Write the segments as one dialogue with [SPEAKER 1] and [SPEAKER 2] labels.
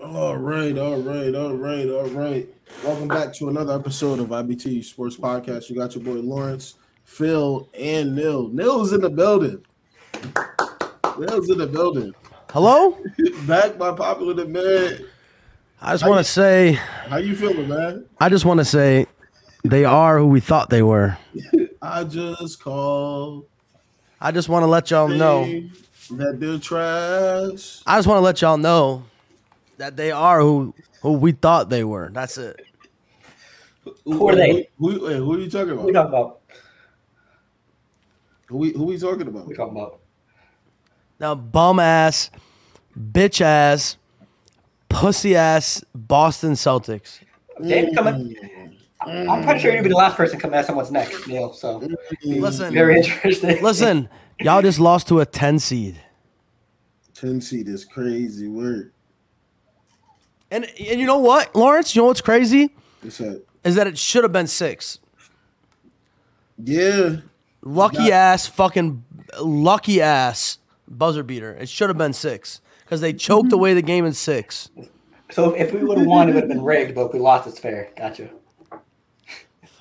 [SPEAKER 1] right, all right, all right, all right. Welcome back to another episode of IBT Sports Podcast. You got your boy Lawrence, Phil, and Nil. Nil's in the building. Nil's in the building.
[SPEAKER 2] Hello?
[SPEAKER 1] Back by popular demand.
[SPEAKER 2] I just want to say,
[SPEAKER 1] How you feeling, man?
[SPEAKER 2] I just want to say they are who we thought they were.
[SPEAKER 1] I just called.
[SPEAKER 2] I just want to let y'all know.
[SPEAKER 1] saying That they're trash.
[SPEAKER 2] I just want to let y'all know that they are who who we thought they were. That's it.
[SPEAKER 3] Who are they?
[SPEAKER 1] Who, who, wait, who are you talking
[SPEAKER 3] What we
[SPEAKER 1] about?
[SPEAKER 3] talking about?
[SPEAKER 1] Who we, who we talking about?
[SPEAKER 3] What we talking about?
[SPEAKER 2] Now bum ass, bitch ass, pussy ass Boston Celtics.
[SPEAKER 3] They coming.
[SPEAKER 1] Hmm.
[SPEAKER 2] Mm.
[SPEAKER 3] I'm pretty sure you'd be the last person coming at someone's neck, Neil. So
[SPEAKER 2] Listen,
[SPEAKER 3] very interesting.
[SPEAKER 2] Mm. listen, y'all just lost to a 10 seed.
[SPEAKER 1] 10 seed is crazy work.
[SPEAKER 2] And and you know what, Lawrence? You know what's crazy?
[SPEAKER 1] What's that?
[SPEAKER 2] Is that it should have been six.
[SPEAKER 1] Yeah.
[SPEAKER 2] Lucky ass, fucking lucky ass buzzer beater. It should have been six because they choked away the game in six.
[SPEAKER 3] So if we would have won, it would have been rigged. But if we lost, it's fair. Gotcha.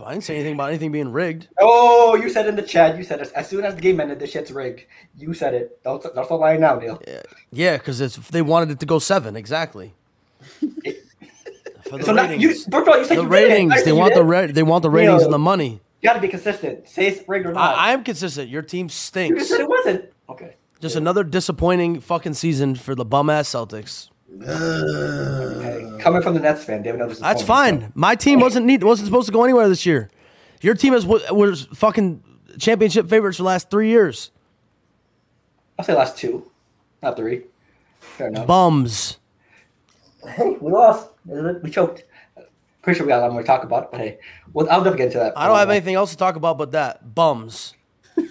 [SPEAKER 2] I didn't say anything about anything being rigged.
[SPEAKER 3] Oh, you said in the chat. You said it. as soon as the game ended, this shit's rigged. You said it. Don't don't stop lying now, Neil.
[SPEAKER 2] Yeah, because it's they wanted it to go seven exactly. For the
[SPEAKER 3] So now, you,
[SPEAKER 2] ratings,
[SPEAKER 3] Brookfield, you said
[SPEAKER 2] the
[SPEAKER 3] you did it. I
[SPEAKER 2] ratings.
[SPEAKER 3] said
[SPEAKER 2] They
[SPEAKER 3] you
[SPEAKER 2] want
[SPEAKER 3] did
[SPEAKER 2] the
[SPEAKER 3] it.
[SPEAKER 2] ra- They want the ratings
[SPEAKER 3] Yo.
[SPEAKER 2] and the money.
[SPEAKER 3] You gotta be consistent. Say it's rigged or not.
[SPEAKER 2] I, I am consistent. Your team
[SPEAKER 3] you
[SPEAKER 2] stinks.
[SPEAKER 3] just said it wasn't. Okay.
[SPEAKER 2] Just another disappointing fucking season for the bum ass Celtics.
[SPEAKER 3] Okay. Coming from the Nets fan, David noticed.
[SPEAKER 2] That's fine. My team wasn't need wasn't supposed to go anywhere this year. Your team is wa- was fucking championship favorites for the last three years.
[SPEAKER 3] I'll say last two, not three. Fair enough.
[SPEAKER 2] Bums.
[SPEAKER 3] hey, we lost. We choked. Pretty sure we got a lot more to talk about, but hey, well, I'll never get into that.
[SPEAKER 2] I don't have anything else to talk about but that. Bums.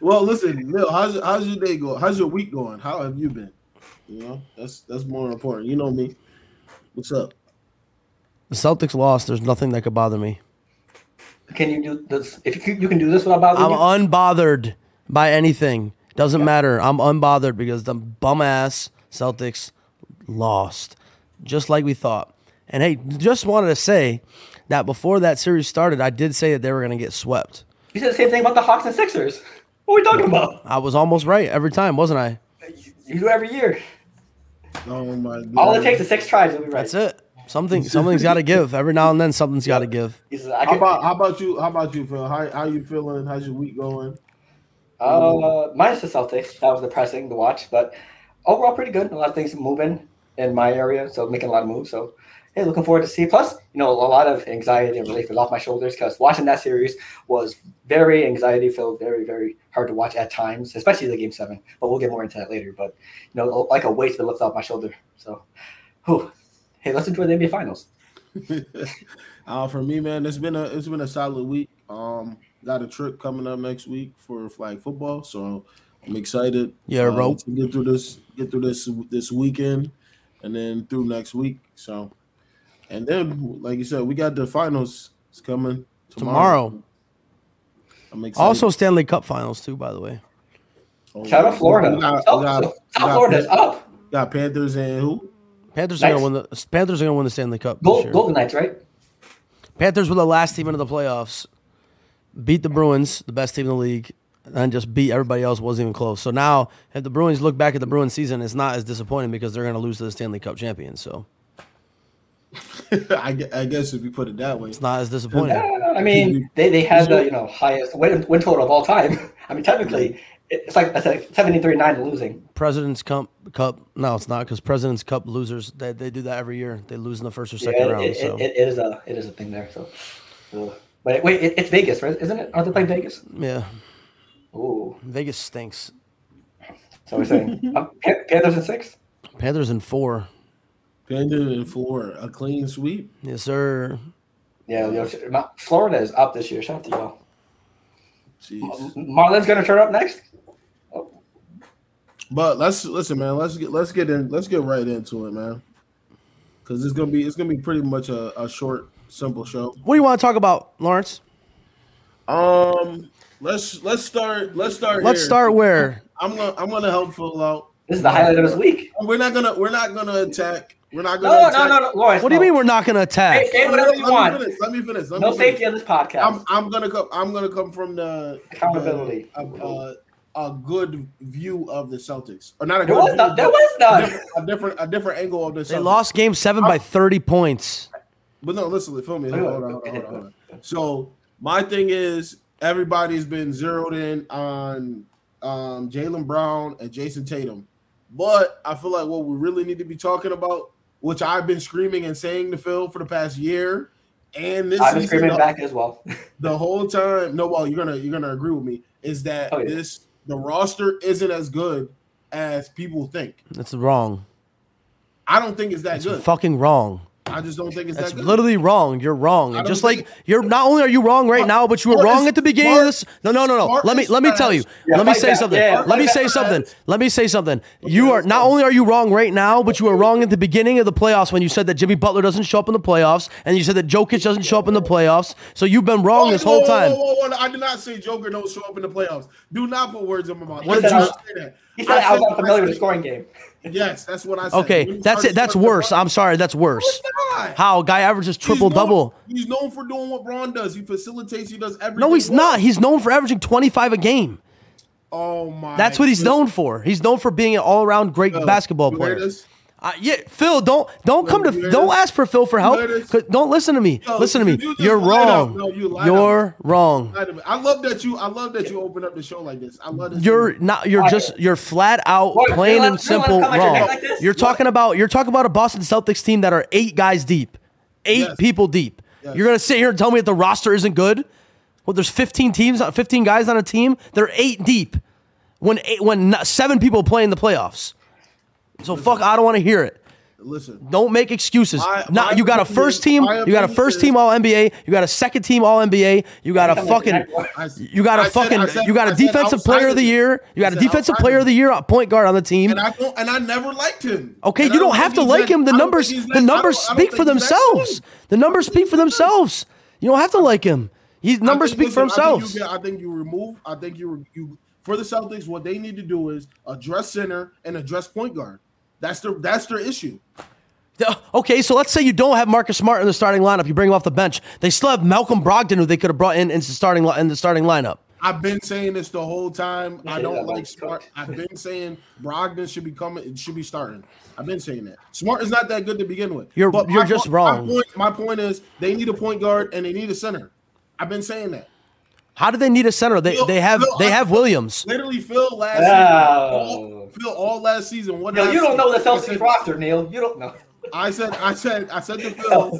[SPEAKER 1] Well, listen, Lil, how's your, how's your day going? How's your week going? How have you been? You know, that's that's more important. You know me. What's up?
[SPEAKER 2] The Celtics lost. There's nothing that could bother me.
[SPEAKER 3] Can you do this? If you, can- you can do this without bothering
[SPEAKER 2] I'm
[SPEAKER 3] me,
[SPEAKER 2] unbothered by anything. Doesn't matter. I'm unbothered because the bum ass Celtics lost, just like we thought. And hey, just wanted to say that before that series started, I did say that they were going to get swept.
[SPEAKER 3] you said the same thing about the Hawks and Sixers. What are we talking about?
[SPEAKER 2] I was almost right every time, wasn't I?
[SPEAKER 3] You do every year.
[SPEAKER 1] Oh my god.
[SPEAKER 3] All it takes is six tries. You'll be right.
[SPEAKER 2] That's it. Something, something's got to give. Every now and then, something's got to give.
[SPEAKER 3] He says, I
[SPEAKER 1] How
[SPEAKER 3] could,
[SPEAKER 1] about how about you? How about you, Phil? How how you feeling? How's your week going?
[SPEAKER 3] uh, minus the Celtics. That was depressing to watch, but overall pretty good. A lot of things moving in my area, so making a lot of moves. So hey, looking forward to see. Plus, you know, a lot of anxiety and relief is off my shoulders because watching that series was very anxiety filled, very very hard to watch at times, especially the game seven. But we'll get more into that later. But you know, like a weight's been lifted off my shoulder. So, whew. hey, let's enjoy the NBA Finals.
[SPEAKER 1] uh, for me, man, it's been a it's been a solid week. Um, got a trip coming up next week for flag football, so I'm excited.
[SPEAKER 2] Yeah,
[SPEAKER 1] uh,
[SPEAKER 2] rope.
[SPEAKER 1] to get through this get through this this weekend, and then through next week. So, and then like you said, we got the finals. It's coming tomorrow.
[SPEAKER 2] Tomorrow.
[SPEAKER 1] I'm excited.
[SPEAKER 2] Also, Stanley Cup Finals too, by the way.
[SPEAKER 1] Oh,
[SPEAKER 3] Shout out
[SPEAKER 1] we
[SPEAKER 3] Florida.
[SPEAKER 1] got- we
[SPEAKER 3] South,
[SPEAKER 1] got-
[SPEAKER 3] South
[SPEAKER 1] we got
[SPEAKER 3] Florida's up.
[SPEAKER 1] Got Panthers and who?
[SPEAKER 2] Panthers are
[SPEAKER 3] Nice.
[SPEAKER 2] gonna win the Panthers are gonna win the Stanley Cup. this
[SPEAKER 3] Gold,
[SPEAKER 2] year.
[SPEAKER 3] Golden Knights, right?
[SPEAKER 2] Panthers were the last team into the playoffs, beat the Bruins, the best team in the league, and just beat everybody else. wasn't even close. So now, if the Bruins look back at the Bruins season, it's not as disappointing because they're going to lose to the Stanley Cup champions. So
[SPEAKER 1] I, gue- I guess if you put it that way.
[SPEAKER 2] it's not as disappointing.
[SPEAKER 3] Uh, I mean, they, they had the you know highest win, win total of all time. I mean, technically, it's like it's like seventy three nine losing.
[SPEAKER 2] President's Cup, Cup. No, it's not because President's Cup losers they, they do that every year. They lose in the first or second
[SPEAKER 3] Yeah,
[SPEAKER 2] round.
[SPEAKER 3] it,
[SPEAKER 2] so
[SPEAKER 3] it, it is a it is a thing there. So, Ugh. but wait, it, it's Vegas, right? Isn't it? Are they playing Vegas?
[SPEAKER 2] yeah,
[SPEAKER 3] Ooh,
[SPEAKER 2] Vegas stinks.
[SPEAKER 3] so we're saying uh, Pan- Panthers and six.
[SPEAKER 2] Panthers in four.
[SPEAKER 1] Panthers and four, a clean sweep.
[SPEAKER 2] Yes, sir.
[SPEAKER 3] Yeah, you know, Ma- Florida is up this year. Shout out to y'all.
[SPEAKER 1] Jeez.
[SPEAKER 3] Marlins gonna turn up next.
[SPEAKER 1] But let's listen, man. Let's get let's get in. Let's get right into it, man. Because it's gonna be it's gonna be pretty much a, a short, simple show.
[SPEAKER 2] What do you want to talk about, Lawrence?
[SPEAKER 1] Um, let's let's start let's start.
[SPEAKER 2] Let's
[SPEAKER 1] here.
[SPEAKER 2] start where
[SPEAKER 1] I'm gonna I'm gonna help Phil out.
[SPEAKER 3] This is the highlight of his week.
[SPEAKER 1] We're not gonna we're not gonna attack We're not
[SPEAKER 3] No,
[SPEAKER 1] going
[SPEAKER 3] no,
[SPEAKER 1] to
[SPEAKER 3] no, no, no, Lawrence.
[SPEAKER 2] What do you
[SPEAKER 3] no.
[SPEAKER 2] mean we're not going to attack?
[SPEAKER 3] Say, say whatever you
[SPEAKER 1] let me
[SPEAKER 3] want.
[SPEAKER 1] finish. Let me finish. Let me
[SPEAKER 3] No
[SPEAKER 1] finish.
[SPEAKER 3] safety on this podcast.
[SPEAKER 1] I'm, I'm gonna come. I'm gonna come from the
[SPEAKER 3] Accountability.
[SPEAKER 1] the- a- a- a good view of the Celtics, or not a
[SPEAKER 3] there
[SPEAKER 1] good.
[SPEAKER 3] was
[SPEAKER 1] view,
[SPEAKER 3] none. There
[SPEAKER 1] but
[SPEAKER 3] was
[SPEAKER 1] a
[SPEAKER 3] none.
[SPEAKER 1] different, a different, a different angle of the.
[SPEAKER 2] They
[SPEAKER 1] Celtics.
[SPEAKER 2] lost game seven by 30 points.
[SPEAKER 1] But no, listen, feel me. Hold on, hold on, hold on, hold on. So my thing is everybody's been zeroed in on um, Jalen Brown and Jason Tatum, but I feel like what we really need to be talking about, which I've been screaming and saying to Phil for the past year, and this
[SPEAKER 3] I've been
[SPEAKER 1] season,
[SPEAKER 3] screaming
[SPEAKER 1] uh,
[SPEAKER 3] back as well.
[SPEAKER 1] the whole time. No, well, you're gonna you're gonna agree with me. Is that
[SPEAKER 3] Oh, yeah.
[SPEAKER 1] this the roster isn't as good as people think?
[SPEAKER 2] That's wrong.
[SPEAKER 1] I don't think it's that
[SPEAKER 2] That's
[SPEAKER 1] good.
[SPEAKER 2] fucking wrong.
[SPEAKER 1] I just don't think it's
[SPEAKER 2] That's
[SPEAKER 1] that good.
[SPEAKER 2] literally wrong. You're wrong. And
[SPEAKER 1] don't
[SPEAKER 2] just
[SPEAKER 1] think-
[SPEAKER 2] like you're not only are you wrong right now, but you were
[SPEAKER 1] Smart
[SPEAKER 2] wrong
[SPEAKER 1] is-
[SPEAKER 2] at the beginning
[SPEAKER 1] smart-
[SPEAKER 2] of this. No, no, no, no.
[SPEAKER 1] smart
[SPEAKER 2] Let me
[SPEAKER 1] is
[SPEAKER 2] let me
[SPEAKER 1] trash.
[SPEAKER 2] tell you.
[SPEAKER 3] Yeah,
[SPEAKER 2] let me
[SPEAKER 3] fight
[SPEAKER 2] say
[SPEAKER 3] back.
[SPEAKER 2] something.
[SPEAKER 3] Yeah,
[SPEAKER 2] let me
[SPEAKER 1] fight
[SPEAKER 2] say
[SPEAKER 1] back.
[SPEAKER 2] something. Let me say something. You are
[SPEAKER 1] that's
[SPEAKER 2] not
[SPEAKER 1] fine.
[SPEAKER 2] only are you wrong right now, but you were wrong at the beginning of the playoffs when you said that Jimmy Butler doesn't show up in the playoffs and you said that Jokic doesn't show up in the playoffs. So you've been wrong this
[SPEAKER 1] Whoa,
[SPEAKER 2] whole
[SPEAKER 1] whoa,
[SPEAKER 2] time.
[SPEAKER 1] whoa, whoa, whoa. I did not say Joker don't show up in the playoffs. Do not put words in my mouth.
[SPEAKER 2] What
[SPEAKER 1] I
[SPEAKER 2] did
[SPEAKER 1] not
[SPEAKER 2] you-
[SPEAKER 1] say that.
[SPEAKER 3] He said I, was unfamiliar with the scoring game.
[SPEAKER 1] Yes, that's what I said.
[SPEAKER 2] Okay,
[SPEAKER 1] When
[SPEAKER 2] that's it.
[SPEAKER 1] Harden
[SPEAKER 2] That's
[SPEAKER 1] started-
[SPEAKER 2] worse. I'm sorry. That's worse.
[SPEAKER 1] It's not.
[SPEAKER 2] How guy averages
[SPEAKER 1] He's
[SPEAKER 2] triple
[SPEAKER 1] known-
[SPEAKER 2] double.
[SPEAKER 1] He's known for doing what Braun does. He facilitates. He does everything.
[SPEAKER 2] No, he's
[SPEAKER 1] well.
[SPEAKER 2] not. He's known for averaging 25 a game.
[SPEAKER 1] Oh my.
[SPEAKER 2] That's what he's known for. He's known for being an all-around great
[SPEAKER 1] goodness.
[SPEAKER 2] basketball
[SPEAKER 1] You
[SPEAKER 2] player.
[SPEAKER 1] hear this?
[SPEAKER 2] Uh, yeah, Phil, don't don't come
[SPEAKER 1] you
[SPEAKER 2] to
[SPEAKER 1] hear
[SPEAKER 2] don't
[SPEAKER 1] this?
[SPEAKER 2] ask for Phil for help.
[SPEAKER 1] hear this?
[SPEAKER 2] 'cause- Don't listen to me.
[SPEAKER 1] Yo,
[SPEAKER 2] listen to
[SPEAKER 1] you
[SPEAKER 2] me.
[SPEAKER 1] just
[SPEAKER 2] You're
[SPEAKER 1] lied up.
[SPEAKER 2] wrong.
[SPEAKER 1] No, you lied up.
[SPEAKER 2] You're wrong.
[SPEAKER 1] Wait a minute. I love that you. I love that you open up the show like this. I love this.
[SPEAKER 2] You're not. You're
[SPEAKER 3] Liar.
[SPEAKER 2] just. You're flat out,
[SPEAKER 3] What,
[SPEAKER 2] plain
[SPEAKER 3] Phil,
[SPEAKER 2] and
[SPEAKER 3] Phil, wanna
[SPEAKER 2] simple
[SPEAKER 3] come at your neck
[SPEAKER 2] wrong.
[SPEAKER 3] like this?
[SPEAKER 2] you're talking about. You're talking about a Boston Celtics team that are eight guys deep, eight
[SPEAKER 1] Yes.
[SPEAKER 2] people deep.
[SPEAKER 1] Yes.
[SPEAKER 2] You're gonna sit here and tell me that the roster isn't good. Well, there's 15 teams, 15 guys on a team. They're eight deep. When eight, when not- seven people play in the playoffs, so fuck. I don't want to hear it.
[SPEAKER 1] listen.
[SPEAKER 2] Don't make excuses.
[SPEAKER 1] My-
[SPEAKER 2] Nah,
[SPEAKER 1] my
[SPEAKER 2] you got a
[SPEAKER 1] opinion-
[SPEAKER 2] first team.
[SPEAKER 1] my
[SPEAKER 2] You got a
[SPEAKER 1] opinion
[SPEAKER 2] first
[SPEAKER 1] is-
[SPEAKER 2] team All NBA. You got a second team All NBA. You got a
[SPEAKER 3] Come at your
[SPEAKER 2] fucking.
[SPEAKER 3] neck, Lawrence.
[SPEAKER 1] I-
[SPEAKER 2] You got a
[SPEAKER 1] I said-
[SPEAKER 2] fucking.
[SPEAKER 1] I said-
[SPEAKER 2] you got a
[SPEAKER 1] I said
[SPEAKER 2] defensive player of the
[SPEAKER 1] outsiders.
[SPEAKER 2] year. You got
[SPEAKER 1] I
[SPEAKER 2] a
[SPEAKER 1] said
[SPEAKER 2] defensive player of
[SPEAKER 1] outsiders.
[SPEAKER 2] the year, a point guard on the team.
[SPEAKER 1] And I don't. And I never liked him.
[SPEAKER 2] Okay,
[SPEAKER 1] And I
[SPEAKER 2] you don't
[SPEAKER 1] think
[SPEAKER 2] have to
[SPEAKER 1] he's
[SPEAKER 2] like
[SPEAKER 1] that-
[SPEAKER 2] him. The
[SPEAKER 1] I don't
[SPEAKER 2] numbers,
[SPEAKER 1] think he's
[SPEAKER 2] the
[SPEAKER 1] that- I
[SPEAKER 2] numbers
[SPEAKER 1] don't- I don't
[SPEAKER 2] speak for
[SPEAKER 1] think he's that
[SPEAKER 2] themselves.
[SPEAKER 1] good.
[SPEAKER 2] The numbers speak for themselves. You don't have to like him.
[SPEAKER 1] I
[SPEAKER 2] He numbers
[SPEAKER 1] think-
[SPEAKER 2] speak for
[SPEAKER 1] listen, I think,
[SPEAKER 2] themselves.
[SPEAKER 1] you get- I think you remove. I think you you for the Celtics. What they need to do is address center and address point guard. That's their that's their issue.
[SPEAKER 2] Okay, so let's say you don't have Marcus Smart in the starting lineup. You bring him off the bench. They still have Malcolm Brogdon, who they could have brought in into starting li- in the starting lineup.
[SPEAKER 1] I've been saying this the whole time. I
[SPEAKER 3] Yeah,
[SPEAKER 1] don't
[SPEAKER 3] that
[SPEAKER 1] like
[SPEAKER 3] was
[SPEAKER 1] Smart. I've been saying Brogdon should be coming. Should be starting. I've been saying that Smart is not that good to begin with.
[SPEAKER 2] You're-
[SPEAKER 1] my
[SPEAKER 2] you're just
[SPEAKER 1] point-
[SPEAKER 2] wrong.
[SPEAKER 1] My point, my point is they need a point guard and they need a center. I've been saying that.
[SPEAKER 2] How do they need a center? They
[SPEAKER 1] Phil-
[SPEAKER 2] they have
[SPEAKER 1] Phil,
[SPEAKER 2] they
[SPEAKER 1] I-
[SPEAKER 2] have Williams.
[SPEAKER 1] Literally, Phil last season, all,
[SPEAKER 3] Wow.
[SPEAKER 1] Phil all last season. What
[SPEAKER 3] Neil,
[SPEAKER 1] did I
[SPEAKER 3] you
[SPEAKER 1] say?
[SPEAKER 3] don't know the
[SPEAKER 1] I said-
[SPEAKER 3] Celtics roster, Neil. You don't know.
[SPEAKER 1] I said, I said, I said to Phil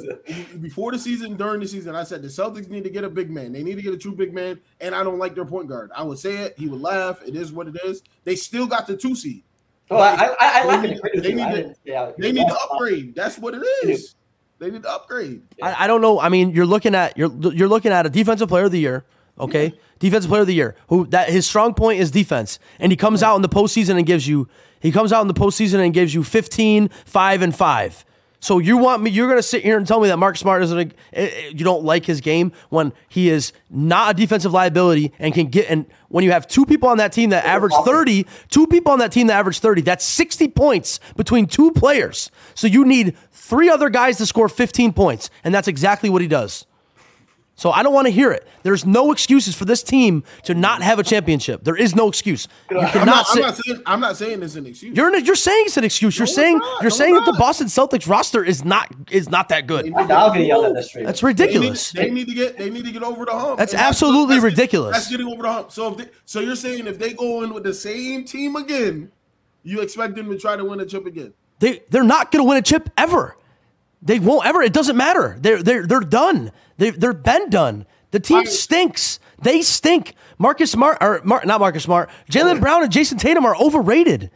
[SPEAKER 1] before the season, during the season, I said the Celtics need to get a big man. They need to get a true big man, and I don't like their point guard. I would say it. He would laugh. It is what it is. They still got the two seed.
[SPEAKER 3] No, I, I, I, I
[SPEAKER 1] They
[SPEAKER 3] like
[SPEAKER 1] need-
[SPEAKER 3] it. agree with
[SPEAKER 1] they
[SPEAKER 3] you.
[SPEAKER 1] need
[SPEAKER 3] I
[SPEAKER 1] to-
[SPEAKER 3] didn't- yeah,
[SPEAKER 1] They need to upgrade. That's what it is. They need to upgrade.
[SPEAKER 2] I, I don't know. I mean, you're looking at you're you're looking at a defensive player of the year. Okay, defensive player of the year. Who that his strong point is defense, and he comes out in the postseason and gives you he comes out in the postseason and gives you 15, 5, and five. So you want me? You're gonna sit here and tell me that Mark Smart isn't? A, eh, eh, you don't like his game when he is not a defensive liability and can get and when you have two people on that team that average
[SPEAKER 3] awful.
[SPEAKER 2] 30, two people on that team that average 30, that's 60 points between two players. So you need three other guys to score 15 points, and that's exactly what he does. So I don't want to hear it. There's no excuses for this team to not have a championship. There is no excuse. You cannot
[SPEAKER 1] I'm not, I'm
[SPEAKER 2] say,
[SPEAKER 1] not saying. I'm not saying this an excuse.
[SPEAKER 2] you're you're saying it's an excuse. You're
[SPEAKER 1] it's
[SPEAKER 2] saying
[SPEAKER 1] not.
[SPEAKER 2] you're
[SPEAKER 1] No,
[SPEAKER 2] saying
[SPEAKER 1] it's
[SPEAKER 2] that the
[SPEAKER 1] not.
[SPEAKER 2] Boston Celtics roster is not is not that good.
[SPEAKER 3] I doubt getting yelled at this stream.
[SPEAKER 2] That's
[SPEAKER 1] They need,
[SPEAKER 2] ridiculous.
[SPEAKER 1] they need to get. They need to get over the hump.
[SPEAKER 2] That's
[SPEAKER 1] And what-
[SPEAKER 2] absolutely
[SPEAKER 1] that's get-
[SPEAKER 2] ridiculous.
[SPEAKER 1] that's getting over the hump. So if they, so, you're saying if they go in with the same team again, you expect them to try to win a chip again?
[SPEAKER 2] They they're not going to win a chip ever. They won't ever. It doesn't matter. They're they're they're done. They they're been done. The team
[SPEAKER 1] Right.
[SPEAKER 2] stinks. They stink. Marcus Smart or Mar, not Marcus Smart. Jalen Brown and Jason Tatum are overrated.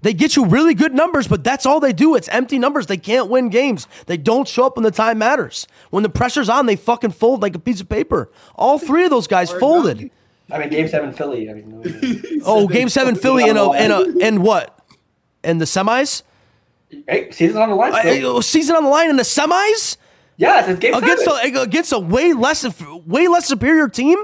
[SPEAKER 2] They get you really good numbers, but that's all they do. It's empty numbers. They can't win games. They don't show up when the time matters. When the pressure's on, they fucking fold like a piece of paper. All three of those guys folded.
[SPEAKER 3] I mean, Game Seven Philly. I mean, no.
[SPEAKER 2] Oh, game seven Philly in a in a in what? In the semis?
[SPEAKER 3] hey, season's on the line.
[SPEAKER 2] Uh,
[SPEAKER 3] Still.
[SPEAKER 2] uh, season on the line in the semis?
[SPEAKER 3] yes, it's Game
[SPEAKER 2] against
[SPEAKER 3] Seven.
[SPEAKER 2] a, against a way less way less superior team,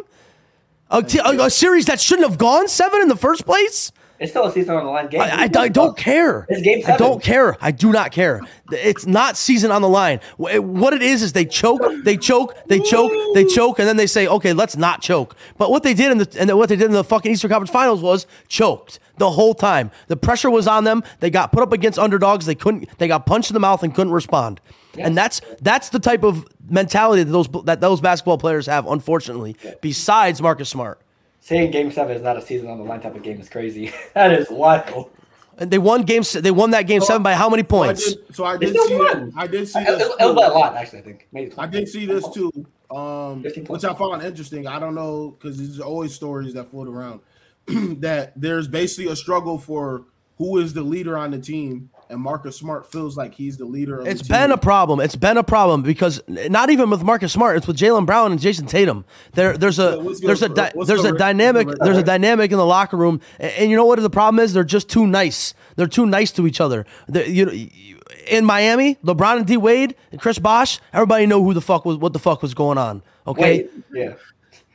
[SPEAKER 2] a, te- a- a series that shouldn't have gone seven in the first place.
[SPEAKER 3] It's still a season on the line game.
[SPEAKER 2] I, I- I don't care.
[SPEAKER 3] It's game
[SPEAKER 2] I
[SPEAKER 3] seven.
[SPEAKER 2] don't care. I do not care. It's not season on the line. Wh- it- What it is is they choke, they choke, they choke, they choke, and then they say, "Okay, let's not choke." But what they did in the and what they did in the fucking Eastern Conference Finals was choked the whole time. The pressure was on them. They got put up against underdogs. They couldn't. They got punched in the mouth and couldn't respond. And that's that's the type of mentality that those that those basketball players have. Unfortunately, besides Marcus Smart.
[SPEAKER 3] Saying game seven is not a season on the line type of game is crazy. that is wild.
[SPEAKER 2] And they won game. se- They won that game seven by how many
[SPEAKER 1] I
[SPEAKER 2] points?
[SPEAKER 1] did, so I
[SPEAKER 3] They
[SPEAKER 1] did
[SPEAKER 3] still
[SPEAKER 1] see.
[SPEAKER 3] won.
[SPEAKER 1] I did see
[SPEAKER 3] It, it,
[SPEAKER 1] this.
[SPEAKER 3] it was by a lot, actually. I think. Maybe
[SPEAKER 1] I did see this too, um,
[SPEAKER 3] 15
[SPEAKER 1] which
[SPEAKER 3] points.
[SPEAKER 1] I found interesting. I don't know because there's always stories that float around that there's basically a struggle for who is the leader on the team, and Marcus Smart feels like he's the leader. Of
[SPEAKER 2] It's
[SPEAKER 1] the team.
[SPEAKER 2] been a problem. It's been a problem because n- not even with Marcus Smart, it's with Jalen Brown and Jason Tatum. There, there's
[SPEAKER 1] Yeah,
[SPEAKER 2] a
[SPEAKER 1] what's
[SPEAKER 2] there's a
[SPEAKER 1] good, bro?
[SPEAKER 2] di-
[SPEAKER 1] What's
[SPEAKER 2] there's
[SPEAKER 1] good,
[SPEAKER 2] a
[SPEAKER 1] Rick?
[SPEAKER 2] dynamic
[SPEAKER 1] What's good,
[SPEAKER 2] there's a
[SPEAKER 1] Rick?
[SPEAKER 2] dynamic in the locker room, A- and, you know what the problem is? They're just too nice. They're too nice to each other. The- you know, you- in Miami, LeBron and D Wade and Chris Bosh, everybody know who the fuck was what the fuck was going on. Okay,
[SPEAKER 3] Wait, yeah.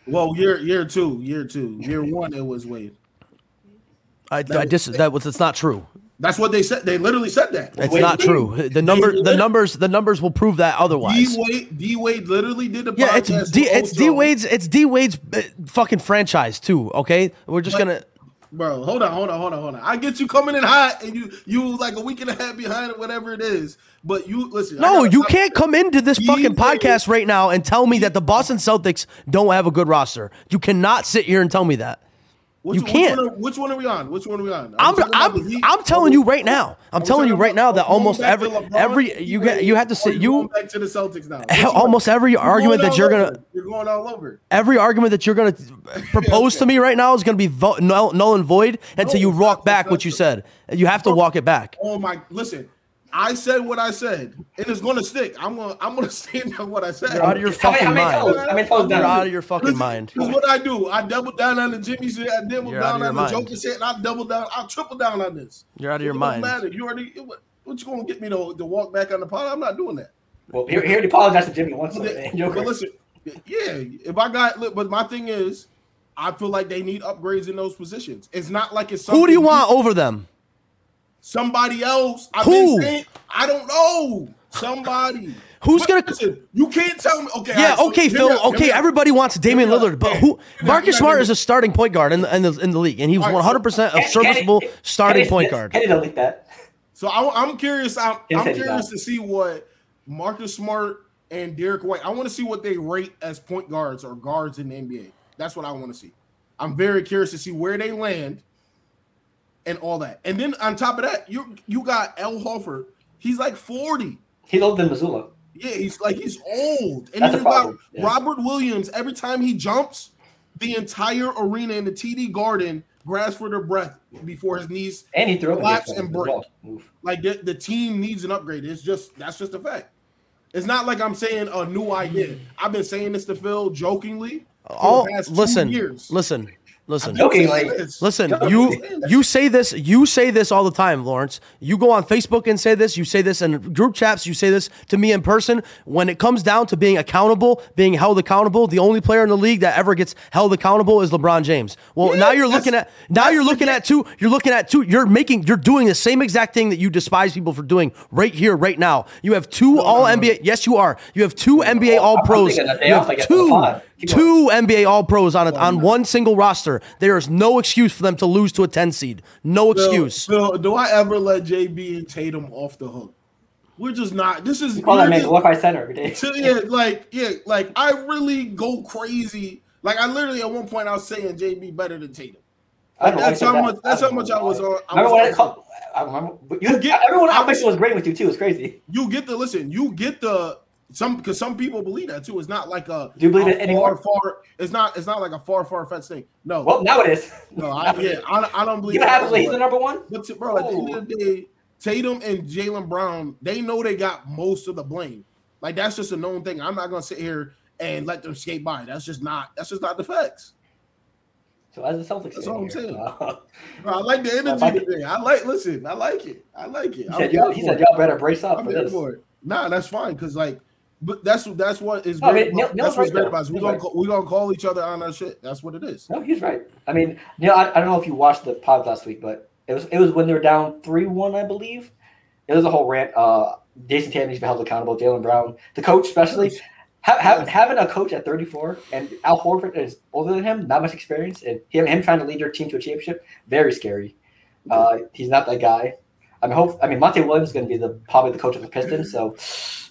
[SPEAKER 1] well year year two, year two, year one. It was Wade.
[SPEAKER 2] I, I dis- that was it's not true.
[SPEAKER 1] That's what they said. They literally said that.
[SPEAKER 2] It's
[SPEAKER 3] Wade-
[SPEAKER 2] not true. The number the
[SPEAKER 1] literally-
[SPEAKER 2] numbers the numbers will prove that otherwise.
[SPEAKER 1] D Wade, D Wade literally did the
[SPEAKER 2] Yeah, it's
[SPEAKER 1] podcast
[SPEAKER 2] D,
[SPEAKER 1] with
[SPEAKER 2] it's
[SPEAKER 1] Ocho.
[SPEAKER 2] D Wade's it's D Wade's uh, fucking franchise too. Okay, we're just
[SPEAKER 1] But-
[SPEAKER 2] gonna.
[SPEAKER 1] Bro, hold on, hold on, hold on, hold on. I get you coming in hot, and you you like a week and a half behind or whatever it is. But you listen. I
[SPEAKER 2] No,
[SPEAKER 1] gotta
[SPEAKER 2] you
[SPEAKER 1] stop
[SPEAKER 2] can't
[SPEAKER 1] this.
[SPEAKER 2] come into this
[SPEAKER 1] D Wade-
[SPEAKER 2] fucking podcast right now and tell me that the Boston Celtics don't have a good roster. You cannot sit here and tell me that.
[SPEAKER 1] Which,
[SPEAKER 2] you
[SPEAKER 1] which
[SPEAKER 2] can't.
[SPEAKER 1] one are- Which one, are, we on? Which one are we on? Are we
[SPEAKER 2] I'm
[SPEAKER 1] talking about the
[SPEAKER 2] I'm,
[SPEAKER 1] Heat?
[SPEAKER 2] I'm
[SPEAKER 1] Are
[SPEAKER 2] telling
[SPEAKER 1] we-
[SPEAKER 2] you right now.
[SPEAKER 1] are
[SPEAKER 2] I'm
[SPEAKER 1] we
[SPEAKER 2] telling you
[SPEAKER 1] talking
[SPEAKER 2] right now
[SPEAKER 1] about-
[SPEAKER 2] that
[SPEAKER 1] are we
[SPEAKER 2] almost
[SPEAKER 1] going back
[SPEAKER 2] every
[SPEAKER 1] to LeBron,
[SPEAKER 2] every you
[SPEAKER 1] D-Wade,
[SPEAKER 2] get you have
[SPEAKER 1] or
[SPEAKER 2] to
[SPEAKER 1] are
[SPEAKER 2] sit
[SPEAKER 1] going
[SPEAKER 2] you
[SPEAKER 1] back to the Celtics now.
[SPEAKER 2] almost every
[SPEAKER 1] You're
[SPEAKER 2] argument
[SPEAKER 1] going
[SPEAKER 2] that you're
[SPEAKER 1] all
[SPEAKER 2] gonna
[SPEAKER 1] over. you're going all over.
[SPEAKER 2] every argument that you're gonna propose to me right now is gonna be vo- null, null and void until
[SPEAKER 1] No,
[SPEAKER 2] you
[SPEAKER 1] it's
[SPEAKER 2] walk
[SPEAKER 1] not-
[SPEAKER 2] back
[SPEAKER 1] it's
[SPEAKER 2] what
[SPEAKER 1] not
[SPEAKER 2] you
[SPEAKER 1] true.
[SPEAKER 2] said. You have to walk it back.
[SPEAKER 1] Oh my! Listen, I said what I said. It is going to stick. I'm gonna I'm gonna stand on what I said.
[SPEAKER 2] You're out of your
[SPEAKER 3] How many,
[SPEAKER 2] fucking
[SPEAKER 3] how many
[SPEAKER 2] mind.
[SPEAKER 3] toes? How many toes down?
[SPEAKER 2] You're out of your fucking mind.
[SPEAKER 1] Because what I do, I double down on the Jimmy shit, I double
[SPEAKER 2] You're out
[SPEAKER 1] down
[SPEAKER 2] of your
[SPEAKER 1] on the
[SPEAKER 2] mind.
[SPEAKER 1] Joker shit, and I double down, I triple down on this.
[SPEAKER 2] You're out of your
[SPEAKER 1] It don't
[SPEAKER 2] mind.
[SPEAKER 1] matter. You already. it- What, what you gonna get me to, to walk back on the pod? I'm not doing that.
[SPEAKER 3] Well, here, here, he apologized to Jimmy once.
[SPEAKER 1] But
[SPEAKER 3] and Joker.
[SPEAKER 1] listen, yeah. If I got, look, but my thing is, I feel like they need upgrades in those positions. It's not like it's
[SPEAKER 2] Who do you
[SPEAKER 1] something-
[SPEAKER 2] want over them?
[SPEAKER 1] Somebody else. I've
[SPEAKER 2] Who?
[SPEAKER 1] Been saying, I don't know. Somebody.
[SPEAKER 2] Who's
[SPEAKER 1] But
[SPEAKER 2] gonna-
[SPEAKER 1] Listen, you can't tell me. Okay.
[SPEAKER 2] Yeah,
[SPEAKER 1] all right, so
[SPEAKER 2] okay,
[SPEAKER 1] hear me
[SPEAKER 2] Phil.
[SPEAKER 1] out, hear me
[SPEAKER 2] okay,
[SPEAKER 1] out.
[SPEAKER 2] everybody wants Damian
[SPEAKER 1] Hear me out.
[SPEAKER 2] Lillard, but who?
[SPEAKER 1] Hear me out, hear me
[SPEAKER 2] Marcus
[SPEAKER 1] out,
[SPEAKER 2] Smart
[SPEAKER 1] hear me
[SPEAKER 2] is a starting point guard in the in the, in the league, and he's
[SPEAKER 1] All right, so-
[SPEAKER 2] 100 percent a
[SPEAKER 3] Can- can he-
[SPEAKER 2] serviceable starting
[SPEAKER 3] can he-
[SPEAKER 2] point guard.
[SPEAKER 3] Can he delete that?
[SPEAKER 1] So I, am curious. I'm,
[SPEAKER 3] Yes,
[SPEAKER 1] I'm
[SPEAKER 3] it is.
[SPEAKER 1] curious to see what Marcus Smart and Derek White. I want to see what they rate as point guards or guards in the NBA. That's what I want to see. I'm very curious to see where they land and all that. And then on top of that, you you got L. Hofer. He's like 40.
[SPEAKER 3] He's older than Missoula.
[SPEAKER 1] Yeah, he's like he's old. And then
[SPEAKER 3] That's a
[SPEAKER 1] you got
[SPEAKER 3] problem, yeah.
[SPEAKER 1] Robert Williams. Every time he jumps, the entire arena in the TD Garden grabs for their breath before his knees
[SPEAKER 3] And he threw up
[SPEAKER 1] Collapse
[SPEAKER 3] against him
[SPEAKER 1] and
[SPEAKER 3] as
[SPEAKER 1] break.
[SPEAKER 3] well. Move.
[SPEAKER 1] like the, the team needs an upgrade. It's just that's just a fact. It's not like I'm saying a new idea. I've been saying this to Phil jokingly. for the
[SPEAKER 2] All
[SPEAKER 1] past two
[SPEAKER 2] listen,
[SPEAKER 1] years.
[SPEAKER 2] listen, listen,
[SPEAKER 3] don't-
[SPEAKER 1] Jokingly.
[SPEAKER 3] Jokingly.
[SPEAKER 2] listen. You you say this, you say this all the time, Lawrence. You go on Facebook and say this. You say this in group chats. You say this to me in person. When it comes down to being accountable, being held accountable, the only player in the league that ever gets held accountable is LeBron James. Well,
[SPEAKER 1] Yeah,
[SPEAKER 2] now you're
[SPEAKER 1] that's-
[SPEAKER 2] looking at now
[SPEAKER 1] that's
[SPEAKER 2] you're
[SPEAKER 1] the
[SPEAKER 2] looking
[SPEAKER 1] thing.
[SPEAKER 2] at two. You're looking at two. You're making. You're doing the same exact thing that you despise people for doing right here, right now. You have two All NBA. Yes, you are. You have two NBA All Pros. You
[SPEAKER 3] thinking that they off, I
[SPEAKER 2] have
[SPEAKER 3] guess, on the
[SPEAKER 2] two
[SPEAKER 3] pod. Keep
[SPEAKER 2] two
[SPEAKER 3] going.
[SPEAKER 2] two NBA All Pros
[SPEAKER 1] Oh,
[SPEAKER 2] on a, on one single roster. There is no excuse for them to lose to a ten seed. No excuse.
[SPEAKER 1] Phil, Phil, do I ever let JB and Tatum off the hook? We're just not. This is
[SPEAKER 3] Call that
[SPEAKER 1] you're
[SPEAKER 3] man
[SPEAKER 1] just-
[SPEAKER 3] glorified center every day.
[SPEAKER 1] So, yeah, like yeah, like I really go crazy. Like I literally at one point I was saying JB better than Tatum.
[SPEAKER 3] I don't know why
[SPEAKER 1] That's
[SPEAKER 3] he said
[SPEAKER 1] how
[SPEAKER 3] that.
[SPEAKER 1] much- that's
[SPEAKER 3] don't
[SPEAKER 1] how much
[SPEAKER 3] know
[SPEAKER 1] I was
[SPEAKER 3] why.
[SPEAKER 1] on- I
[SPEAKER 3] Remember
[SPEAKER 1] was
[SPEAKER 3] when
[SPEAKER 1] on-
[SPEAKER 3] I called? I remember. but You,
[SPEAKER 1] get-
[SPEAKER 3] everyone
[SPEAKER 1] I
[SPEAKER 3] on
[SPEAKER 1] was-
[SPEAKER 3] Facebook was great with you too. It's crazy.
[SPEAKER 1] You get the listen. You get the some because some people believe that too. It's not like a
[SPEAKER 3] Do you believe
[SPEAKER 1] a
[SPEAKER 3] it anymore?
[SPEAKER 1] Far, far. It's not. It's not like a far, far fetched thing. No.
[SPEAKER 3] Well, now it is.
[SPEAKER 1] no. I, yeah. I, don't- I don't believe.
[SPEAKER 3] You know what happens
[SPEAKER 1] it
[SPEAKER 3] when he's the
[SPEAKER 1] anymore.
[SPEAKER 3] number one?
[SPEAKER 1] But to- bro, at the end of the day, Tatum and Jalen Brown, they know they got most of the blame. Like that's just a known thing. I'm not gonna sit here and let them skate by. That's just not. That's just not the facts.
[SPEAKER 3] So as a Celtics
[SPEAKER 1] That's
[SPEAKER 3] fan
[SPEAKER 1] all I'm
[SPEAKER 3] here,
[SPEAKER 1] saying.
[SPEAKER 3] uh,
[SPEAKER 1] Bro, I like the energy
[SPEAKER 3] I like it.
[SPEAKER 1] today. I like. Listen, I like it. I like it.
[SPEAKER 3] he
[SPEAKER 1] I'm
[SPEAKER 3] said,
[SPEAKER 1] here
[SPEAKER 3] y'all, he
[SPEAKER 1] for
[SPEAKER 3] said
[SPEAKER 1] it.
[SPEAKER 3] y'all better brace up
[SPEAKER 1] I'm
[SPEAKER 3] for
[SPEAKER 1] here
[SPEAKER 3] this.
[SPEAKER 1] for it. Nah, that's fine because like but that's that's what is
[SPEAKER 2] Oh,
[SPEAKER 3] No, I
[SPEAKER 1] great.
[SPEAKER 3] mean, Neil-
[SPEAKER 1] about-
[SPEAKER 3] Neil's
[SPEAKER 1] that's what's
[SPEAKER 3] right,
[SPEAKER 1] great
[SPEAKER 3] though.
[SPEAKER 1] about us. We
[SPEAKER 3] Neil's
[SPEAKER 1] gonna
[SPEAKER 3] right.
[SPEAKER 1] call, we gonna call each other on our shit. That's what it is.
[SPEAKER 3] No, he's right. I mean, you know, I, I don't know if you watched the pod last week, but it was it was when they were down three one, I believe. It was a whole rant. Uh, Jason Tatum needs to be held accountable. Jalen Brown, the coach, especially ha- ha- having a coach at thirty four and Al Horford is older than him, not much experience, and him him trying to lead your team to a championship, very scary. Uh, he's not that guy. I mean, hope I mean Monte Williams is going to be the probably the coach of the Pistons, so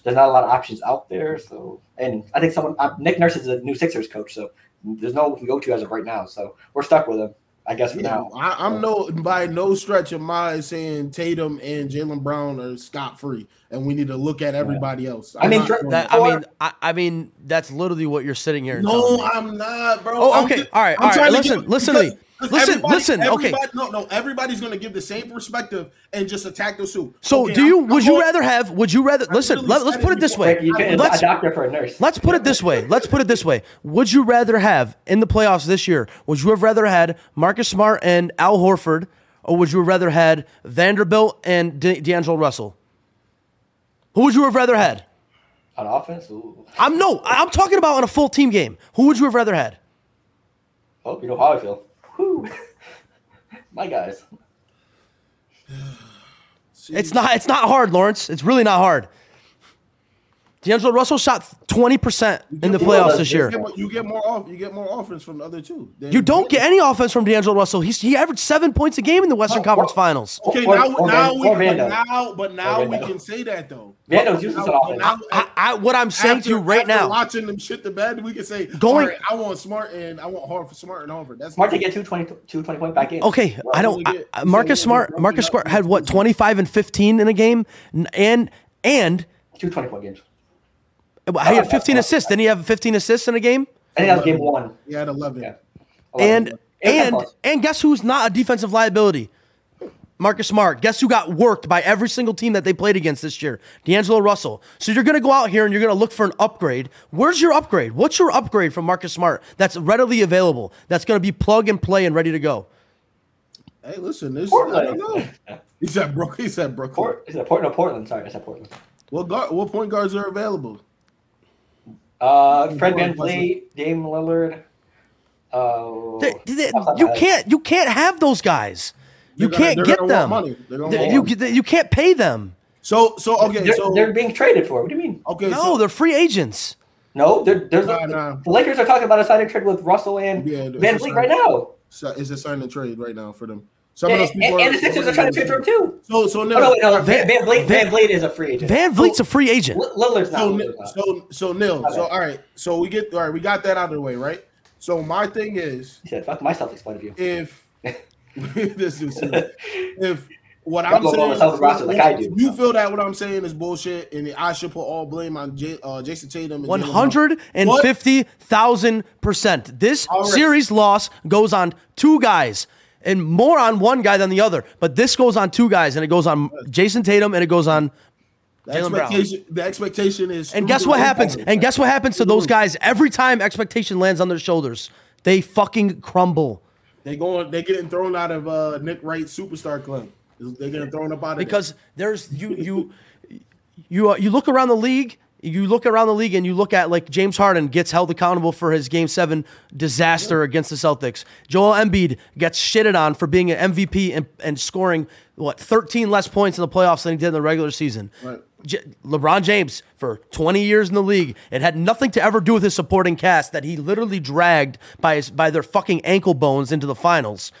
[SPEAKER 3] there's not a lot of options out there. So, and I think someone uh, Nick Nurse is the new Sixers coach, so there's no one we can go to as of right now. So we're stuck with him, I guess, for
[SPEAKER 1] Yeah,
[SPEAKER 3] now.
[SPEAKER 1] I, I'm no by no stretch of mind saying Tatum and Jalen Brown are scot free, and we need to look at everybody else.
[SPEAKER 3] I mean,
[SPEAKER 1] not
[SPEAKER 3] for-
[SPEAKER 1] doing
[SPEAKER 2] That,
[SPEAKER 1] that.
[SPEAKER 2] I mean, I, I mean, that's literally what you're sitting here. and telling
[SPEAKER 1] no,
[SPEAKER 2] me.
[SPEAKER 1] I'm not, bro.
[SPEAKER 2] Oh,
[SPEAKER 1] I'm
[SPEAKER 2] okay.
[SPEAKER 1] just-
[SPEAKER 2] All right,
[SPEAKER 1] I'm
[SPEAKER 2] all right.
[SPEAKER 1] trying to
[SPEAKER 2] Listen,
[SPEAKER 1] give-
[SPEAKER 2] listen to
[SPEAKER 1] because-
[SPEAKER 2] me.
[SPEAKER 1] because
[SPEAKER 2] Listen,
[SPEAKER 1] everybody-
[SPEAKER 2] listen, okay.
[SPEAKER 1] everybody- No, no. Everybody's gonna give the same perspective and just attack those two.
[SPEAKER 2] So,
[SPEAKER 1] Okay,
[SPEAKER 2] do
[SPEAKER 1] I'm-
[SPEAKER 2] you?
[SPEAKER 1] I'm
[SPEAKER 2] Would you
[SPEAKER 1] going-
[SPEAKER 2] rather have? Would you rather? Listen.
[SPEAKER 1] really
[SPEAKER 2] Let, let's
[SPEAKER 1] said
[SPEAKER 2] put
[SPEAKER 1] it
[SPEAKER 2] it this
[SPEAKER 1] before.
[SPEAKER 2] way.
[SPEAKER 1] Like,
[SPEAKER 3] You can a
[SPEAKER 2] Let's
[SPEAKER 3] doctor for a nurse.
[SPEAKER 2] Let's put it this way. Let's put it this way. Would you rather have in the playoffs this year? Would you have rather had Marcus Smart and Al Horford, or would you have rather had Vanderbilt and De- D'Angelo Russell? Who would you have rather had?
[SPEAKER 3] on offense. Ooh.
[SPEAKER 2] I'm no. I- I'm talking about on a full team game. Who would you have rather had?
[SPEAKER 3] Oh, you know how I feel. Whew. My guys.
[SPEAKER 2] It's not. It's not hard, Lawrence. It's really not hard. D'Angelo Russell shot twenty percent in the
[SPEAKER 1] You
[SPEAKER 2] playoffs
[SPEAKER 1] get-
[SPEAKER 2] this
[SPEAKER 1] you
[SPEAKER 2] year.
[SPEAKER 1] get more- You get more off. You get more offense from the other two. than-
[SPEAKER 2] You don't get any offense from D'Angelo Russell. He's, he averaged seven points a game in the Western
[SPEAKER 3] Oh,
[SPEAKER 2] Conference
[SPEAKER 3] oh.
[SPEAKER 2] Finals.
[SPEAKER 1] Okay,
[SPEAKER 3] Or-
[SPEAKER 1] now,
[SPEAKER 3] or
[SPEAKER 1] now
[SPEAKER 3] Van-
[SPEAKER 1] we
[SPEAKER 3] or
[SPEAKER 1] but
[SPEAKER 3] Vando.
[SPEAKER 1] now, but now
[SPEAKER 3] Or
[SPEAKER 1] we
[SPEAKER 3] Vando.
[SPEAKER 1] can say that though.
[SPEAKER 3] Vando's useless on
[SPEAKER 1] But
[SPEAKER 3] offense.
[SPEAKER 1] now-
[SPEAKER 2] I, I, what I'm saying to you right
[SPEAKER 1] after
[SPEAKER 2] now,
[SPEAKER 1] watching them shit to bed, we can say
[SPEAKER 2] Going-
[SPEAKER 1] "All right, I want smart and I want hard for smart and Harvard. That's
[SPEAKER 3] Smart to get two 20, two 20 point back in.
[SPEAKER 2] Okay, I don't.
[SPEAKER 1] really
[SPEAKER 2] I,
[SPEAKER 1] good.
[SPEAKER 2] I-
[SPEAKER 1] So
[SPEAKER 2] Marcus
[SPEAKER 1] we're
[SPEAKER 2] Smart,
[SPEAKER 1] broken
[SPEAKER 2] Marcus
[SPEAKER 1] up
[SPEAKER 2] Smart
[SPEAKER 1] in
[SPEAKER 2] had what
[SPEAKER 1] season.
[SPEAKER 2] twenty five and fifteen in a game, N- and and
[SPEAKER 3] Two 20 point games.
[SPEAKER 2] he had
[SPEAKER 3] that's
[SPEAKER 2] fifteen
[SPEAKER 3] not-
[SPEAKER 2] assists. Didn't he have fifteen assists in a game?
[SPEAKER 3] I think that was game one.
[SPEAKER 1] He had eleven.
[SPEAKER 3] Yeah.
[SPEAKER 2] And
[SPEAKER 3] Eight
[SPEAKER 2] and
[SPEAKER 3] plus.
[SPEAKER 2] and guess who's not a defensive liability? Marcus Smart. Guess who got worked by every single team that they played against this year? D'Angelo Russell. So you're going to go out here and you're going to look for an upgrade. Where's your upgrade? What's your upgrade from Marcus Smart that's readily available? That's going to be plug and play and ready to go.
[SPEAKER 1] Hey, listen, this I don't
[SPEAKER 3] Portland.
[SPEAKER 1] know. He said Brook. He said Brooklyn.
[SPEAKER 3] Port, is it Portland? No, Portland. Sorry, I said Portland.
[SPEAKER 1] What guard? What point guards are available?
[SPEAKER 3] Uh, Fred
[SPEAKER 1] Portland
[SPEAKER 3] Van Vliet, Dame Lillard. Uh,
[SPEAKER 2] They- they-
[SPEAKER 3] off the top of
[SPEAKER 2] you
[SPEAKER 3] my head.
[SPEAKER 2] can't you can't have those guys. You
[SPEAKER 1] They're gonna-
[SPEAKER 2] can't
[SPEAKER 1] they're
[SPEAKER 2] get
[SPEAKER 1] gonna
[SPEAKER 2] them.
[SPEAKER 1] Want money. They're gonna
[SPEAKER 2] Th-
[SPEAKER 1] want
[SPEAKER 2] You,
[SPEAKER 1] money.
[SPEAKER 2] you can't pay them.
[SPEAKER 1] So so okay
[SPEAKER 3] They're,
[SPEAKER 1] so Oh.
[SPEAKER 3] they're being traded for. it. What do you mean?
[SPEAKER 1] okay
[SPEAKER 2] No,
[SPEAKER 1] so
[SPEAKER 2] they're free agents.
[SPEAKER 3] No, there, there's
[SPEAKER 1] Nah,
[SPEAKER 3] a,
[SPEAKER 1] nah.
[SPEAKER 3] the Lakers are talking about a signing trade with Russell and
[SPEAKER 1] Yeah, it's
[SPEAKER 3] Van
[SPEAKER 1] a sign-
[SPEAKER 3] Vliet right now.
[SPEAKER 1] so it's a sign and trade right now for them. Some
[SPEAKER 3] And,
[SPEAKER 1] of those
[SPEAKER 3] and,
[SPEAKER 1] people
[SPEAKER 3] and
[SPEAKER 1] are,
[SPEAKER 3] the Sixers are trying to trade for him too.
[SPEAKER 1] So so
[SPEAKER 3] Oh
[SPEAKER 1] Nil,
[SPEAKER 3] no, wait, no, Van,
[SPEAKER 2] Van-
[SPEAKER 3] Van
[SPEAKER 2] Van-
[SPEAKER 3] Vliet, Van Vliet is a free agent.
[SPEAKER 2] Van Vliet's a free agent.
[SPEAKER 3] Li- Lillard's not.
[SPEAKER 1] so,
[SPEAKER 3] Lillard's not.
[SPEAKER 1] so so Nil. So all right. So we get all right. We got that out of the way, right? So my thing is
[SPEAKER 3] he said, "Fuck my Celtics point of view."
[SPEAKER 1] if this is if what
[SPEAKER 3] Y'all
[SPEAKER 1] I'm
[SPEAKER 3] go
[SPEAKER 1] saying,
[SPEAKER 3] over Celtics roster like I do.
[SPEAKER 1] you feel that what I'm saying is bullshit, and I should put all blame on J, uh, Jason Tatum. and Jalen
[SPEAKER 2] One
[SPEAKER 1] Brown.
[SPEAKER 2] hundred and fifty thousand percent. This
[SPEAKER 1] All right.
[SPEAKER 2] series loss goes on two guys, and more on one guy than the other. But this goes on two guys, and it goes on Jason Tatum, and it goes on.
[SPEAKER 1] The
[SPEAKER 2] Jalen Brown.
[SPEAKER 1] expectation, the expectation is,
[SPEAKER 2] And guess what happens? And guess what happens to those guys every time expectation lands on their shoulders? They fucking crumble.
[SPEAKER 1] they going, they getting thrown out of uh, Nick Wright's superstar club. They getting thrown up out of
[SPEAKER 2] because there's you you you uh, you look around the league you look around the league and you look at like James Harden gets held accountable for his game 7 disaster against the Celtics. Joel Embiid gets shitted on for being an MVP and, and scoring what 13 less points in the playoffs than he did in the regular season.
[SPEAKER 1] Right.
[SPEAKER 2] J- LeBron James for 20 years in the league. It had nothing to ever do with his supporting cast that he literally dragged by his by their fucking ankle bones into the finals.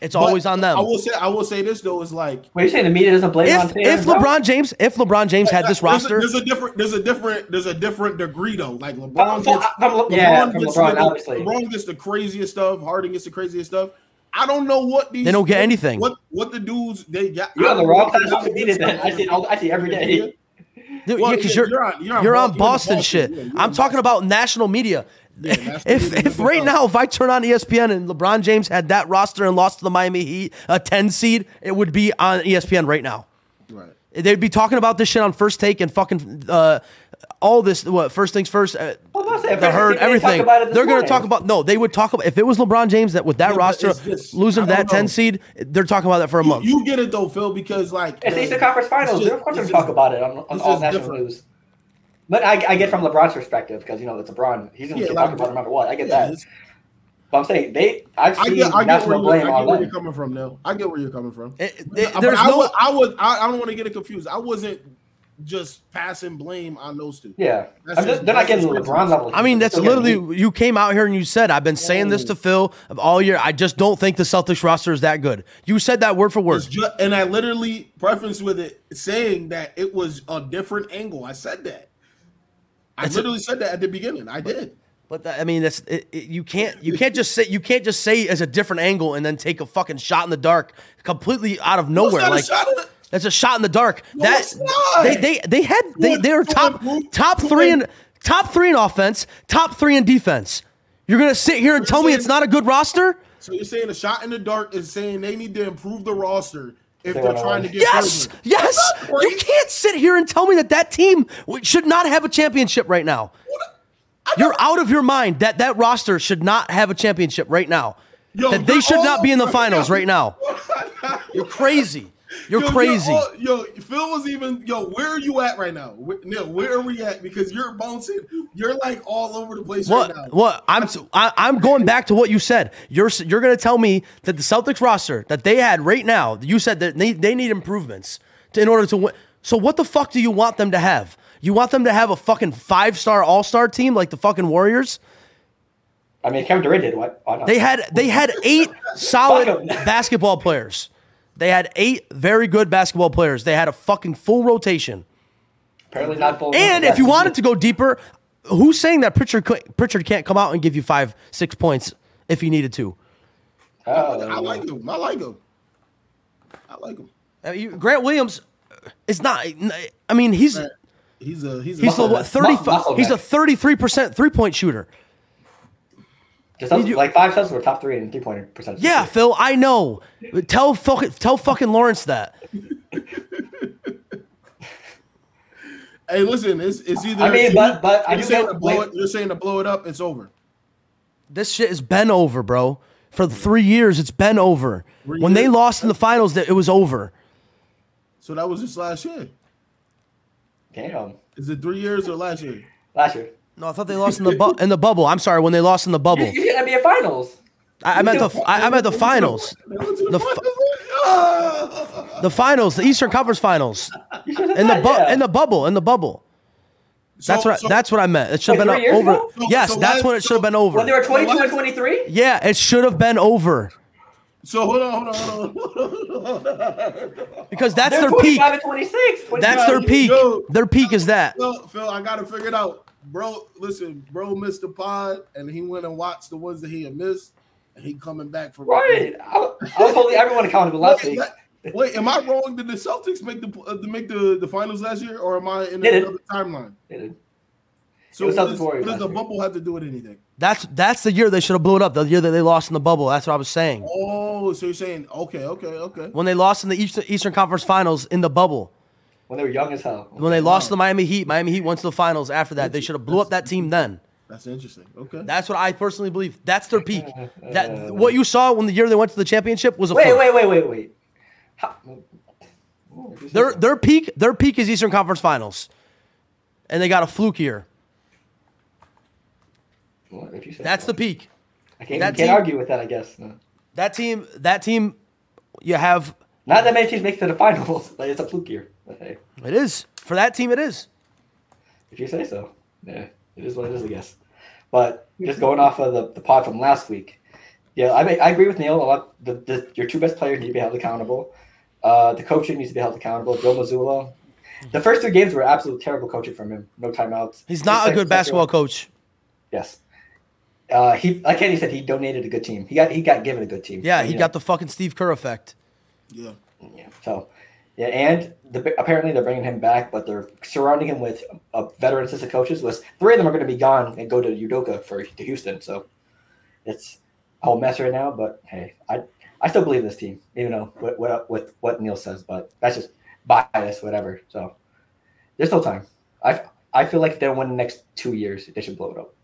[SPEAKER 2] It's
[SPEAKER 1] But
[SPEAKER 2] always on them
[SPEAKER 1] I will say, I will say this though is like
[SPEAKER 3] Wait, you saying the media doesn't blame him on
[SPEAKER 2] if
[SPEAKER 3] Tatum
[SPEAKER 2] if
[SPEAKER 3] and Brown?
[SPEAKER 2] LeBron James if LeBron James had
[SPEAKER 1] there's
[SPEAKER 2] this
[SPEAKER 1] a-
[SPEAKER 2] roster,
[SPEAKER 1] There's a, different, there's a different, there's a different degree though. Like
[SPEAKER 3] Uh,
[SPEAKER 1] LeBron,
[SPEAKER 3] from-
[SPEAKER 1] gets,
[SPEAKER 3] from Le- yeah,
[SPEAKER 1] LeBron
[SPEAKER 3] from
[SPEAKER 1] gets
[SPEAKER 3] LeBron,
[SPEAKER 1] the,
[SPEAKER 3] obviously.
[SPEAKER 1] LeBron gets the craziest stuff. Harden gets the craziest stuff. I don't know what these
[SPEAKER 2] They don't get anything.
[SPEAKER 1] What what the dudes they got?
[SPEAKER 3] You're
[SPEAKER 1] I
[SPEAKER 3] on the
[SPEAKER 1] don't
[SPEAKER 3] wrong
[SPEAKER 1] know
[SPEAKER 3] side
[SPEAKER 1] what
[SPEAKER 3] of
[SPEAKER 1] the
[SPEAKER 3] the media.
[SPEAKER 1] dudes
[SPEAKER 3] Then
[SPEAKER 1] got
[SPEAKER 3] I see it all. I see it every day.
[SPEAKER 2] dude,
[SPEAKER 1] Well,
[SPEAKER 2] yeah, because
[SPEAKER 1] yeah,
[SPEAKER 2] you're you're on, Boston, shit.
[SPEAKER 1] yeah, you're
[SPEAKER 2] I'm
[SPEAKER 1] on
[SPEAKER 2] talking about national media.
[SPEAKER 1] Yeah, national
[SPEAKER 2] if
[SPEAKER 1] media
[SPEAKER 2] if
[SPEAKER 1] doesn't
[SPEAKER 2] right
[SPEAKER 1] count.
[SPEAKER 2] now if I turn on E ESPN and LeBron James had that roster and lost to the Miami Heat, a 10 seed, it would be on E ESPN right now.
[SPEAKER 1] Right.
[SPEAKER 2] They'd be talking about this shit on first take and fucking uh, all this. What first things first? Uh,
[SPEAKER 3] I'm not saying
[SPEAKER 2] the
[SPEAKER 3] first
[SPEAKER 2] herd,
[SPEAKER 3] thing they talk
[SPEAKER 2] everything.
[SPEAKER 3] about it this
[SPEAKER 2] They're going to
[SPEAKER 3] morning.
[SPEAKER 2] talk about no. They would talk about if it was LeBron James that with that
[SPEAKER 1] Yeah, but
[SPEAKER 2] roster
[SPEAKER 1] it's just-
[SPEAKER 2] losing
[SPEAKER 1] I
[SPEAKER 2] to that
[SPEAKER 1] don't know.
[SPEAKER 2] 10 seed, they're talking about that for a month.
[SPEAKER 1] You get it though, Phil, because like
[SPEAKER 3] It's the
[SPEAKER 1] the-
[SPEAKER 3] Eastern Conference
[SPEAKER 1] it's
[SPEAKER 3] Finals.
[SPEAKER 1] just-
[SPEAKER 3] Of course,
[SPEAKER 1] Um, this
[SPEAKER 3] we
[SPEAKER 1] is-
[SPEAKER 3] talk about it on, on
[SPEAKER 1] this
[SPEAKER 3] all
[SPEAKER 1] is
[SPEAKER 3] national
[SPEAKER 1] different.
[SPEAKER 3] news. But I, I get from LeBron's perspective because you know that's LeBron. He's gonna
[SPEAKER 1] Yeah,
[SPEAKER 3] get
[SPEAKER 1] like-
[SPEAKER 3] talked about no matter what. I get
[SPEAKER 1] Yeah,
[SPEAKER 3] that.
[SPEAKER 1] it's-
[SPEAKER 3] But I'm saying they. I've
[SPEAKER 1] I
[SPEAKER 3] seen
[SPEAKER 1] get, I get, where, you're, I
[SPEAKER 3] national blame
[SPEAKER 1] get
[SPEAKER 3] on
[SPEAKER 1] where you're
[SPEAKER 3] them.
[SPEAKER 1] coming from now. I get where you're coming from.
[SPEAKER 2] It- it-
[SPEAKER 1] But
[SPEAKER 2] there's
[SPEAKER 1] I,
[SPEAKER 2] no.
[SPEAKER 1] was, I was I, I don't want to get it confused. I wasn't just passing blame on those two.
[SPEAKER 3] Yeah,
[SPEAKER 1] That's
[SPEAKER 3] I'm just,
[SPEAKER 1] just-
[SPEAKER 3] they're not
[SPEAKER 1] that's
[SPEAKER 3] getting
[SPEAKER 1] just-
[SPEAKER 3] LeBron level.
[SPEAKER 2] I mean,
[SPEAKER 3] They're
[SPEAKER 2] that's
[SPEAKER 3] still getting
[SPEAKER 2] literally you came out here and you said, "I've been saying this
[SPEAKER 1] Oh.
[SPEAKER 2] to Phil all year. I just don't think the Celtics roster is that good." You said that word for word.
[SPEAKER 1] It's ju- and I literally prefaced with it saying that it was a different angle. I said that. I
[SPEAKER 2] That's a-
[SPEAKER 1] literally said that at the beginning. I did.
[SPEAKER 2] But that, I mean, that's it, it- you can't you can't just say you can't just say it's a different angle and then take a fucking shot in the dark, completely out of nowhere.
[SPEAKER 1] That's not a
[SPEAKER 2] Like
[SPEAKER 1] shot at it.
[SPEAKER 2] that's a shot in the dark. that
[SPEAKER 1] it's not.
[SPEAKER 2] they they they had they
[SPEAKER 1] Come
[SPEAKER 2] they
[SPEAKER 1] on,
[SPEAKER 2] were
[SPEAKER 1] come
[SPEAKER 2] top
[SPEAKER 1] on, bro.
[SPEAKER 2] top
[SPEAKER 1] Come
[SPEAKER 2] three
[SPEAKER 1] on.
[SPEAKER 2] in top three in offense, top three in defense. You're gonna sit here and tell me it's not a good roster?
[SPEAKER 1] So you're saying a shot in the dark is saying they need to improve the roster if
[SPEAKER 3] They're
[SPEAKER 1] they're
[SPEAKER 3] gonna
[SPEAKER 1] trying to
[SPEAKER 3] win.
[SPEAKER 1] get
[SPEAKER 2] Yes,
[SPEAKER 1] further.
[SPEAKER 2] yes.
[SPEAKER 1] That's not
[SPEAKER 2] You
[SPEAKER 1] great.
[SPEAKER 2] can't sit here and tell me that that team w- should not have a championship right now. You're out of your mind that that roster should not have a championship right now.
[SPEAKER 1] Yo,
[SPEAKER 2] that they
[SPEAKER 1] you're
[SPEAKER 2] should not
[SPEAKER 1] all
[SPEAKER 2] be in the
[SPEAKER 1] over it.
[SPEAKER 2] finals right now. You're crazy. You're
[SPEAKER 1] Yo,
[SPEAKER 2] crazy.
[SPEAKER 1] all- yo, Phil was even yo. Where are you at right now, Where- Neil? Where are we at? Because you're bouncing. You're like all over the place
[SPEAKER 2] What?
[SPEAKER 1] right now.
[SPEAKER 2] What? I'm I, I'm going back to what you said. You're s- you're going to tell me that the Celtics roster that they had right now, you said that they, they need improvements to, in order to win. So what the fuck do you want them to have? You want them to have a fucking five star All Star team like the fucking Warriors?
[SPEAKER 3] beat. I mean, Kevin Durant did what? Why not?
[SPEAKER 2] They had they had eight solid
[SPEAKER 3] 'em.
[SPEAKER 2] basketball players. They had eight very good basketball players. They had a fucking full rotation.
[SPEAKER 3] apparently not full.
[SPEAKER 2] And if you wanted to go deeper, who's saying that Pritchard cou- Pritchard can't come out and give you five, six points if he needed to?
[SPEAKER 3] Oh,
[SPEAKER 1] I like him. I like him. I like him.
[SPEAKER 2] I mean, Uh, you- Grant Williams is not. I mean, he's
[SPEAKER 1] He's a he's a
[SPEAKER 2] he's a
[SPEAKER 3] Muscle
[SPEAKER 2] what,
[SPEAKER 3] neck.
[SPEAKER 2] thirty.
[SPEAKER 3] Mu- muscle
[SPEAKER 2] he's a
[SPEAKER 3] neck.
[SPEAKER 2] thirty-three percent three-point shooter.
[SPEAKER 3] Just those- like five subs were top three in three point percentage.
[SPEAKER 2] Yeah, Phil, I know. Tell fucking tell fucking Lawrence that.
[SPEAKER 1] hey. Listen, it's it's either
[SPEAKER 3] I mean, but- but I
[SPEAKER 1] you're
[SPEAKER 3] do
[SPEAKER 1] saying
[SPEAKER 3] get-
[SPEAKER 1] to blow
[SPEAKER 3] wait.
[SPEAKER 1] it. You're saying to blow it up. It's over.
[SPEAKER 2] This shit has been over, bro. For three years, it's been over.
[SPEAKER 1] Three
[SPEAKER 2] When they
[SPEAKER 1] years?
[SPEAKER 2] lost in the finals, that it was over.
[SPEAKER 1] So that was just last year.
[SPEAKER 3] Damn.
[SPEAKER 1] Is it three years or last year?
[SPEAKER 3] Last year.
[SPEAKER 2] No, I thought they lost in the bu- in the bubble. I'm sorry, when they lost in the
[SPEAKER 3] You,
[SPEAKER 2] bubble.
[SPEAKER 3] you hit NBA Finals.
[SPEAKER 2] I, I meant the f- I, I meant the finals.
[SPEAKER 1] They went to the,
[SPEAKER 2] The
[SPEAKER 1] finals.
[SPEAKER 2] fu-
[SPEAKER 1] Ah!
[SPEAKER 2] The finals, the Eastern Conference Finals,
[SPEAKER 3] You should have
[SPEAKER 2] in the bu-
[SPEAKER 3] yeah.
[SPEAKER 2] in the bubble, in the bubble. That's
[SPEAKER 1] So-
[SPEAKER 2] what I,
[SPEAKER 1] so-
[SPEAKER 2] that's what I meant. It should have been
[SPEAKER 3] Like three years
[SPEAKER 2] over.
[SPEAKER 3] ago?
[SPEAKER 1] So-
[SPEAKER 2] yes,
[SPEAKER 1] so
[SPEAKER 2] that's
[SPEAKER 1] last-
[SPEAKER 2] when it should have
[SPEAKER 1] so-
[SPEAKER 2] been over.
[SPEAKER 3] when they were 22 and
[SPEAKER 1] last-
[SPEAKER 3] 23.
[SPEAKER 2] yeah, it should have been over
[SPEAKER 1] So hold on, hold on, hold on, hold on. Hold on.
[SPEAKER 2] because that's
[SPEAKER 3] They're
[SPEAKER 2] their peak.
[SPEAKER 3] 25 and 26. 25.
[SPEAKER 2] That's their
[SPEAKER 1] Yo,
[SPEAKER 2] peak.
[SPEAKER 1] yo.
[SPEAKER 2] Their peak is that.
[SPEAKER 1] Phil, Phil, I gotta figure it out, bro. Listen, bro missed the pod, and he went and watched the ones that he had missed, and he coming back for
[SPEAKER 3] Right. I, was- I was holding everyone accountable last
[SPEAKER 1] Wait,
[SPEAKER 3] week.
[SPEAKER 1] that- wait, am I wrong? Did the Celtics make the uh, make the, the finals last year, or am I in
[SPEAKER 3] They did.
[SPEAKER 1] another timeline? So
[SPEAKER 3] It was
[SPEAKER 1] what,
[SPEAKER 3] Celtics
[SPEAKER 1] is-
[SPEAKER 3] Warriors
[SPEAKER 1] what does
[SPEAKER 3] last
[SPEAKER 1] the
[SPEAKER 3] year.
[SPEAKER 1] bubble have to do with anything?
[SPEAKER 2] That's that's the year they should have blew it up. The year that they lost in the bubble. That's what I was saying.
[SPEAKER 1] Oh, so you're saying okay, okay, okay.
[SPEAKER 2] When they lost in the Eastern, Eastern Conference Finals in the bubble.
[SPEAKER 3] When they were young as hell.
[SPEAKER 2] When they lost to the Miami Heat, Miami Heat went to the finals. After that, they should have blew up that team then.
[SPEAKER 1] That's interesting. Okay.
[SPEAKER 2] That's what I personally believe. That's their peak. That what you saw when the year they went to the championship was a
[SPEAKER 3] Wait,
[SPEAKER 2] fluke.
[SPEAKER 3] wait, wait, wait, wait. How,
[SPEAKER 2] Their their peak their peak is Eastern Conference Finals, and they got a fluke year.
[SPEAKER 3] What if you said
[SPEAKER 2] That's the peak.
[SPEAKER 3] I can't,
[SPEAKER 2] that
[SPEAKER 3] can't
[SPEAKER 2] team-
[SPEAKER 3] argue with that, I guess. No.
[SPEAKER 2] That team that team you have
[SPEAKER 3] Not that many teams make it to the finals. Like, it's a fluke year. But hey,
[SPEAKER 2] it is for that team it is.
[SPEAKER 3] if you say so. Yeah, it is what it is, I guess. But just going off of the, the pod from last week, yeah, I, mean, I agree with Neil. A lot. The, the, your two best players need to be held accountable. Uh, the coaching needs to be held accountable. Joe Mazzulla. The first two games were absolute terrible coaching from him. No timeouts.
[SPEAKER 2] He's not a
[SPEAKER 3] Second-
[SPEAKER 2] good basketball
[SPEAKER 3] second-
[SPEAKER 2] coach.
[SPEAKER 3] Yes. Uh, he like Kenny said, he donated a good team. He got he got given a good team.
[SPEAKER 2] Yeah, he
[SPEAKER 3] You know,
[SPEAKER 2] got the fucking Steve Kerr effect.
[SPEAKER 1] Yeah.
[SPEAKER 3] yeah. So yeah, and the, apparently they're bringing him back, but they're surrounding him with a veteran assistant coaches. With three of them are going to be gone and go to Udoka for to Houston. So it's a whole mess right now. But hey, I I still believe in this team, even though what what with what Neil says, but that's just bias, whatever. So there's still time. I I feel like if they don't win the next two years, they should blow it up.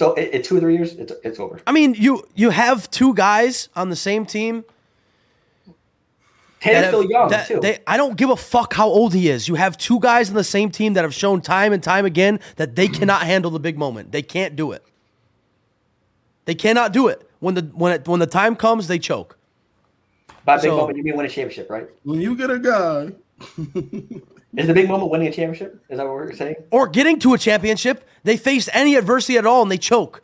[SPEAKER 3] So in in two or three years, it's it's over.
[SPEAKER 2] I mean, you you have two guys on the same team
[SPEAKER 3] Tatum's
[SPEAKER 2] that
[SPEAKER 3] still
[SPEAKER 2] have-
[SPEAKER 3] young
[SPEAKER 2] that-
[SPEAKER 3] too.
[SPEAKER 2] they- I don't give a fuck how old he is. You have two guys in the same team that have shown time and time again that they cannot handle the big moment. They can't do it. They cannot do it. When the when it, when the time comes, they choke.
[SPEAKER 3] By big
[SPEAKER 2] so-
[SPEAKER 3] moment, you mean win a championship, right?
[SPEAKER 1] When you get a guy,
[SPEAKER 3] Is the big moment winning a championship? Is that what we're saying?
[SPEAKER 2] Or getting to a championship, they face any adversity at all and they choke.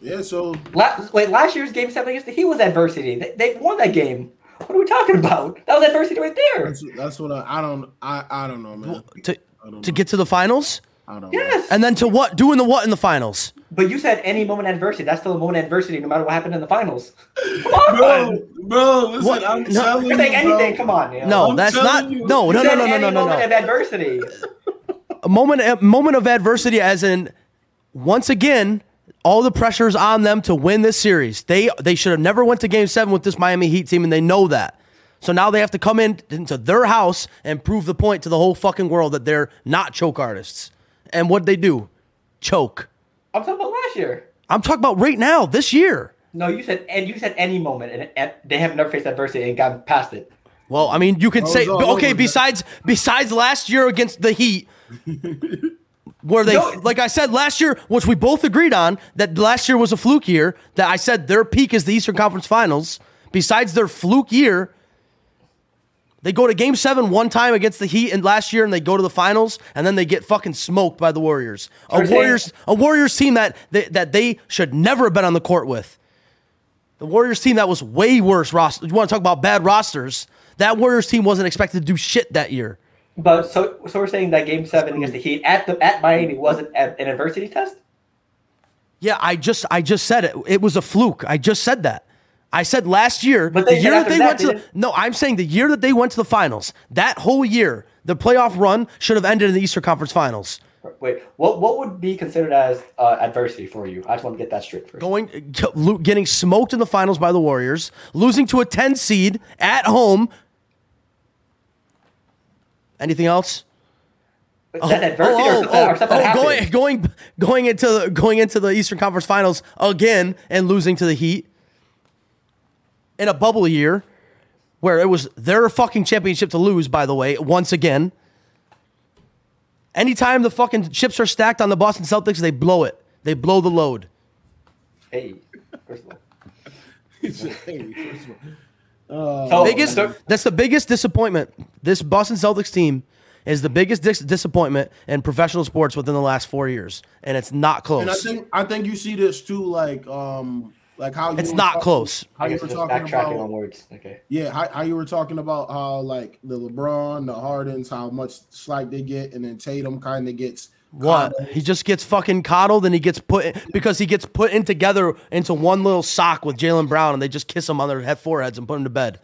[SPEAKER 1] yeah. So
[SPEAKER 3] La- wait, last year's game seven against the Heat was adversity. They, they won that game. What are we talking about? That was adversity right there.
[SPEAKER 1] that's, that's what I, I don't I, I don't know, man.
[SPEAKER 2] To
[SPEAKER 1] I don't
[SPEAKER 2] to
[SPEAKER 1] know.
[SPEAKER 2] get to the finals,
[SPEAKER 1] I don't. know.
[SPEAKER 3] Yes.
[SPEAKER 2] and then to what? Doing the what in the finals?
[SPEAKER 3] but you said any moment adversity. That's still a moment adversity, no matter what happened in the finals. Come on,
[SPEAKER 1] Bro, bro, listen,
[SPEAKER 2] What?
[SPEAKER 1] I'm
[SPEAKER 2] No.
[SPEAKER 1] telling
[SPEAKER 3] You're
[SPEAKER 1] you,
[SPEAKER 3] saying
[SPEAKER 1] bro.
[SPEAKER 3] anything? Come on, you know.
[SPEAKER 2] No,
[SPEAKER 1] I'm
[SPEAKER 2] that's
[SPEAKER 1] telling
[SPEAKER 2] not.
[SPEAKER 1] you.
[SPEAKER 2] No, no,
[SPEAKER 3] You
[SPEAKER 2] no,
[SPEAKER 3] said
[SPEAKER 2] no, no,
[SPEAKER 3] any
[SPEAKER 2] no, no,
[SPEAKER 3] moment
[SPEAKER 2] no.
[SPEAKER 3] of adversity.
[SPEAKER 2] a moment a moment of adversity as in once again all the pressure is on them to win this series they they should have never went to game seven with this miami heat team and they know that so now they have to come in into their house and prove the point to the whole fucking world that they're not choke artists and what they do choke
[SPEAKER 3] I'm talking about last year.
[SPEAKER 2] i'm talking about right now this year
[SPEAKER 3] No, you said and you said any moment, and, and they have never faced adversity and gotten past it.
[SPEAKER 2] well i mean you can
[SPEAKER 1] was
[SPEAKER 2] say
[SPEAKER 1] Oh, all over
[SPEAKER 2] okay
[SPEAKER 1] that.
[SPEAKER 2] besides besides last year against the heat where they
[SPEAKER 3] No.
[SPEAKER 2] like I said last year, which we both agreed on that last year was a fluke year. That I said their peak is the Eastern Conference Finals. Besides their fluke year, they go to Game Seven one time against the Heat and last year, and they go to the finals, and then they get fucking smoked by the Warriors. A
[SPEAKER 3] First thing-
[SPEAKER 2] Warriors, a Warriors team that they, that they should never have been on the court with. The Warriors team that was way worse roster. You want to talk about bad rosters? That Warriors team wasn't expected to do shit that year.
[SPEAKER 3] But so, so we're saying that Game Seven against the Heat at the at Miami wasn't a- an adversity test.
[SPEAKER 2] Yeah, I just I just said it. It was a fluke. I just said that. I said last year,
[SPEAKER 3] But
[SPEAKER 2] the
[SPEAKER 3] they-
[SPEAKER 2] year that
[SPEAKER 3] after
[SPEAKER 2] they
[SPEAKER 3] that,
[SPEAKER 2] went to
[SPEAKER 3] they
[SPEAKER 2] the,
[SPEAKER 3] didn't-
[SPEAKER 2] no, I'm saying the year that they went to the finals, that whole year, the playoff run should have ended in the Eastern Conference Finals.
[SPEAKER 3] Wait, what what would be considered as uh, adversity for you? I just want to get that straight first.
[SPEAKER 2] Going, lo- getting smoked in the finals by the Warriors, losing to a 10 seed at home. Anything else? oh,
[SPEAKER 3] That's adversity or, something, or something happened.
[SPEAKER 2] going, oh, going, going into the, going into the Eastern Conference Finals again and losing to the Heat in a bubble year, where it was their fucking championship to lose. By the way, once again. Anytime the fucking chips are stacked on the Boston Celtics, they blow it. They blow the load.
[SPEAKER 3] Hey, first of all.
[SPEAKER 1] Hey, first of all. Uh,
[SPEAKER 3] So,
[SPEAKER 2] biggest
[SPEAKER 3] so-
[SPEAKER 2] that's the biggest disappointment. This Boston Celtics team is the biggest dis- disappointment in professional sports within the last four years, and it's not
[SPEAKER 1] And I
[SPEAKER 2] close.
[SPEAKER 1] think I think you see this too, like um, like how you
[SPEAKER 2] It's
[SPEAKER 1] were
[SPEAKER 2] not
[SPEAKER 1] talking-
[SPEAKER 2] close.
[SPEAKER 1] How
[SPEAKER 3] I
[SPEAKER 1] you
[SPEAKER 3] guess
[SPEAKER 1] were
[SPEAKER 3] just
[SPEAKER 1] talking
[SPEAKER 3] backtracking
[SPEAKER 1] about
[SPEAKER 3] on words. Okay.
[SPEAKER 1] yeah, how, how you were talking about how like the LeBron, the Hardens, how much slack they get, and then Tatum kind of gets
[SPEAKER 2] What he just gets fucking coddled, and he gets put in, because he gets put in together into one little sock with Jalen Brown, and they just kiss him on their head foreheads and put him to bed.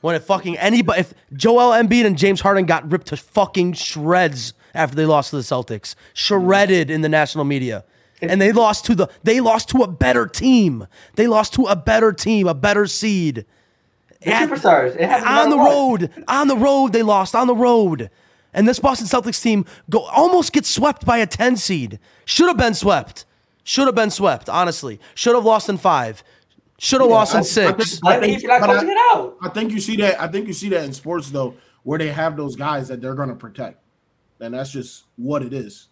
[SPEAKER 2] When if fucking anybody, if Joel Embiid and James Harden got ripped to fucking shreds after they lost to the Celtics, shredded in the national media, and they lost to the they lost to a better team. They lost to a better team, a better seed.
[SPEAKER 3] The superstars. It happens no
[SPEAKER 2] on
[SPEAKER 3] matter
[SPEAKER 2] the
[SPEAKER 3] what.
[SPEAKER 2] road, on the road, they lost on the road, and this Boston Celtics team go almost gets swept by a ten seed. Should have been swept. Should have been swept. Honestly, should have lost in five. Should have lost
[SPEAKER 1] I- I
[SPEAKER 2] in six.
[SPEAKER 1] think-
[SPEAKER 3] Blame the Heat for not
[SPEAKER 1] but I-
[SPEAKER 3] closing it out.
[SPEAKER 1] I think you see that. I think you see that in sports though, where they have those guys that they're gonna protect, and that's just what it is.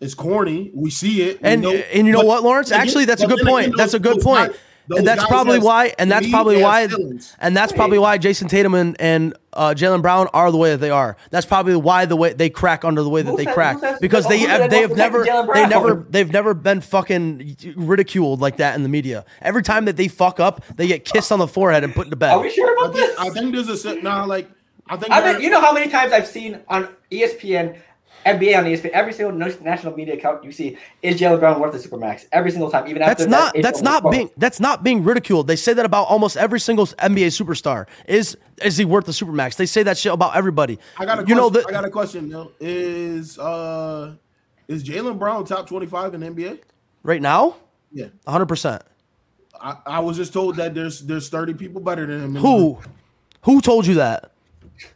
[SPEAKER 1] It's corny. We see it, we
[SPEAKER 2] And- uh, and you know
[SPEAKER 1] but-
[SPEAKER 2] what, Lawrence?
[SPEAKER 1] but again-
[SPEAKER 2] Actually, that's a
[SPEAKER 1] but
[SPEAKER 2] good
[SPEAKER 1] then again,
[SPEAKER 2] point.
[SPEAKER 1] those-
[SPEAKER 2] That's a good
[SPEAKER 1] those
[SPEAKER 2] point.
[SPEAKER 1] guys- those
[SPEAKER 2] And that's
[SPEAKER 1] guys
[SPEAKER 2] probably
[SPEAKER 1] have
[SPEAKER 2] why. And that's
[SPEAKER 1] need-
[SPEAKER 2] probably
[SPEAKER 1] they have
[SPEAKER 2] why.
[SPEAKER 1] feelings.
[SPEAKER 2] And that's probably why Jason Tatum and, and uh, Jalen Brown are the way that they are. That's probably why the way they crack under the way that
[SPEAKER 3] Who
[SPEAKER 2] they
[SPEAKER 3] said-
[SPEAKER 2] crack
[SPEAKER 3] who said-
[SPEAKER 2] because they
[SPEAKER 3] who said
[SPEAKER 2] have, they
[SPEAKER 3] they
[SPEAKER 2] have
[SPEAKER 3] won't
[SPEAKER 2] never
[SPEAKER 3] protect Jalen
[SPEAKER 2] they
[SPEAKER 3] Brown? Oh.
[SPEAKER 2] never they've never been fucking ridiculed like that in the media. Every time that they fuck up, they get kissed on the forehead and put to
[SPEAKER 3] Are we
[SPEAKER 2] bed.
[SPEAKER 3] sure
[SPEAKER 1] I
[SPEAKER 3] about
[SPEAKER 1] think, I
[SPEAKER 3] this?
[SPEAKER 1] think there's a se- nah, like I think
[SPEAKER 3] I
[SPEAKER 1] there-
[SPEAKER 3] mean, you know how many times I've seen on E ESPN, NBA on E ESPN, every single na- national media account you see is Jalen Brown worth the supermax every single time, even
[SPEAKER 2] That's
[SPEAKER 3] after
[SPEAKER 2] not
[SPEAKER 3] that April
[SPEAKER 2] that's not
[SPEAKER 3] report.
[SPEAKER 2] being that's not being ridiculed. They say that about almost every single NBA superstar. Is is he worth the supermax? They say that shit about everybody.
[SPEAKER 1] I got a
[SPEAKER 2] you
[SPEAKER 1] question.
[SPEAKER 2] know
[SPEAKER 1] I
[SPEAKER 2] that
[SPEAKER 1] got a question. Though. Is uh is Jalen Brown top twenty five in the NBA?
[SPEAKER 2] right now.
[SPEAKER 1] Yeah,
[SPEAKER 2] 100%.
[SPEAKER 1] I, I was just told that there's there's thirty people better than him. in the
[SPEAKER 2] Who? Who told you that?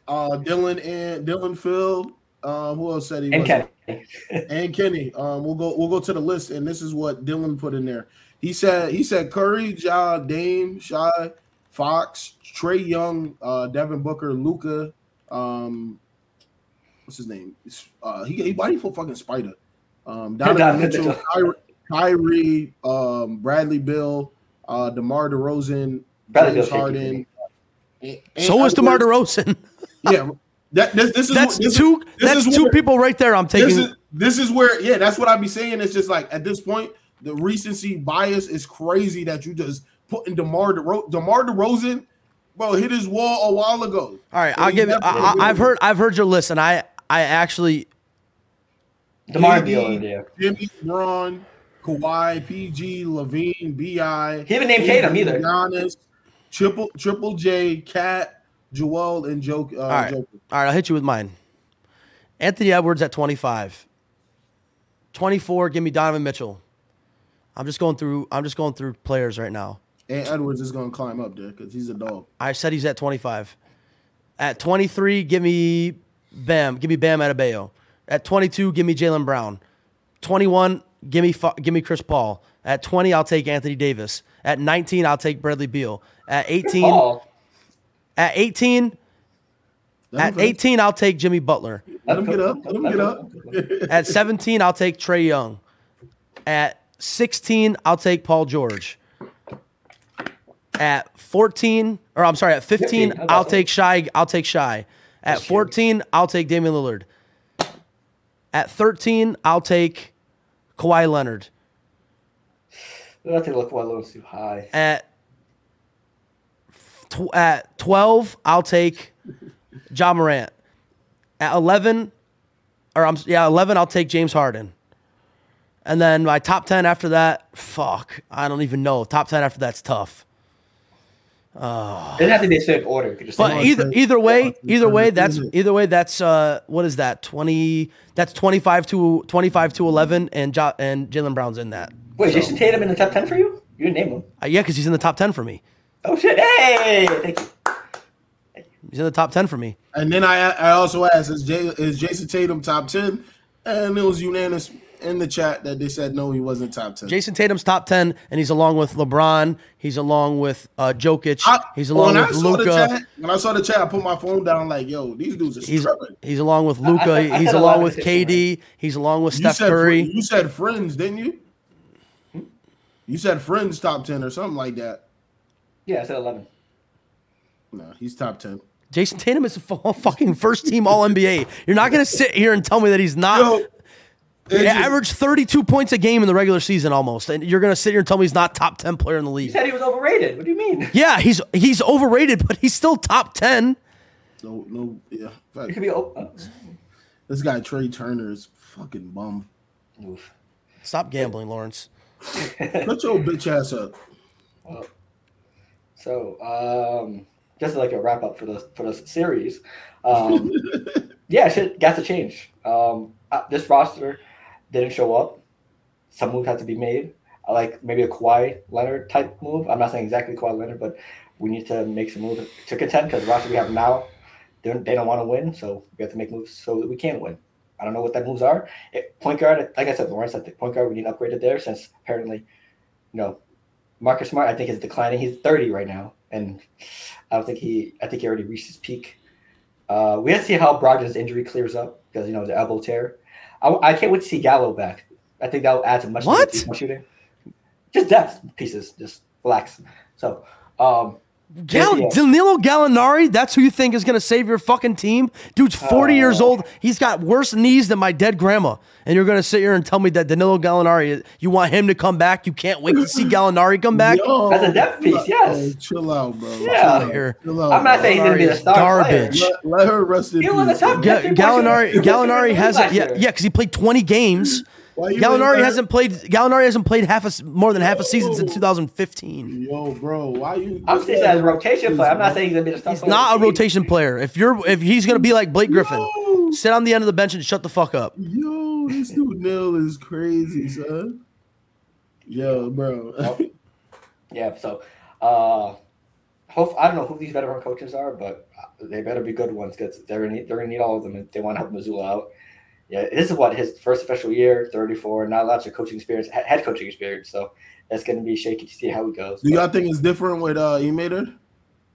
[SPEAKER 1] uh Dylan and Dylan Phil. Um, who else said he
[SPEAKER 3] And
[SPEAKER 1] was?
[SPEAKER 3] Kenny.
[SPEAKER 1] And Kenny. Um, we'll go we'll go to the list, and this is what Dylan put in there. He said he said Curry, Ja, Dame, Shy, Fox, Trey Young, uh, Devin Booker, Luca. Um, what's his name? It's, Uh, he, he why do you feel fucking Spider? Um, Donovan
[SPEAKER 3] Donovan
[SPEAKER 1] Mitchell,
[SPEAKER 3] Mitchell.
[SPEAKER 1] Kyrie, Kyrie um, Bradley Bill, uh, DeMar DeRozan,
[SPEAKER 3] Bradley
[SPEAKER 1] James
[SPEAKER 3] Bill's
[SPEAKER 1] Harden. and- and
[SPEAKER 2] So is DeMar
[SPEAKER 1] Edwards.
[SPEAKER 2] DeRozan.
[SPEAKER 1] Yeah, that this, this is
[SPEAKER 2] That's
[SPEAKER 1] this is-
[SPEAKER 2] two.
[SPEAKER 1] this
[SPEAKER 2] That's
[SPEAKER 1] is
[SPEAKER 2] two
[SPEAKER 1] where-
[SPEAKER 2] people right there. I'm
[SPEAKER 1] This
[SPEAKER 2] taking.
[SPEAKER 1] is this is where yeah, that's what I be saying. It's just like at this point, the recency bias is crazy that you just putting Demar DeRo- Demar Derozan, bro, hit his wall a while ago.
[SPEAKER 2] all right,
[SPEAKER 1] And
[SPEAKER 2] I'll
[SPEAKER 1] he
[SPEAKER 2] give. I,
[SPEAKER 1] never-
[SPEAKER 2] I, I've heard. I've heard your list, and I. I actually.
[SPEAKER 3] DeMar
[SPEAKER 1] Jimmy,
[SPEAKER 3] Beal, yeah.
[SPEAKER 1] Jimmy Braun, Kawhi, PG, Levine, Bi.
[SPEAKER 3] He didn't name Tatum either.
[SPEAKER 1] Giannis, Triple Triple J, Cat, Joel, and Joke. Uh,
[SPEAKER 2] right.
[SPEAKER 1] Joker.
[SPEAKER 2] All right, I'll hit you with mine. Anthony Edwards at 25. 24. Give me Donovan Mitchell. I'm just going through. I'm just going through players right now.
[SPEAKER 1] And Edwards is gonna climb up there because he's a dog.
[SPEAKER 2] I said he's at 25. At 23, give me Bam. Give me Bam Adebayo. At 22, give me Jalen Brown. 21, give me Fo- give me Chris Paul. At 20, I'll take Anthony Davis. At 19, I'll take Bradley Beal. At 18,
[SPEAKER 3] Paul.
[SPEAKER 2] at 18,
[SPEAKER 1] Let
[SPEAKER 2] at
[SPEAKER 1] him,
[SPEAKER 2] 18, I'll take Jimmy Butler.
[SPEAKER 1] let him get up. Let him get up.
[SPEAKER 2] At 17, I'll take Trey Young. At 16, I'll take Paul George. At 14, or I'm sorry, at 15,
[SPEAKER 3] 15, I
[SPEAKER 2] I'll
[SPEAKER 3] got
[SPEAKER 2] take Shy. I'll take Shy. At
[SPEAKER 3] true.
[SPEAKER 2] 14, I'll take Damian Lillard. At 13, I'll take Kawhi Leonard.
[SPEAKER 3] I think look one little too high.
[SPEAKER 2] At tw- at 12, I'll take John Morant. At 11, or I'm yeah, 11, I'll take James Harden. And then my top 10 after that, fuck, I don't even know. Top 10 after that's tough.
[SPEAKER 3] It doesn't have to be a certain order. You could just
[SPEAKER 2] But
[SPEAKER 1] on,
[SPEAKER 2] either
[SPEAKER 1] Trey.
[SPEAKER 2] either
[SPEAKER 1] Come on,
[SPEAKER 2] way,
[SPEAKER 1] Trey.
[SPEAKER 2] either way,
[SPEAKER 1] Turn this
[SPEAKER 2] that's
[SPEAKER 1] in.
[SPEAKER 2] either way, that's uh, what is that? Twenty? That's twenty five to twenty five to eleven, and jo- and Jalen Brown's in that.
[SPEAKER 3] wait, Jason Tatum in the top ten for you? You didn't name him.
[SPEAKER 2] Uh, yeah, because he's in the top ten for me.
[SPEAKER 3] Oh shit! Hey, thank you.
[SPEAKER 2] He's in the top ten for me.
[SPEAKER 1] And then I, I also asked, is, Jay, is Jason Tatum top 10? And it was unanimous in the chat that they said no, he wasn't top 10.
[SPEAKER 2] Jason Tatum's top ten, and he's along with LeBron. He's along with uh, Jokic.
[SPEAKER 1] I-
[SPEAKER 2] he's along
[SPEAKER 1] when I
[SPEAKER 2] with
[SPEAKER 1] saw the
[SPEAKER 2] Luca.
[SPEAKER 1] chat- When I saw the chat, I put my phone down like, yo, these dudes are
[SPEAKER 2] He's
[SPEAKER 1] tripping.
[SPEAKER 2] he's along with
[SPEAKER 3] I
[SPEAKER 2] Luca.
[SPEAKER 3] said- I
[SPEAKER 2] He's
[SPEAKER 3] said a lot
[SPEAKER 2] along
[SPEAKER 3] of
[SPEAKER 2] with
[SPEAKER 3] the same
[SPEAKER 2] KD. He's along with
[SPEAKER 1] You
[SPEAKER 2] Steph
[SPEAKER 1] said, fri-
[SPEAKER 2] Curry.
[SPEAKER 1] you said friends, didn't you? You said friends top 10 or something like that.
[SPEAKER 3] Yeah, I said eleven.
[SPEAKER 1] No, he's top 10.
[SPEAKER 2] Jason Tatum is a fu- fucking first team All NBA. You're not gonna sit here and tell me that he's not.
[SPEAKER 1] Yo, it's
[SPEAKER 2] He
[SPEAKER 1] just-
[SPEAKER 2] averaged 32 points a game in the regular season almost. And you're going to sit here and tell me he's not top 10 player in the
[SPEAKER 3] You
[SPEAKER 2] league.
[SPEAKER 3] said he was overrated. What do you mean?
[SPEAKER 2] Yeah, he's he's overrated, but he's still top 10.
[SPEAKER 1] no, no, yeah.
[SPEAKER 3] You could
[SPEAKER 1] Fact,
[SPEAKER 3] be. Oh, oh.
[SPEAKER 1] this guy, Trey Turner, is fucking bum.
[SPEAKER 3] Oof.
[SPEAKER 2] Stop gambling, Lawrence.
[SPEAKER 1] Shut your bitch ass up.
[SPEAKER 3] Well, so um, just like a wrap up for this for this series, um, yeah, shit got to change. Um, uh, this roster didn't show up. Some move had to be made. I like maybe a Kawhi Leonard type move. I'm not saying exactly Kawhi Leonard, but we need to make some moves to contend because the roster we have now, they don't, they don't want to win, so we have to make moves so that we can win. I don't know what that moves are. It, point guard, like I said, Lawrence, I think point guard we need upgraded there since apparently, you know, Marcus Smart, I think, is declining. He's 30 right now, and I don't think he. I think he already reached his peak. Uh, we have to see how Brogdon's injury clears up because you know the elbow tear. I, I can't wait to see Gallo back. I think that will add some much
[SPEAKER 2] What?
[SPEAKER 3] more shooting. Just depth pieces, just relax. So, um,
[SPEAKER 2] Gal-
[SPEAKER 3] Yeah.
[SPEAKER 2] Danilo Gallinari, that's who you think is going to save your fucking team? Dude's 40
[SPEAKER 1] Oh.
[SPEAKER 2] years old. He's got worse knees than my dead grandma. And you're going to sit here and tell me that Danilo Gallinari, you want him to come back? You can't wait to see Gallinari come back?
[SPEAKER 1] Yo,
[SPEAKER 3] That's a depth
[SPEAKER 1] chill
[SPEAKER 3] piece,
[SPEAKER 1] out,
[SPEAKER 3] yes.
[SPEAKER 1] bro. Chill out, bro.
[SPEAKER 3] Yeah.
[SPEAKER 1] Chill out,
[SPEAKER 2] Here.
[SPEAKER 1] chill out,
[SPEAKER 3] I'm
[SPEAKER 1] bro.
[SPEAKER 3] not saying he's going to be the
[SPEAKER 2] Gallinari is
[SPEAKER 3] star player.
[SPEAKER 2] garbage.
[SPEAKER 1] Let, let her rest in
[SPEAKER 3] He was
[SPEAKER 1] peace.
[SPEAKER 3] a top
[SPEAKER 1] bro.
[SPEAKER 2] Ga-
[SPEAKER 3] That's impressive.
[SPEAKER 2] Gallinari,
[SPEAKER 3] That's
[SPEAKER 2] Gallinari
[SPEAKER 3] impressive
[SPEAKER 2] hasn't.
[SPEAKER 3] last
[SPEAKER 2] Yeah,
[SPEAKER 3] year.
[SPEAKER 2] yeah, because he played 20 games.
[SPEAKER 1] Why you ain't
[SPEAKER 2] Gallinari
[SPEAKER 1] let
[SPEAKER 2] hasn't played. Gallinari hasn't played half a s- more than half a season since
[SPEAKER 1] Oh.
[SPEAKER 2] 2015.
[SPEAKER 1] Yo, bro, why you?
[SPEAKER 3] I'm saying he's a rotation player. I'm not saying he's going to be the star
[SPEAKER 2] He's
[SPEAKER 3] player.
[SPEAKER 2] not a rotation player. If you're, if he's gonna be like Blake Griffin,
[SPEAKER 1] No.
[SPEAKER 2] sit on the end of the bench and shut the fuck up.
[SPEAKER 1] Yo, this dude Neil is crazy, son. Yo, bro.
[SPEAKER 3] Nope. Yeah. So, uh, hope I don't know who these veteran coaches are, but uh, they better be good ones because they're gonna need, they're gonna need all of them if they want to help Missoula out. Yeah, this is what his first official year, 34, not lots of coaching experience, he- head coaching experience. So that's gonna be shaky to see how he goes.
[SPEAKER 1] Do
[SPEAKER 3] But
[SPEAKER 1] y'all think it's different with uh Emater?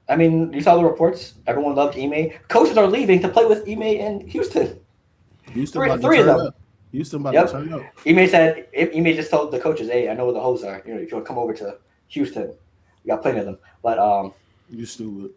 [SPEAKER 3] I mean, you saw the reports. Everyone loved Ime. Coaches are leaving to play with Ime in Houston.
[SPEAKER 1] Houston
[SPEAKER 3] Three-
[SPEAKER 1] about to
[SPEAKER 3] three of
[SPEAKER 1] turn
[SPEAKER 3] them.
[SPEAKER 1] up. Houston about
[SPEAKER 3] Yep.
[SPEAKER 1] to turn up.
[SPEAKER 3] Ime E said Ime just told the coaches, "Hey, I know where the hoes are. You know, if you want to come over to Houston, we got plenty of them." But um,
[SPEAKER 1] You stupid.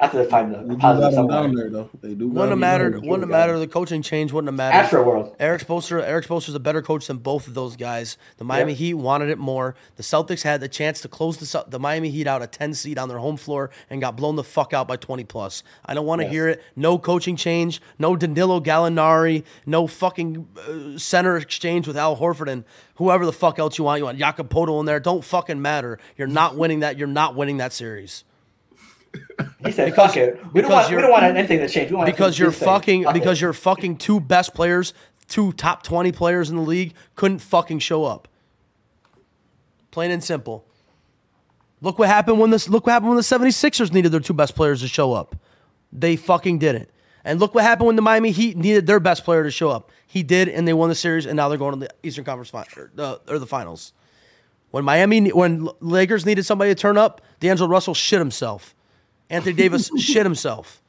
[SPEAKER 3] after they find
[SPEAKER 1] They
[SPEAKER 3] the
[SPEAKER 1] do got them
[SPEAKER 3] positive somewhere,
[SPEAKER 1] down there though. They do. got
[SPEAKER 2] Wouldn't have
[SPEAKER 1] them
[SPEAKER 2] mattered.
[SPEAKER 1] down
[SPEAKER 2] Wouldn't have
[SPEAKER 3] we got
[SPEAKER 2] mattered. The coaching change wouldn't have mattered.
[SPEAKER 3] Astro World.
[SPEAKER 2] Eric Spoelstra, Eric Spoelstra's a better coach than both of those guys. The Miami Heat wanted it more. The Celtics had the chance to close the, Cel- the Miami Heat out a 10 seed on their home floor and got blown the fuck out by 20 plus. I don't want to hear it. No coaching change, no Danilo Gallinari, no fucking uh, center exchange with Al Horford and whoever the fuck else you want. You want Jakob Poeltl in there. Don't fucking matter. You're not winning that. You're not winning that series.
[SPEAKER 3] He said, "Fuck it. We don't
[SPEAKER 2] because
[SPEAKER 3] want. We
[SPEAKER 2] you're-
[SPEAKER 3] don't want anything to change. We want
[SPEAKER 2] because
[SPEAKER 3] everything
[SPEAKER 2] you're
[SPEAKER 3] to stay.
[SPEAKER 2] fucking
[SPEAKER 3] Fuck it."
[SPEAKER 2] because you're fucking two best players, two top 20 players in the league couldn't fucking show up. Plain and simple. Look what happened when this look what happened when the 76ers needed their two best players to show up. They fucking didn't. And look what happened when the Miami Heat needed their best player to show up. He did and they won the series and now they're going to the Eastern Conference fin- or, the, or the finals. When Miami when Lakers needed somebody to turn up, D'Angelo Russell shit himself. Anthony Davis shit himself.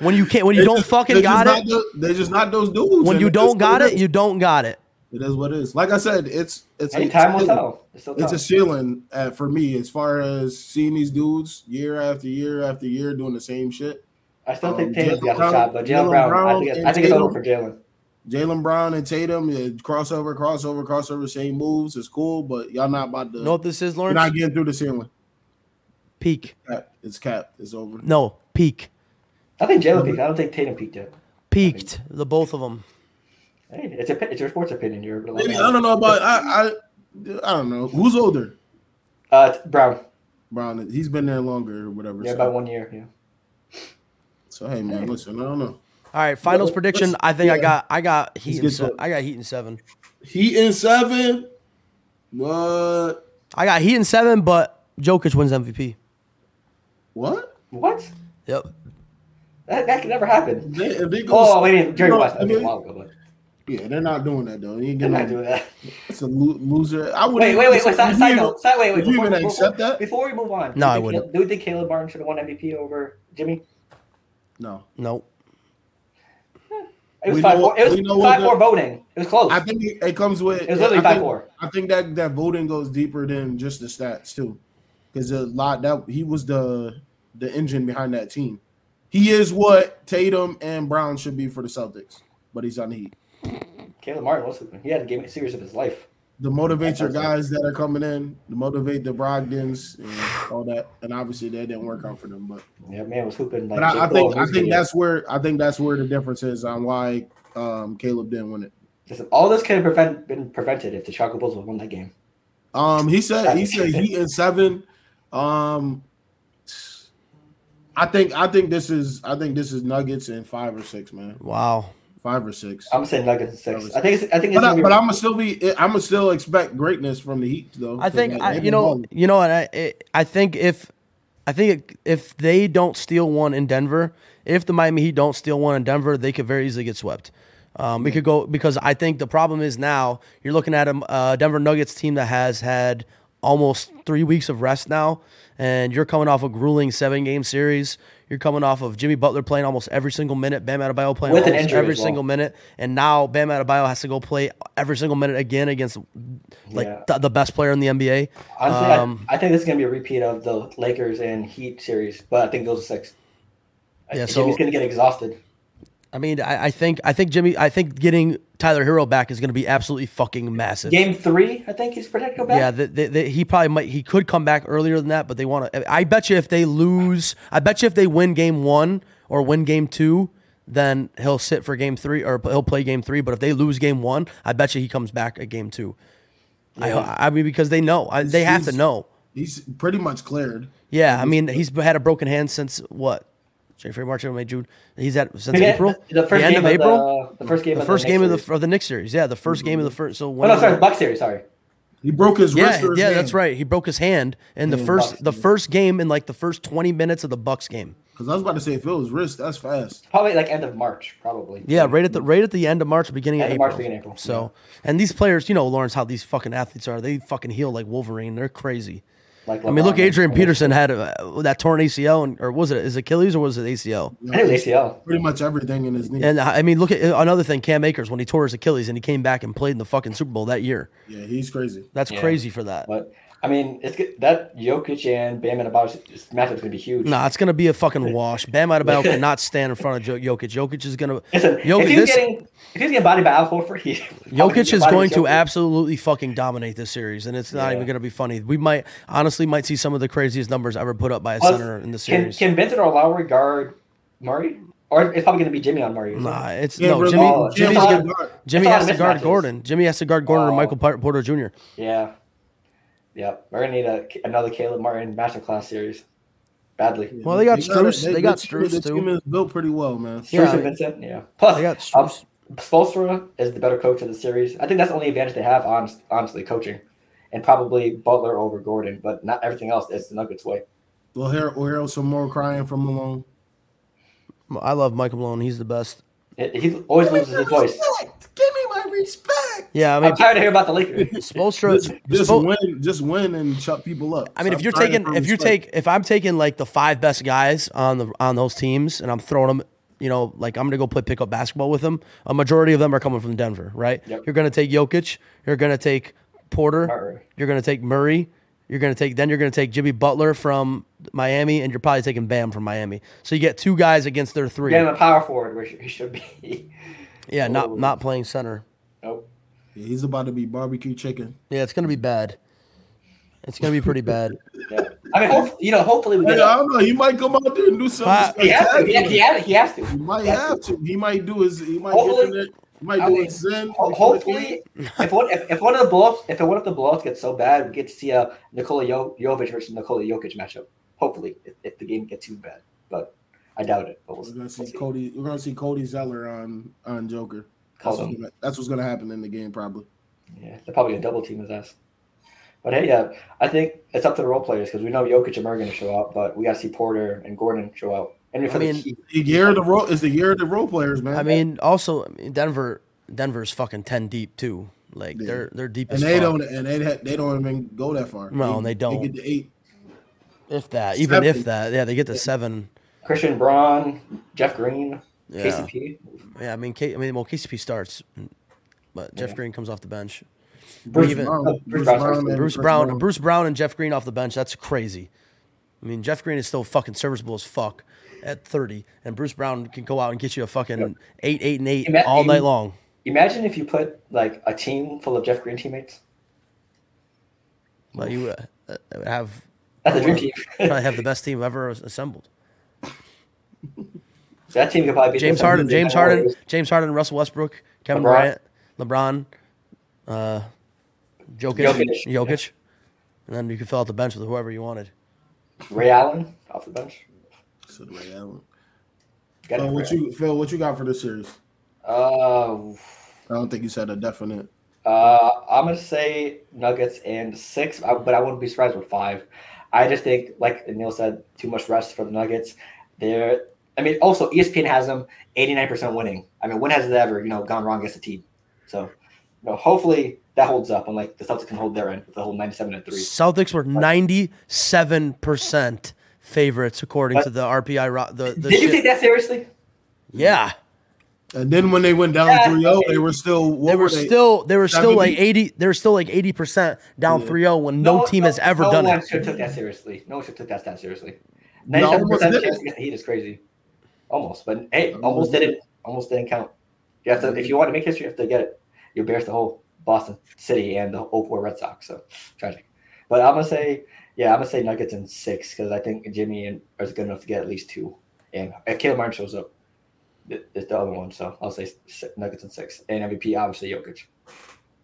[SPEAKER 2] When you can't, when you don't fucking
[SPEAKER 1] They're
[SPEAKER 2] got
[SPEAKER 1] just
[SPEAKER 2] it,
[SPEAKER 1] not tho- they're just not those dudes.
[SPEAKER 2] when
[SPEAKER 1] and
[SPEAKER 2] you
[SPEAKER 1] it is
[SPEAKER 2] don't
[SPEAKER 1] what
[SPEAKER 2] got it,
[SPEAKER 1] is.
[SPEAKER 2] you don't got it.
[SPEAKER 1] It is what it is. Like I said, it's it's
[SPEAKER 3] Hey,
[SPEAKER 1] a
[SPEAKER 3] time will
[SPEAKER 1] ceiling.
[SPEAKER 3] tell. It's still
[SPEAKER 1] It's a
[SPEAKER 3] time.
[SPEAKER 1] ceiling uh, for me as far as seeing these dudes year after year after year doing the same shit.
[SPEAKER 3] I still
[SPEAKER 1] um,
[SPEAKER 3] think Tatum's
[SPEAKER 1] Jaylen
[SPEAKER 3] got a
[SPEAKER 1] Brown-
[SPEAKER 3] shot, but Jalen
[SPEAKER 1] Jaylen
[SPEAKER 3] Brown, I
[SPEAKER 1] Brown
[SPEAKER 3] think, it's-
[SPEAKER 1] and
[SPEAKER 3] I think it's over
[SPEAKER 1] Tatum.
[SPEAKER 3] for Jalen.
[SPEAKER 1] Jalen Brown and Tatum, yeah, crossover, crossover, crossover, same moves. It's cool, but y'all not about to.
[SPEAKER 2] You know what this is,
[SPEAKER 1] You're
[SPEAKER 2] Lawrence?
[SPEAKER 1] not getting through the ceiling.
[SPEAKER 2] peak.
[SPEAKER 1] Cap. It's capped. It's over.
[SPEAKER 2] No, peak.
[SPEAKER 3] I think Jalen peaked. I don't think Tatum peaked yet.
[SPEAKER 2] Peaked. The both of them.
[SPEAKER 3] Hey, it's a, it's your sports opinion. You're
[SPEAKER 1] Maybe, I don't know about I, I. I don't know who's older.
[SPEAKER 3] Uh, it's Brown.
[SPEAKER 1] Brown. He's been there longer or whatever.
[SPEAKER 3] Yeah,
[SPEAKER 1] so.
[SPEAKER 3] about one year. Yeah.
[SPEAKER 1] so hey man, listen. I don't know.
[SPEAKER 2] All right, finals
[SPEAKER 1] Well,
[SPEAKER 2] prediction.
[SPEAKER 1] let's-
[SPEAKER 2] I think I
[SPEAKER 1] yeah.
[SPEAKER 2] got I got heat.
[SPEAKER 1] get
[SPEAKER 2] In
[SPEAKER 1] to
[SPEAKER 2] se-
[SPEAKER 1] it.
[SPEAKER 2] I got heat in seven.
[SPEAKER 1] Heat in seven. What?
[SPEAKER 2] I got heat in seven, but Jokic wins MVP.
[SPEAKER 1] What?
[SPEAKER 3] What?
[SPEAKER 2] Yep.
[SPEAKER 3] That, that could never happen.
[SPEAKER 1] They, if they go,
[SPEAKER 3] Oh, wait, Jerry
[SPEAKER 1] No,
[SPEAKER 3] West.
[SPEAKER 1] I
[SPEAKER 3] Okay, a
[SPEAKER 1] mean,
[SPEAKER 3] while ago, but
[SPEAKER 1] yeah, they're not doing that though. You ain't
[SPEAKER 3] did
[SPEAKER 1] getting that.
[SPEAKER 3] not do that.
[SPEAKER 1] It's a lo- loser. I would.
[SPEAKER 3] Wait, wait, wait, wait. Side, side note. Side, wait, wait.
[SPEAKER 1] would you
[SPEAKER 3] before-
[SPEAKER 1] even
[SPEAKER 3] before-
[SPEAKER 1] accept that?
[SPEAKER 3] Before we move on, do
[SPEAKER 2] No,
[SPEAKER 3] you
[SPEAKER 2] I
[SPEAKER 3] think
[SPEAKER 2] wouldn't.
[SPEAKER 3] Caleb- Do you think Caleb Martin should have won MVP over Jimmy?
[SPEAKER 1] No,
[SPEAKER 2] Nope.
[SPEAKER 3] It was
[SPEAKER 1] We
[SPEAKER 3] five
[SPEAKER 1] know-
[SPEAKER 3] four. It
[SPEAKER 1] we know
[SPEAKER 3] was
[SPEAKER 1] what
[SPEAKER 3] five
[SPEAKER 1] the-
[SPEAKER 3] four voting. It was close.
[SPEAKER 1] I think it, it comes with.
[SPEAKER 3] It was literally
[SPEAKER 1] I think-
[SPEAKER 3] 5-4.
[SPEAKER 1] I think that that voting goes deeper than just the stats too, because a lot that he was the the engine behind that team. He is what Tatum and Brown should be for the Celtics, but he's on the Heat.
[SPEAKER 3] Caleb Martin was. He had a game series of his life.
[SPEAKER 1] To motivate your
[SPEAKER 3] That's
[SPEAKER 1] guys that are coming in, to motivate the Brogdons and all that, and obviously that didn't work out for them, but.
[SPEAKER 3] Yeah, man was hooping like.
[SPEAKER 1] But I, I
[SPEAKER 3] Jake
[SPEAKER 1] think
[SPEAKER 3] Paul
[SPEAKER 1] I
[SPEAKER 3] was
[SPEAKER 1] think
[SPEAKER 3] doing.
[SPEAKER 1] that's where I think that's where the difference is on why um, Caleb didn't win it.
[SPEAKER 3] Listen, all this could have prevent, been prevented if the Chicago Bulls would won that game.
[SPEAKER 1] Um, he said he said he and seven. Um, I think I think this is I think this is Nuggets in five or six, man,
[SPEAKER 2] Wow.
[SPEAKER 1] five or six.
[SPEAKER 3] I'm saying Nuggets in six.
[SPEAKER 1] Nuggets.
[SPEAKER 3] I think. It's, I think. It's
[SPEAKER 1] But, I,
[SPEAKER 3] gonna be-
[SPEAKER 1] but I'm gonna still be I'm gonna still expect greatness from the Heat though.
[SPEAKER 2] I think
[SPEAKER 1] Like,
[SPEAKER 2] I,
[SPEAKER 1] they've been
[SPEAKER 2] you know
[SPEAKER 1] balling.
[SPEAKER 2] you know and I it, I think if I think if they don't steal one in Denver, if the Miami Heat don't steal one in Denver, they could very easily get swept. Um, we could go because I think the problem is now you're looking at a uh, Denver Nuggets team that has had almost three weeks of rest now, and you're coming off a grueling seven game series. You're coming off of Jimmy Butler playing almost every single minute, Bam Adebayo playing
[SPEAKER 3] With an
[SPEAKER 2] almost
[SPEAKER 3] injury
[SPEAKER 2] every
[SPEAKER 3] as well.
[SPEAKER 2] single minute, and now Bam Adebayo has to go play every single minute again against like
[SPEAKER 3] Yeah.
[SPEAKER 2] the, the best player in the NBA.
[SPEAKER 3] Honestly,
[SPEAKER 2] Um,
[SPEAKER 3] I, I think this is going to be a repeat of the Lakers and Heat series, but I think those are six. I
[SPEAKER 2] Yeah,
[SPEAKER 3] think
[SPEAKER 2] so-
[SPEAKER 3] Jimmy's going to get exhausted.
[SPEAKER 2] I mean, I, I think I think Jimmy, I think getting Tyler Hero back is going to be absolutely fucking massive.
[SPEAKER 3] Game three, I think he's predicted to go back.
[SPEAKER 2] Yeah, they, they, they, he probably might. He could come back earlier than that, but they want to. I bet you if they lose, I bet you if they win game one or win game two, then he'll sit for game three or he'll play game three. But if they lose game one, I bet you he comes back at game two. I, I mean, because they know I, they have to
[SPEAKER 1] He's-
[SPEAKER 2] know.
[SPEAKER 1] He's pretty much cleared.
[SPEAKER 2] Yeah, I mean, he's had a broken hand since what? January, March, April, May, June. He's at since
[SPEAKER 3] Maybe
[SPEAKER 2] April.
[SPEAKER 3] The, the first
[SPEAKER 2] end
[SPEAKER 3] game
[SPEAKER 2] of April.
[SPEAKER 3] The, the first game.
[SPEAKER 2] the
[SPEAKER 3] of
[SPEAKER 2] first
[SPEAKER 3] the next
[SPEAKER 2] game of
[SPEAKER 3] series.
[SPEAKER 2] the of the Knicks series. Yeah, the 1st game of the first. So
[SPEAKER 3] Oh,
[SPEAKER 2] when
[SPEAKER 3] no, sorry, Buck series. Sorry.
[SPEAKER 1] He broke his
[SPEAKER 2] yeah,
[SPEAKER 1] wrist. or his
[SPEAKER 2] yeah,
[SPEAKER 1] hand.
[SPEAKER 2] that's right. He broke his hand in the
[SPEAKER 3] Mm-hmm.
[SPEAKER 1] Yeah,
[SPEAKER 2] first
[SPEAKER 1] Bucks,
[SPEAKER 2] the
[SPEAKER 1] yeah.
[SPEAKER 2] first game in like the first twenty minutes of the Bucks game.
[SPEAKER 1] Because I was about to say if it was wrist, that's fast.
[SPEAKER 3] Probably like end of March, probably.
[SPEAKER 2] Yeah, right at the right at the end of March, beginning of
[SPEAKER 3] Mm-hmm. End of
[SPEAKER 2] April.
[SPEAKER 3] March, beginning of April,
[SPEAKER 2] So, and these players, you know, Lawrence, how these fucking athletes are. They fucking heal like Wolverine. They're crazy.
[SPEAKER 3] Like
[SPEAKER 2] I mean, look,
[SPEAKER 3] LeBron and-
[SPEAKER 2] Adrian Peterson had uh, that torn ACL, and, or was it his Achilles or was it ACL?
[SPEAKER 3] I think it was ACL.
[SPEAKER 1] Pretty much everything in his knee.
[SPEAKER 2] And I I mean, look at uh, another thing, Cam Akers when he tore his Achilles and he came back and played in the fucking Super Bowl that year.
[SPEAKER 1] yeah, he's crazy.
[SPEAKER 2] That's
[SPEAKER 3] Yeah.
[SPEAKER 2] crazy for that.
[SPEAKER 3] But I mean, it's good. that Jokic and Bam and Abaj matchup's gonna be huge.
[SPEAKER 2] Nah, it's gonna be a fucking wash. Bam Adebayo cannot stand in front of Jo- Jokic. Jokic is gonna.
[SPEAKER 3] Listen,
[SPEAKER 2] Jokic-
[SPEAKER 3] if he's
[SPEAKER 2] this-
[SPEAKER 3] getting if he's getting bodied by Al Horford, he
[SPEAKER 2] Jokic is
[SPEAKER 3] bodied
[SPEAKER 2] going to
[SPEAKER 3] Jokic.
[SPEAKER 2] absolutely fucking dominate this series, and it's not
[SPEAKER 3] Yeah.
[SPEAKER 2] even going to be funny. We might honestly might see some of the craziest numbers ever put up by a
[SPEAKER 3] Plus,
[SPEAKER 2] center in the
[SPEAKER 3] Can,
[SPEAKER 2] series.
[SPEAKER 3] can Vincent or Lowry guard Murray? Or it's probably going to be Jimmy on Murray. isn't it?
[SPEAKER 2] nah, it's
[SPEAKER 1] Can't
[SPEAKER 2] no
[SPEAKER 1] really-
[SPEAKER 2] Jimmy.
[SPEAKER 3] ball it.
[SPEAKER 1] can't
[SPEAKER 2] Jimmy's
[SPEAKER 3] It's
[SPEAKER 1] really
[SPEAKER 2] gonna-
[SPEAKER 1] guard.
[SPEAKER 2] Jimmy
[SPEAKER 3] it's all
[SPEAKER 2] has to guard
[SPEAKER 3] mismatches.
[SPEAKER 2] Gordon. Jimmy has to guard Gordon or
[SPEAKER 3] Oh.
[SPEAKER 2] Michael Par- Porter Jr.
[SPEAKER 3] Yeah. Yeah. We're going to need a, another Caleb Martin masterclass series. Badly.
[SPEAKER 2] Well, they got
[SPEAKER 1] a-
[SPEAKER 2] Strus- they got
[SPEAKER 1] this team-
[SPEAKER 2] Strus
[SPEAKER 1] this
[SPEAKER 2] too.
[SPEAKER 1] team is built pretty well, man.
[SPEAKER 2] Yeah,
[SPEAKER 3] Strus
[SPEAKER 2] I mean-
[SPEAKER 3] and Vincent. Yeah. Plus,
[SPEAKER 2] They got
[SPEAKER 3] um,
[SPEAKER 2] Strus.
[SPEAKER 3] Spoelstra is the better coach of the series. I think that's the only advantage they have, honest, honestly, coaching. And probably Butler over Gordon, but not everything else is the Nuggets way.
[SPEAKER 1] We'll hear, we'll hear some more crying from Malone.
[SPEAKER 2] I love Michael Malone. He's the best.
[SPEAKER 3] It, he always loses his voice.
[SPEAKER 1] Give me my respect.
[SPEAKER 2] Yeah, I mean
[SPEAKER 3] I'm tired of hearing about the Lakers.
[SPEAKER 2] Spoelstra.
[SPEAKER 1] Just, just
[SPEAKER 2] Spo-
[SPEAKER 1] win, just win, and shut people up.
[SPEAKER 2] I mean, if
[SPEAKER 1] Stop
[SPEAKER 2] you're
[SPEAKER 1] crying
[SPEAKER 2] taking,
[SPEAKER 1] for
[SPEAKER 2] if you
[SPEAKER 1] respect.
[SPEAKER 2] take, if I'm taking like the five best guys on the on those teams, and I'm throwing them, you know, like I'm gonna go play pickup basketball with them. A majority of them are coming from Denver, right?
[SPEAKER 3] Yep.
[SPEAKER 2] You're gonna take Jokic, you're gonna take Porter,
[SPEAKER 3] Murray.
[SPEAKER 2] you're gonna take Murray, you're gonna take then you're gonna take Jimmy Butler from Miami, and you're probably taking Bam from Miami. So you get two guys against their three.
[SPEAKER 3] Get him
[SPEAKER 2] Yeah,
[SPEAKER 3] a power forward where he should be.
[SPEAKER 2] not not playing center.
[SPEAKER 3] Nope.
[SPEAKER 1] Yeah, he's about to be barbecue chicken.
[SPEAKER 2] Yeah, it's gonna be bad. It's gonna be pretty bad.
[SPEAKER 3] Yeah. I mean, hope, you know, hopefully we
[SPEAKER 1] Hey,
[SPEAKER 3] get
[SPEAKER 1] I
[SPEAKER 3] a-
[SPEAKER 1] don't know. He might come out there and do something.
[SPEAKER 2] Uh,
[SPEAKER 3] He has to.
[SPEAKER 1] spectacular.
[SPEAKER 3] He, he, has, he has to.
[SPEAKER 1] He might
[SPEAKER 3] He has
[SPEAKER 1] have to. He might do his. He might
[SPEAKER 3] Hopefully-
[SPEAKER 1] get in there. He might
[SPEAKER 3] I
[SPEAKER 1] do
[SPEAKER 3] mean,
[SPEAKER 1] his zen.
[SPEAKER 3] Ho- Hopefully, if one if, if one of the blowups if one of the blowups gets so bad, we get to see a Nikola jo- Jovic versus Nikola Jokic matchup. Hopefully, if, if the game gets too bad, but I doubt it. But we'll,
[SPEAKER 1] We're
[SPEAKER 3] we'll
[SPEAKER 1] gonna see
[SPEAKER 3] see.
[SPEAKER 1] Cody. We're gonna see Cody Zeller on on Joker. That's
[SPEAKER 3] Call
[SPEAKER 1] what's,
[SPEAKER 3] them.
[SPEAKER 1] gonna, that's what's gonna happen in the game, probably.
[SPEAKER 3] Yeah, they're probably gonna double team his ass. But hey, yeah, I think it's up to the role players because we know Jokic and Murray are gonna show out, but we gotta see Porter and Gordon show out. And for
[SPEAKER 2] I mean-
[SPEAKER 3] the Heat,
[SPEAKER 1] The year of the role is the year of the role players, man.
[SPEAKER 2] I mean, also I mean, Denver. Denver's fucking ten deep too. Like
[SPEAKER 1] Yeah.
[SPEAKER 2] they're they're deep
[SPEAKER 1] and
[SPEAKER 2] as
[SPEAKER 1] they
[SPEAKER 2] fuck.
[SPEAKER 1] don't. And they ha- they don't even go that far.
[SPEAKER 2] No, they don't.
[SPEAKER 1] They get to eight.
[SPEAKER 2] if that, even
[SPEAKER 1] Seven.
[SPEAKER 2] if that, yeah, they get to seven.
[SPEAKER 3] Christian Braun, Jeff Green,
[SPEAKER 2] Yeah,
[SPEAKER 3] KCP,
[SPEAKER 2] yeah. I mean, K, I mean, well, KCP starts, but Jeff
[SPEAKER 3] Yeah.
[SPEAKER 2] Green comes off the bench.
[SPEAKER 1] Bruce
[SPEAKER 2] Even-
[SPEAKER 1] Brown,
[SPEAKER 3] uh,
[SPEAKER 1] Bruce,
[SPEAKER 3] Bruce
[SPEAKER 1] Brown,
[SPEAKER 3] Brown.
[SPEAKER 1] and
[SPEAKER 2] Bruce Brown, Bruce Brown, and Jeff Green off the bench. That's crazy. I mean, Jeff Green is still fucking serviceable as fuck at thirty, and Bruce Brown can go out and get you a fucking eight, eight, and eight
[SPEAKER 3] Ima-
[SPEAKER 2] all night
[SPEAKER 3] im-
[SPEAKER 2] long.
[SPEAKER 3] Imagine if you put like a team full of Jeff Green teammates.
[SPEAKER 2] But you uh, uh, have
[SPEAKER 3] That's a dream team.
[SPEAKER 2] probably have the best team ever assembled.
[SPEAKER 3] that team could probably be
[SPEAKER 2] James Harden, James Harden, James Harden, Russell Westbrook, Kevin
[SPEAKER 3] LeBron.
[SPEAKER 2] Durant, LeBron, uh, Jokic, Jokic,
[SPEAKER 3] Jokic,
[SPEAKER 2] and then you could fill out the bench with whoever you wanted.
[SPEAKER 3] Ray Allen off the bench.
[SPEAKER 1] So the way that one.
[SPEAKER 3] Got
[SPEAKER 1] Phil, what
[SPEAKER 3] Ray
[SPEAKER 1] you Phil? What you got for this series?
[SPEAKER 3] Allen.
[SPEAKER 1] I don't think you said a definite.
[SPEAKER 3] Uh, uh, I'm gonna say Nuggets and six, I- but I wouldn't be surprised with five. I just think, like Neil said, too much rest for the Nuggets. They're, I mean, also E ESPN has them 89% winning. I mean, when has it ever, you know, gone wrong against a team? So, you know, hopefully that holds up, and like the Celtics can hold their end with the whole 97 and three.
[SPEAKER 2] Celtics were ninety-seven percent favorites according to
[SPEAKER 3] But-
[SPEAKER 2] the RPI. Ro- the, the
[SPEAKER 3] Did you
[SPEAKER 2] shit-
[SPEAKER 3] take that seriously?
[SPEAKER 2] yeah,
[SPEAKER 1] And then when they went down
[SPEAKER 3] Yeah,
[SPEAKER 1] 3-0,
[SPEAKER 3] okay.
[SPEAKER 1] they were still. What
[SPEAKER 2] they were still they were still like
[SPEAKER 1] 70?
[SPEAKER 2] eighty. They were still like eighty percent down
[SPEAKER 1] Yeah.
[SPEAKER 2] 3-0 when no, team has ever
[SPEAKER 3] no
[SPEAKER 2] done
[SPEAKER 3] one
[SPEAKER 2] it.
[SPEAKER 3] should have took that seriously. No one should have took that stat seriously.
[SPEAKER 1] No,
[SPEAKER 3] Ninety-seven
[SPEAKER 1] almost
[SPEAKER 3] percent
[SPEAKER 1] did
[SPEAKER 3] chance against the Heat is crazy. Almost, but hey,
[SPEAKER 1] Almost
[SPEAKER 3] almost
[SPEAKER 1] did
[SPEAKER 3] didn't. Almost didn't count. You have to, if you want to make history, you have to get it. You embarrassed the whole Boston City and the 04 Red Sox. So tragic. But I'm gonna say, yeah, I'm gonna say Nuggets in six because I think Jimmy and is good enough to get at least two. And if Caleb Martin shows up, it- it's the other one. So I'll say si- Nuggets in six and MVP obviously Jokic.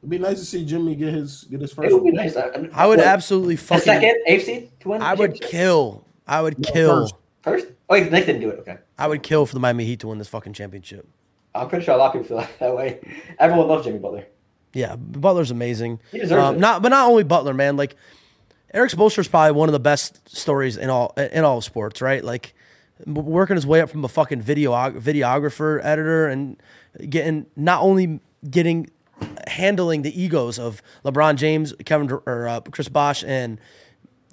[SPEAKER 1] It'd be nice to see Jimmy get his get his
[SPEAKER 3] It
[SPEAKER 1] first.
[SPEAKER 3] would be
[SPEAKER 1] one.
[SPEAKER 3] nice. I, mean,
[SPEAKER 2] I would
[SPEAKER 3] what,
[SPEAKER 2] absolutely
[SPEAKER 3] the
[SPEAKER 2] fucking.
[SPEAKER 3] second AFC to win.
[SPEAKER 2] I would
[SPEAKER 3] championship?
[SPEAKER 2] kill. I would
[SPEAKER 1] No,
[SPEAKER 2] kill.
[SPEAKER 1] first.
[SPEAKER 3] First? Oh, wait, Nick didn't do it. Okay.
[SPEAKER 2] I would kill for the Miami Heat to win this fucking championship.
[SPEAKER 3] I'm pretty sure a lot of people feel that way. Everyone loves Jimmy Butler.
[SPEAKER 2] Yeah, Butler's amazing.
[SPEAKER 3] He deserves
[SPEAKER 2] Um,
[SPEAKER 3] it.
[SPEAKER 2] Not, but not only Butler, man. Like Eric Spoelstra is probably one of the best stories in all in all of sports, right? Like w- working his way up from a fucking video videographer editor and getting not only getting handling the egos of LeBron James, Kevin Dur- or uh, Chris Bosh and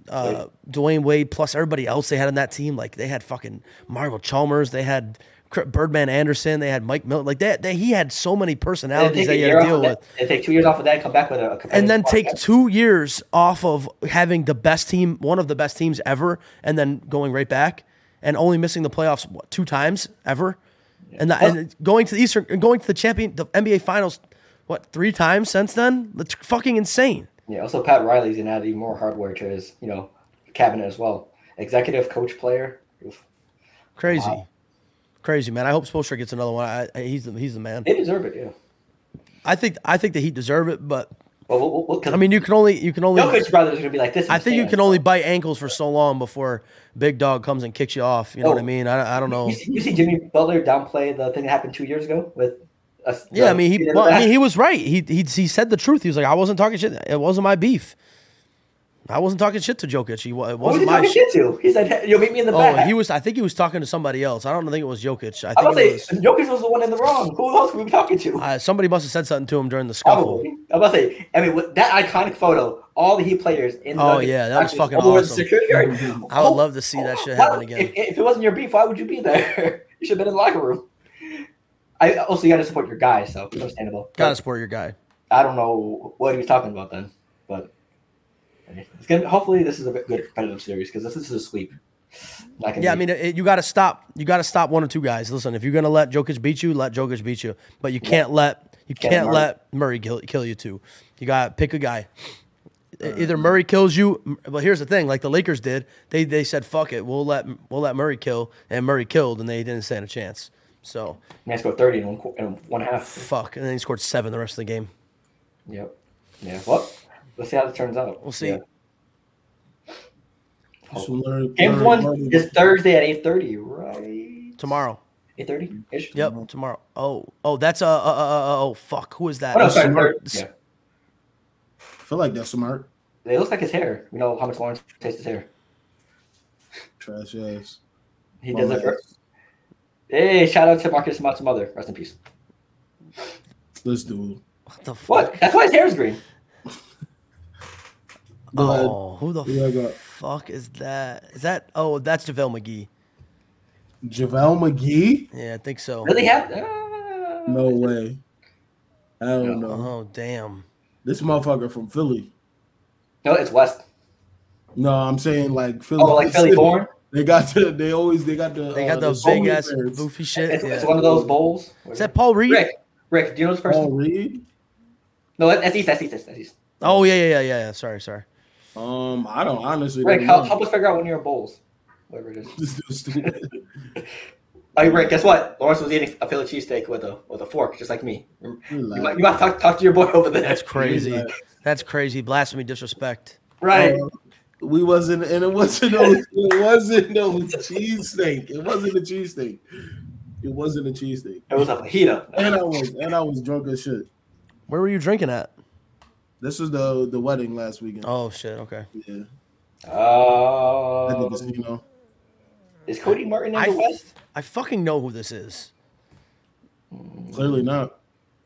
[SPEAKER 2] uh, Dwayne Wade plus everybody else they had on that team. Like they had fucking Marvel Chalmers, they had Cr- Birdman Anderson, they had Mike Miller. Like that, that he had so many
[SPEAKER 3] And they
[SPEAKER 2] personalities
[SPEAKER 3] take,
[SPEAKER 2] that
[SPEAKER 3] a
[SPEAKER 2] you had to
[SPEAKER 3] year off
[SPEAKER 2] deal
[SPEAKER 3] of
[SPEAKER 2] with.
[SPEAKER 3] that, they take two years off of that and come back with a, a
[SPEAKER 2] And then
[SPEAKER 3] competitive
[SPEAKER 2] take
[SPEAKER 3] product.
[SPEAKER 2] two years off of having the best team, one of the best teams ever, and then going right back and only missing the playoffs what, two times ever, and, the, and going to the Eastern, and going to the champion, the NBA Finals, what three times since then? That's fucking insane.
[SPEAKER 3] Yeah, also Pat Riley's gonna add even more hardware to his, you know, cabinet as well. Executive coach player. Oof.
[SPEAKER 2] Crazy, crazy man. I hope Spoelstra gets another one. I, I, he's the, he's the man.
[SPEAKER 3] They deserve it, yeah.
[SPEAKER 2] I think I think the Heat deserve it, but
[SPEAKER 3] Well, we'll, we'll,
[SPEAKER 2] I mean you can only you can only
[SPEAKER 3] Jokic brothers are gonna be like this.
[SPEAKER 2] I think you can only bite ankles for so long before Big Dog comes and kicks you off. You know what I
[SPEAKER 3] Oh.
[SPEAKER 2] mean? I, I don't know.
[SPEAKER 3] You see, you see Jimmy Butler downplay the thing that happened two years ago with us.
[SPEAKER 2] Yeah, I mean he well, I mean he was
[SPEAKER 3] was.
[SPEAKER 2] right. He, he he said the truth. He was like I wasn't talking shit. It wasn't my beef. I wasn't talking shit to Jokic. He wa- it
[SPEAKER 3] What was
[SPEAKER 2] wasn't
[SPEAKER 3] he
[SPEAKER 2] my
[SPEAKER 3] talking
[SPEAKER 2] shit.
[SPEAKER 3] shit to? He said, hey, "You'll meet me in the
[SPEAKER 2] Oh,
[SPEAKER 3] back."
[SPEAKER 2] he was. I think he was talking to somebody else. I don't think it was Jokic. I
[SPEAKER 3] I
[SPEAKER 2] think it
[SPEAKER 3] was about to
[SPEAKER 2] was
[SPEAKER 3] say Jokic was the one in the wrong. Who else were we talking to?
[SPEAKER 2] uh, somebody must have said something to him during the scuffle.
[SPEAKER 3] Probably. I was about to say. I mean, with that iconic photo, all the Heat players in. the
[SPEAKER 2] Oh,
[SPEAKER 3] Nuggets
[SPEAKER 2] yeah, that was
[SPEAKER 3] practice
[SPEAKER 2] fucking
[SPEAKER 3] over the
[SPEAKER 2] awesome. Mm-hmm.
[SPEAKER 3] security guard.
[SPEAKER 2] I would
[SPEAKER 3] Oh,
[SPEAKER 2] love to see that shit
[SPEAKER 3] why-
[SPEAKER 2] happen again.
[SPEAKER 3] If, if it wasn't your beef, why would you be there? you should have been in the locker room. I also you got to support your guy, so it's understandable.
[SPEAKER 2] Gotta support your guy.
[SPEAKER 3] I don't know what he was talking about then, but it's gonna. Hopefully, this is a good competitive series because this, this is a sweep. Not gonna
[SPEAKER 2] Yeah, I
[SPEAKER 3] be-
[SPEAKER 2] mean, it, you got to stop. You got to stop one or two guys. Listen, if you're gonna let Jokic beat you, let Jokic beat you. But you can't let you
[SPEAKER 3] Can't
[SPEAKER 2] can't
[SPEAKER 3] Murray.
[SPEAKER 2] let Murray kill, kill you too. You got to pick a guy. E- Either Murray kills you. m- But here's the thing: like the Lakers did, they they said fuck it, we'll let we'll let Murray kill, and Murray killed, and they didn't stand a chance. So
[SPEAKER 3] Man scored thirty in one qu- in one half.
[SPEAKER 2] fuck, and then he scored seven the rest of the game.
[SPEAKER 3] Yep. Yeah. Well, let's see how this turns out.
[SPEAKER 2] We'll see.
[SPEAKER 3] Yeah.
[SPEAKER 1] So Larry-
[SPEAKER 3] Game
[SPEAKER 1] Larry
[SPEAKER 3] one
[SPEAKER 1] Martin-
[SPEAKER 3] is Thursday at eight thirty, right?
[SPEAKER 2] Tomorrow,
[SPEAKER 3] Eight thirty ish.
[SPEAKER 2] yep, tomorrow. Oh, oh, that's a uh, uh, uh, uh, oh fuck, who is that?
[SPEAKER 3] Oh no, sorry.
[SPEAKER 1] Smart.
[SPEAKER 3] third- Yeah.
[SPEAKER 1] I feel like that's smart.
[SPEAKER 3] It looks like his hair. We know how much Lawrence tastes his hair.
[SPEAKER 1] Trash ass.
[SPEAKER 3] He
[SPEAKER 1] Bum
[SPEAKER 3] does it. For,
[SPEAKER 1] ass.
[SPEAKER 3] hey, shout out to Marcus Smart's mother. Rest in peace.
[SPEAKER 1] This dude.
[SPEAKER 2] What the fuck?
[SPEAKER 3] What? That's why his hair is green.
[SPEAKER 1] Go ahead.
[SPEAKER 2] Oh, who the
[SPEAKER 1] Yeah, I got
[SPEAKER 2] fuck is that? Is that? Oh, that's JaVale McGee.
[SPEAKER 1] JaVale McGee?
[SPEAKER 2] Oh, Yeah, I think so.
[SPEAKER 3] Really have? Uh,
[SPEAKER 1] No way. I don't know.
[SPEAKER 2] Oh damn.
[SPEAKER 1] This motherfucker from Philly.
[SPEAKER 3] No, it's West.
[SPEAKER 1] No, I'm saying like Philly.
[SPEAKER 3] Oh, like Philly born.
[SPEAKER 1] They got the. They always. They got the.
[SPEAKER 2] They
[SPEAKER 1] uh,
[SPEAKER 2] got
[SPEAKER 1] the
[SPEAKER 2] those big
[SPEAKER 1] Sony
[SPEAKER 2] ass
[SPEAKER 1] fans.
[SPEAKER 2] boofy shit.
[SPEAKER 3] It's, it's
[SPEAKER 2] Yeah.
[SPEAKER 3] one of those bowls.
[SPEAKER 2] Is that Paul Reed?
[SPEAKER 3] Rick? Rick, do you know this person?
[SPEAKER 1] Paul Reed.
[SPEAKER 3] No, that's East. That's East. That's East.
[SPEAKER 2] Oh yeah, yeah, yeah, yeah, yeah. Sorry, sorry.
[SPEAKER 1] Um, I don't honestly.
[SPEAKER 3] Rick,
[SPEAKER 1] don't
[SPEAKER 3] help,
[SPEAKER 1] know.
[SPEAKER 3] help us figure out one of your bowls. Whatever it is.
[SPEAKER 1] This dude's stupid.
[SPEAKER 3] Oh, hey, Rick, guess what? Lawrence was eating a Philly cheesesteak with a with a fork, just like me. You
[SPEAKER 1] Relax.
[SPEAKER 3] might, you might talk, talk to your boy over there.
[SPEAKER 2] That's crazy.
[SPEAKER 1] that.
[SPEAKER 2] That's crazy. Blasphemy, disrespect.
[SPEAKER 3] Right.
[SPEAKER 1] Uh, we wasn't, and it wasn't no, it wasn't no cheesesteak. It wasn't a cheesesteak. It wasn't a cheesesteak.
[SPEAKER 3] it was a fajita.
[SPEAKER 1] And I was, and I was drunk as shit.
[SPEAKER 2] Where were you drinking at?
[SPEAKER 1] This was the the wedding last weekend.
[SPEAKER 2] Oh shit. Okay.
[SPEAKER 1] Yeah, I
[SPEAKER 3] Oh.
[SPEAKER 1] think it's you know.
[SPEAKER 3] is Cody Martin in
[SPEAKER 2] I,
[SPEAKER 3] the West?
[SPEAKER 2] I fucking know who this is.
[SPEAKER 1] Clearly not.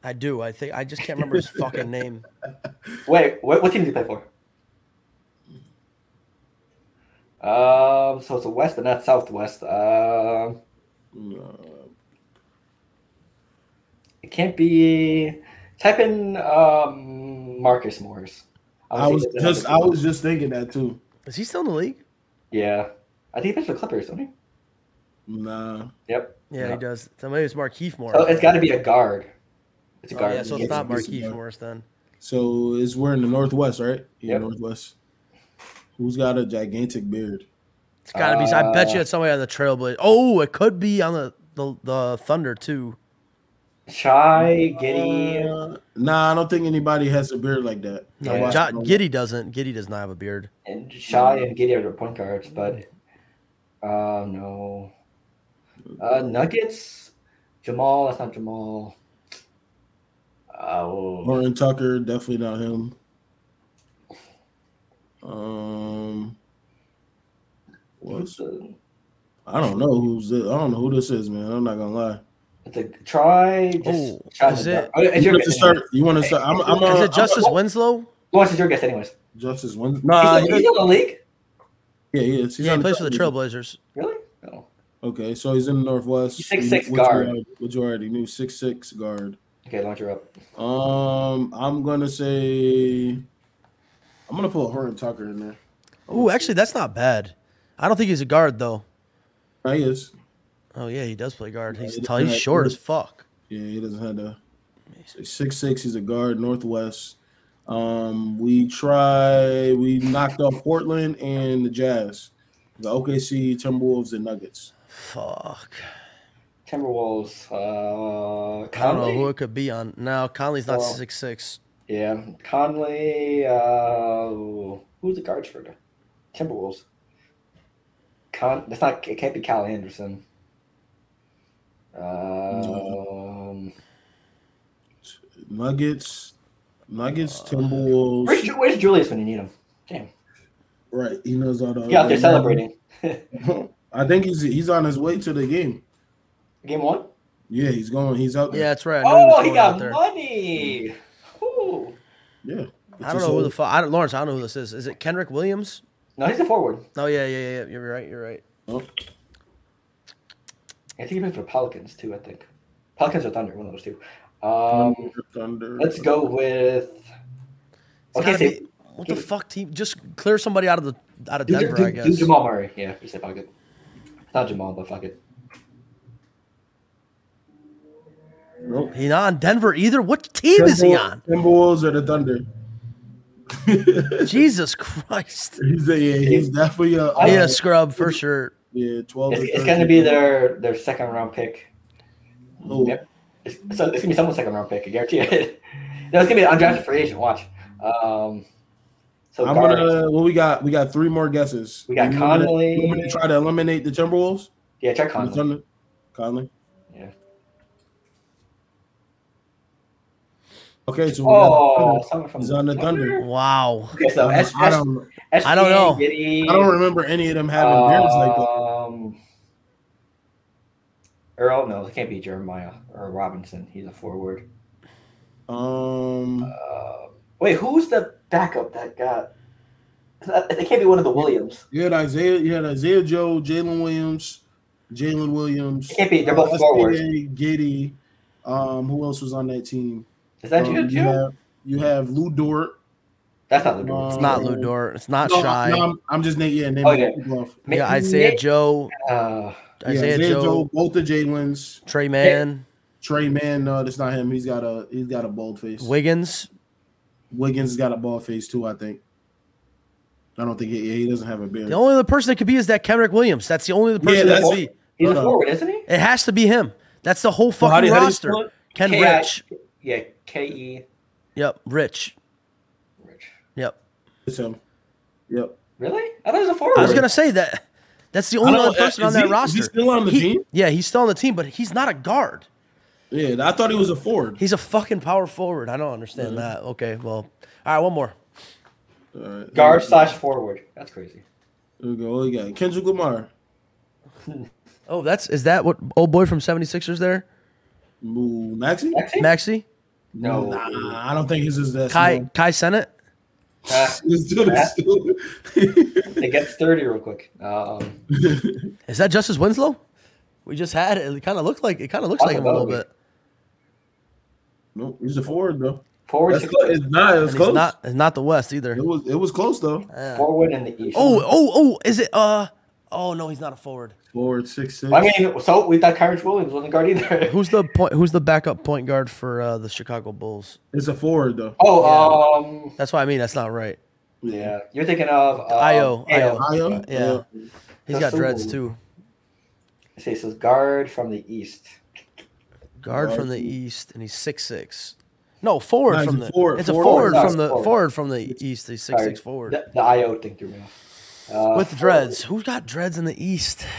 [SPEAKER 2] I do. I think I just can't remember his fucking name.
[SPEAKER 3] Wait, what, what team did he play for? Um, so it's a West, but not Southwest. Um,
[SPEAKER 1] No.
[SPEAKER 3] It can't be. Type in um, Marcus Morris.
[SPEAKER 1] I was
[SPEAKER 3] thinking
[SPEAKER 1] just, I
[SPEAKER 3] Marcus Morris.
[SPEAKER 1] was just thinking that too.
[SPEAKER 2] Is he still in the league?
[SPEAKER 3] Yeah, I think he plays for the Clippers, don't he?
[SPEAKER 1] Nah,
[SPEAKER 3] Yep.
[SPEAKER 2] Yeah, he
[SPEAKER 3] Yeah.
[SPEAKER 2] does. So maybe it's Markeith Morris.
[SPEAKER 3] So Oh, it's got to be a guard. It's a
[SPEAKER 2] Oh,
[SPEAKER 3] guard.
[SPEAKER 2] yeah, so it's not
[SPEAKER 1] It's a
[SPEAKER 2] Markeith
[SPEAKER 1] guard.
[SPEAKER 2] Morris then.
[SPEAKER 1] so it's we're in the northwest, right? Yeah,
[SPEAKER 3] Yep.
[SPEAKER 1] northwest. Who's got a gigantic beard?
[SPEAKER 2] It's gotta be. I bet you it's somebody on the Trailblazers. Oh, it could be on the the, the Thunder too.
[SPEAKER 3] Shy Giddy.
[SPEAKER 1] Uh, nah, I don't think anybody has a beard like that. I
[SPEAKER 2] Yeah.
[SPEAKER 1] watched um,
[SPEAKER 2] Jo-
[SPEAKER 1] it on-
[SPEAKER 2] Giddy doesn't. Giddy does not have a beard.
[SPEAKER 3] and Shy and Giddy are the point guards, but uh, no. Uh, Nuggets. Jamal. That's not Jamal. Oh,
[SPEAKER 1] Lauren Tucker, definitely not him. Um,
[SPEAKER 3] who's
[SPEAKER 1] what's,
[SPEAKER 3] the-
[SPEAKER 1] I don't know who's this. I don't know who this is, man. I'm not gonna lie.
[SPEAKER 3] it's a try. Just
[SPEAKER 2] Oh,
[SPEAKER 3] try
[SPEAKER 2] is
[SPEAKER 3] the-
[SPEAKER 2] it-
[SPEAKER 3] Oh, it's
[SPEAKER 1] You
[SPEAKER 3] your
[SPEAKER 1] want to
[SPEAKER 3] guess.
[SPEAKER 1] start? You want to start? I'm. I'm
[SPEAKER 2] Is
[SPEAKER 1] uh,
[SPEAKER 2] it Justice Winslow?
[SPEAKER 3] Lawrence, it's your guess, anyways.
[SPEAKER 1] I'm, Justice Winslow?
[SPEAKER 3] He's
[SPEAKER 1] Nah,
[SPEAKER 2] Uh,
[SPEAKER 3] in-
[SPEAKER 1] he
[SPEAKER 3] he's
[SPEAKER 1] doesn't-
[SPEAKER 3] in the league.
[SPEAKER 1] Yeah, he is. He's
[SPEAKER 2] yeah,
[SPEAKER 1] on
[SPEAKER 2] he
[SPEAKER 1] the
[SPEAKER 2] plays for the
[SPEAKER 1] Trailblazers.
[SPEAKER 2] Trailblazers.
[SPEAKER 3] Really? Oh. No.
[SPEAKER 1] Okay, so he's in the Northwest.
[SPEAKER 3] He's 6'6"
[SPEAKER 1] which we
[SPEAKER 3] guard.
[SPEAKER 1] already- Which you already knew, six six guard.
[SPEAKER 3] Okay, launch her up.
[SPEAKER 1] Um, I'm gonna say, I'm gonna put Horton Tucker in there.
[SPEAKER 2] Ooh, actually, that's not bad. I don't think he's a guard though.
[SPEAKER 1] Nah, Uh, he is.
[SPEAKER 2] Oh yeah, he does play guard. He's
[SPEAKER 1] he
[SPEAKER 2] tall.
[SPEAKER 1] does
[SPEAKER 2] He's
[SPEAKER 1] play-
[SPEAKER 2] short as fuck.
[SPEAKER 1] Yeah, he doesn't have the six six. He's a guard, Northwest. Um, we try. We knocked off Portland and the Jazz, the OKC Timberwolves and Nuggets.
[SPEAKER 2] Fuck.
[SPEAKER 3] Timberwolves. Uh,
[SPEAKER 2] I don't know who
[SPEAKER 3] Conley.
[SPEAKER 2] it could be on. No, Conley's not
[SPEAKER 3] Well.
[SPEAKER 2] six six.
[SPEAKER 3] Yeah, Conley. Uh, who's the guards for the Timberwolves? Con. That's not. It can't be Cal Anderson. Um,
[SPEAKER 1] Nuggets,
[SPEAKER 3] Uh,
[SPEAKER 1] Nuggets, Timberwolves.
[SPEAKER 3] where's, Ju- where's Julius when you need him?
[SPEAKER 1] Right, he knows all the.
[SPEAKER 3] Yeah, they're celebrating.
[SPEAKER 1] I think he's he's on his way to the game.
[SPEAKER 3] Game one.
[SPEAKER 1] Yeah, he's going. He's out
[SPEAKER 2] Yeah,
[SPEAKER 1] there.
[SPEAKER 2] that's right. I knew he was
[SPEAKER 3] Oh, he
[SPEAKER 2] going out
[SPEAKER 3] got
[SPEAKER 2] there.
[SPEAKER 3] money. Ooh.
[SPEAKER 1] Yeah, yeah.
[SPEAKER 2] I don't know who the fuck. I don't, Lawrence, I don't know who this is. Is it Kendrick Williams?
[SPEAKER 3] No, he's a forward.
[SPEAKER 2] Oh yeah, yeah, yeah. yeah. You're right. You're right.
[SPEAKER 1] Oh,
[SPEAKER 3] I think he played for the Pelicans too. I think Pelicans or Thunder, one of those two. Um,
[SPEAKER 1] Thunder.
[SPEAKER 3] let's go with.
[SPEAKER 2] It's
[SPEAKER 3] Okay,
[SPEAKER 2] gotta
[SPEAKER 3] so
[SPEAKER 2] be- what the fuck team? Just clear somebody out of the out of
[SPEAKER 3] do,
[SPEAKER 2] Denver,
[SPEAKER 3] do-
[SPEAKER 2] I
[SPEAKER 3] do
[SPEAKER 2] guess.
[SPEAKER 3] Jamal Murray. Yeah, you said fuck it. Not Jamal, but fuck it.
[SPEAKER 1] Nope.
[SPEAKER 2] He not on Denver either. What team is he on?
[SPEAKER 1] Timberwolves or the Thunder?
[SPEAKER 2] Jesus Christ.
[SPEAKER 1] he's a, yeah, he's definitely a uh,
[SPEAKER 2] He a scrub for sure.
[SPEAKER 1] yeah twelve.
[SPEAKER 3] It's,
[SPEAKER 1] or
[SPEAKER 3] it's
[SPEAKER 1] 13.
[SPEAKER 3] gonna be their their second round pick.
[SPEAKER 1] Oh,
[SPEAKER 3] Yep. It's, it's, it's gonna be someone's second round pick. I guarantee it. no, it's gonna be an undrafted free agent. Watch. Um, so
[SPEAKER 1] I'm
[SPEAKER 3] guards.
[SPEAKER 1] gonna. Well, we got we got three more guesses.
[SPEAKER 3] We got
[SPEAKER 1] You want me to-
[SPEAKER 3] Conley.
[SPEAKER 1] you want me to try to eliminate the Timberwolves.
[SPEAKER 3] yeah, check
[SPEAKER 1] The
[SPEAKER 3] Conley.
[SPEAKER 1] Thunder? Conley.
[SPEAKER 3] Yeah.
[SPEAKER 1] Okay, so we got the
[SPEAKER 3] Oh,
[SPEAKER 1] Thunder.
[SPEAKER 3] someone from
[SPEAKER 1] He's on the Thunder. Um,
[SPEAKER 2] Wow.
[SPEAKER 3] Okay, so
[SPEAKER 1] I
[SPEAKER 3] S-
[SPEAKER 1] don't- I don't.
[SPEAKER 3] S-
[SPEAKER 2] I don't know.
[SPEAKER 3] SGA,
[SPEAKER 1] I don't remember any of them having beards like that.
[SPEAKER 3] Um, Earl, no, it can't be Jeremiah or Robinson. He's a forward.
[SPEAKER 1] Um,
[SPEAKER 3] Uh, wait, who's the backup that got? it's not- It can't be one of the Williams.
[SPEAKER 1] you had Isaiah, you had Isaiah Joe, Jalen Williams, Jalen Williams.
[SPEAKER 3] It can't be. They're both
[SPEAKER 1] SGA,
[SPEAKER 3] forwards.
[SPEAKER 1] Giddy. Um, who else was on that team?
[SPEAKER 3] Is that
[SPEAKER 1] Um,
[SPEAKER 3] you,
[SPEAKER 1] you,
[SPEAKER 3] Jim?
[SPEAKER 1] have, you have Lou Dort.
[SPEAKER 3] That's not Lou.
[SPEAKER 2] It's
[SPEAKER 1] Um,
[SPEAKER 2] not Lou Dort. It's not
[SPEAKER 1] No,
[SPEAKER 2] Shy.
[SPEAKER 1] no, I'm, I'm just naming. Yeah, naming
[SPEAKER 3] Oh, yeah.
[SPEAKER 1] people off.
[SPEAKER 2] You got Isaiah Joe,
[SPEAKER 3] Uh,
[SPEAKER 1] Yeah,
[SPEAKER 2] Isaiah Joe,
[SPEAKER 1] both the Jalen's.
[SPEAKER 2] Trey Mann,
[SPEAKER 1] Trey Man, no, that's not him. He's got a he's got a bald face.
[SPEAKER 2] Wiggins.
[SPEAKER 1] Wiggins has got a bald face too. I think. I don't think he, yeah, he doesn't have a beard.
[SPEAKER 2] The only other person that could be is that Kendrick Williams. That's the only other
[SPEAKER 1] Yeah,
[SPEAKER 2] person that could
[SPEAKER 1] that's-
[SPEAKER 2] be.
[SPEAKER 3] he's
[SPEAKER 1] Hold
[SPEAKER 3] a
[SPEAKER 1] on.
[SPEAKER 3] forward, isn't he?
[SPEAKER 2] It has to be him. That's the whole
[SPEAKER 1] Well, how
[SPEAKER 2] fucking
[SPEAKER 1] do you- how do you
[SPEAKER 2] roster.
[SPEAKER 1] spell it?
[SPEAKER 2] Ken
[SPEAKER 3] K.I.
[SPEAKER 2] Rich.
[SPEAKER 3] Yeah, K E
[SPEAKER 2] Yep, Rich.
[SPEAKER 3] Rich.
[SPEAKER 2] Yep.
[SPEAKER 1] It's him. Yep.
[SPEAKER 3] Really? I thought he was a forward.
[SPEAKER 2] I was gonna say that. That's the only
[SPEAKER 1] don't-
[SPEAKER 2] other person
[SPEAKER 1] is
[SPEAKER 2] on that
[SPEAKER 1] he- is he
[SPEAKER 2] roster.
[SPEAKER 1] still on the
[SPEAKER 2] He-
[SPEAKER 1] team?
[SPEAKER 2] Yeah, he's still on the team, but he's not a guard.
[SPEAKER 1] Yeah, I thought he was a Ford.
[SPEAKER 2] He's a fucking power forward. I don't understand that. Okay, well, all right, one more.
[SPEAKER 1] All right.
[SPEAKER 3] guard slash forward. That's crazy.
[SPEAKER 1] There we go. What we got? Kendrick Lamar.
[SPEAKER 2] Oh, that's is that what old boy from 76ers there?
[SPEAKER 1] Ooh, Maxi?
[SPEAKER 3] Actually,
[SPEAKER 2] Maxi?
[SPEAKER 3] No.
[SPEAKER 1] Nah, I don't think his is that.
[SPEAKER 2] Kai Kai Sennett?
[SPEAKER 3] Ah.
[SPEAKER 1] small. This dude is still-
[SPEAKER 3] it gets dirty real quick. Um,
[SPEAKER 2] Is that Justice Winslow? We just had it. It kind of looked like it kind of looks like him a little bit.
[SPEAKER 1] nope, he's a Ford though.
[SPEAKER 3] forward,
[SPEAKER 1] That's close. It's not. It's
[SPEAKER 2] And he's
[SPEAKER 1] close.
[SPEAKER 2] not it's not the West either.
[SPEAKER 1] It was. It was close though.
[SPEAKER 2] Yeah.
[SPEAKER 3] forward in the East.
[SPEAKER 2] Oh, oh, oh, is it uh oh no, he's not a forward.
[SPEAKER 1] Ford six six.
[SPEAKER 3] I mean, so we thought Kyron Williams wasn't guard either.
[SPEAKER 2] Who's the point who's the backup point guard for uh, the Chicago Bulls?
[SPEAKER 1] it's a Ford though.
[SPEAKER 3] Oh, um,
[SPEAKER 2] That's what I mean, that's not right.
[SPEAKER 3] yeah, you're thinking of uh,
[SPEAKER 2] Io, Io.
[SPEAKER 1] Ohio?
[SPEAKER 2] Yeah. He's got
[SPEAKER 3] That's
[SPEAKER 2] dreads
[SPEAKER 3] so-
[SPEAKER 2] too.
[SPEAKER 3] See, so it's guard from the East.
[SPEAKER 2] Guard from the
[SPEAKER 1] Guard.
[SPEAKER 2] East and he's six six. No, forward
[SPEAKER 1] No, he's
[SPEAKER 2] from
[SPEAKER 1] a
[SPEAKER 2] the
[SPEAKER 1] forward,
[SPEAKER 2] it's a
[SPEAKER 1] forward.
[SPEAKER 2] forward,
[SPEAKER 3] No,
[SPEAKER 2] from the
[SPEAKER 3] forward.
[SPEAKER 2] forward. from the East. He's six
[SPEAKER 3] Sorry.
[SPEAKER 2] six forward.
[SPEAKER 3] The, the IO thing threw me off. Uh,
[SPEAKER 2] With dreads. Who's got dreads in the East?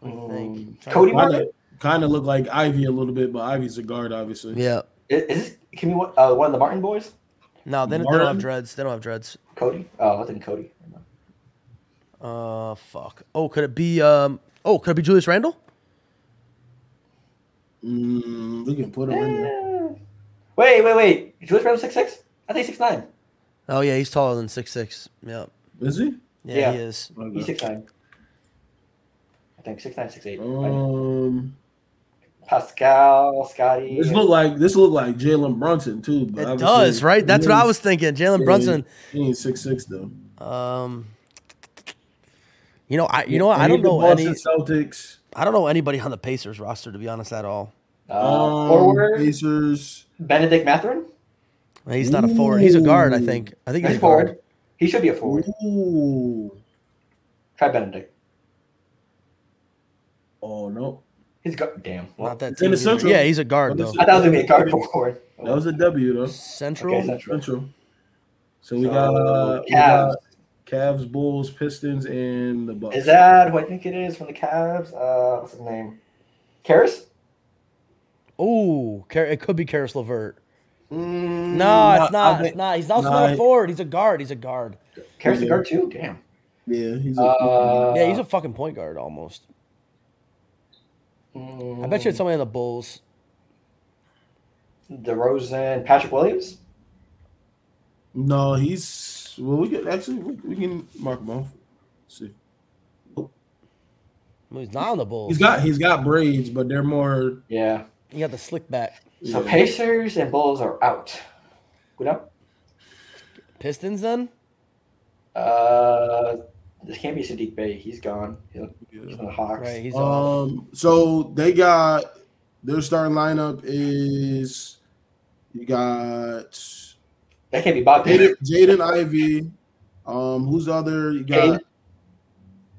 [SPEAKER 2] What do you think?
[SPEAKER 3] Um,
[SPEAKER 2] Try-
[SPEAKER 3] Cody
[SPEAKER 1] Kind
[SPEAKER 3] Martin.
[SPEAKER 1] of, kind of look like Ivy a little bit, but Ivy's a guard, obviously.
[SPEAKER 2] Yeah.
[SPEAKER 3] Is, is this, can we want- uh, one of the Martin boys?
[SPEAKER 2] No, they, they don't
[SPEAKER 1] Martin?
[SPEAKER 2] have dreads. They don't have dreads.
[SPEAKER 3] Cody? Oh, I think Cody.
[SPEAKER 2] Uh fuck. Oh, could it be um oh, could it be Julius Randle?
[SPEAKER 1] Mm, we can put him in there.
[SPEAKER 3] Eh. Wait, wait, wait. Julius Randle six six? I think six nine.
[SPEAKER 2] Oh yeah, he's taller than six six. Yep.
[SPEAKER 1] Is he?
[SPEAKER 2] Yeah,
[SPEAKER 3] Yeah.
[SPEAKER 2] he is.
[SPEAKER 3] He's six nine. I think six nine, six
[SPEAKER 1] Uh,
[SPEAKER 3] eight.
[SPEAKER 1] Um,
[SPEAKER 3] Pascal, Scotty.
[SPEAKER 1] this look like this look like Jalen Brunson too.
[SPEAKER 2] It
[SPEAKER 1] But
[SPEAKER 2] does, right? That's what I was thinking. Jalen
[SPEAKER 1] Yeah.
[SPEAKER 2] Brunson.
[SPEAKER 1] He ain't six six though.
[SPEAKER 2] Um, you know, I you know what? I
[SPEAKER 1] He
[SPEAKER 2] don't
[SPEAKER 1] the
[SPEAKER 2] know
[SPEAKER 1] Boston
[SPEAKER 2] any.
[SPEAKER 1] Celtics.
[SPEAKER 2] I don't know anybody on the Pacers roster to be honest at all.
[SPEAKER 3] uh,
[SPEAKER 1] Um,
[SPEAKER 3] forward
[SPEAKER 1] Pacers.
[SPEAKER 3] Benedict Matherin.
[SPEAKER 2] He's not a forward. He's a guard. I
[SPEAKER 1] Ooh.
[SPEAKER 2] think. I think
[SPEAKER 3] He's
[SPEAKER 2] he's a
[SPEAKER 3] forward.
[SPEAKER 2] guard.
[SPEAKER 3] He should be a forward.
[SPEAKER 1] Ooh.
[SPEAKER 3] Try Benedict.
[SPEAKER 1] Oh no.
[SPEAKER 3] He's got damn. Well,
[SPEAKER 2] Not that
[SPEAKER 1] It's in the
[SPEAKER 2] team either.
[SPEAKER 1] Central.
[SPEAKER 2] Yeah, he's a guard
[SPEAKER 1] Oh,
[SPEAKER 2] though.
[SPEAKER 1] this
[SPEAKER 3] I thought it was gonna be a guard forward.
[SPEAKER 1] That was a W though.
[SPEAKER 2] Central.
[SPEAKER 3] Okay, Central.
[SPEAKER 1] Central. So we got uh, we
[SPEAKER 3] Cavs.
[SPEAKER 1] got Cavs, Bulls, Pistons, and the Bucks.
[SPEAKER 3] Is that who I think it is from the Cavs? Uh, what's his name? Karras?
[SPEAKER 2] Oh, it could be Karis Levert.
[SPEAKER 1] Mm,
[SPEAKER 2] No,
[SPEAKER 1] nah,
[SPEAKER 2] it's not.
[SPEAKER 1] I
[SPEAKER 2] It's
[SPEAKER 1] think-
[SPEAKER 2] not. He's also
[SPEAKER 1] nah,
[SPEAKER 2] not a
[SPEAKER 1] it-
[SPEAKER 2] forward. He's a guard. He's a guard.
[SPEAKER 3] Karras the
[SPEAKER 1] Yeah.
[SPEAKER 3] guard too? Damn.
[SPEAKER 1] Yeah, he's. A,
[SPEAKER 3] Uh,
[SPEAKER 2] Yeah, he's a fucking point guard almost.
[SPEAKER 3] mm,
[SPEAKER 2] I bet you it's somebody on the Bulls.
[SPEAKER 3] DeRozan, Patrick Williams.
[SPEAKER 1] no, he's. Well, we could actually we, we can mark him off. see,
[SPEAKER 2] Well, He's not on the Bulls.
[SPEAKER 1] he's got he's got braids, but they're more.
[SPEAKER 3] Yeah.
[SPEAKER 2] he got the slick back.
[SPEAKER 3] So
[SPEAKER 1] yeah.
[SPEAKER 3] Pacers and Bulls are out. Who know?
[SPEAKER 2] Pistons then?
[SPEAKER 3] Uh, this can't be Sadiq Bay. He's gone. He's on- he's on the Hawks.
[SPEAKER 2] Right. He's uh, on.
[SPEAKER 1] Um. So they got their starting lineup is you got
[SPEAKER 3] That can't be Bob.
[SPEAKER 1] Jaden Jaden Ivy. Um. Who's the other? You got.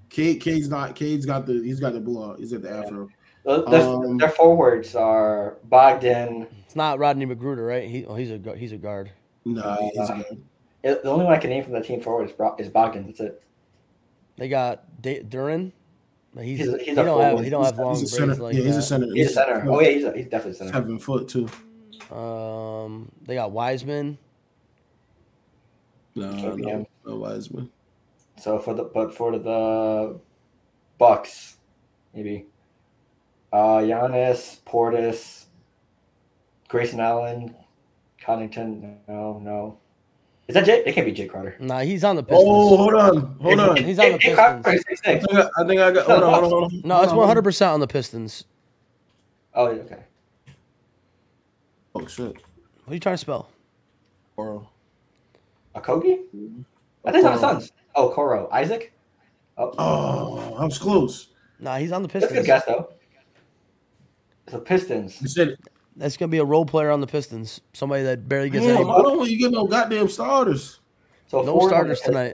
[SPEAKER 1] Cade, Cade's not. Cade's got the. He's got the blowout. He's got the afro.
[SPEAKER 3] Those- those-
[SPEAKER 1] um,
[SPEAKER 3] uh, their forwards are Bogdan.
[SPEAKER 2] It's not Rodney Magruder, right? He, oh, he's a gu- he's a guard.
[SPEAKER 1] Nah, he's
[SPEAKER 3] Uh,
[SPEAKER 1] good.
[SPEAKER 3] The the only one I can name from the team forward is, Bro- is Bogdan. That's it.
[SPEAKER 2] They got D- Durin. But He's,
[SPEAKER 3] He's a- he's
[SPEAKER 2] he
[SPEAKER 3] a
[SPEAKER 2] don't have uh, he
[SPEAKER 3] forward.
[SPEAKER 2] don't have long
[SPEAKER 1] He's a
[SPEAKER 2] braids
[SPEAKER 1] center.
[SPEAKER 2] like
[SPEAKER 1] yeah, he's a
[SPEAKER 2] that.
[SPEAKER 1] center.
[SPEAKER 3] He's a center. Oh yeah, he's, a, he's definitely a center.
[SPEAKER 1] seven foot too.
[SPEAKER 2] Um, they got Wiseman.
[SPEAKER 1] No,
[SPEAKER 3] Can't be him.
[SPEAKER 1] no, no Wiseman.
[SPEAKER 3] So for the but for the Bucks, maybe uh Giannis, Portis, Grayson Allen, Connington. No, no. Is that Jay? It can't be Jay Carter.
[SPEAKER 2] Nah, he's on the Pistons.
[SPEAKER 1] Oh, hold on, hold on.
[SPEAKER 2] He's on the
[SPEAKER 3] Jay
[SPEAKER 2] Pistons.
[SPEAKER 3] Carter, six,
[SPEAKER 1] I
[SPEAKER 3] six.
[SPEAKER 1] think I, I think I got. Hold on, hold on, hold on.
[SPEAKER 2] no, it's one
[SPEAKER 1] Hold
[SPEAKER 2] hundred
[SPEAKER 1] on,
[SPEAKER 2] percent on the Pistons.
[SPEAKER 3] Oh, okay.
[SPEAKER 1] hold on. Oh shit.
[SPEAKER 2] What are you trying to spell?
[SPEAKER 1] Or
[SPEAKER 3] Akogi? I think it's on
[SPEAKER 1] Okoro.
[SPEAKER 3] the Suns. Oh, Coro. Isaac? Oh,
[SPEAKER 1] Oh, I was close.
[SPEAKER 2] Nah, he's on the
[SPEAKER 3] that's a good
[SPEAKER 2] Pistons.
[SPEAKER 3] guess though. So Pistons.
[SPEAKER 1] You said,
[SPEAKER 2] That's gonna be a role player on the Pistons. Somebody that barely gets
[SPEAKER 1] "Damn,
[SPEAKER 2] any.
[SPEAKER 1] I don't want you to get no goddamn starters."
[SPEAKER 3] So
[SPEAKER 2] No
[SPEAKER 3] forward on the
[SPEAKER 2] starters tonight.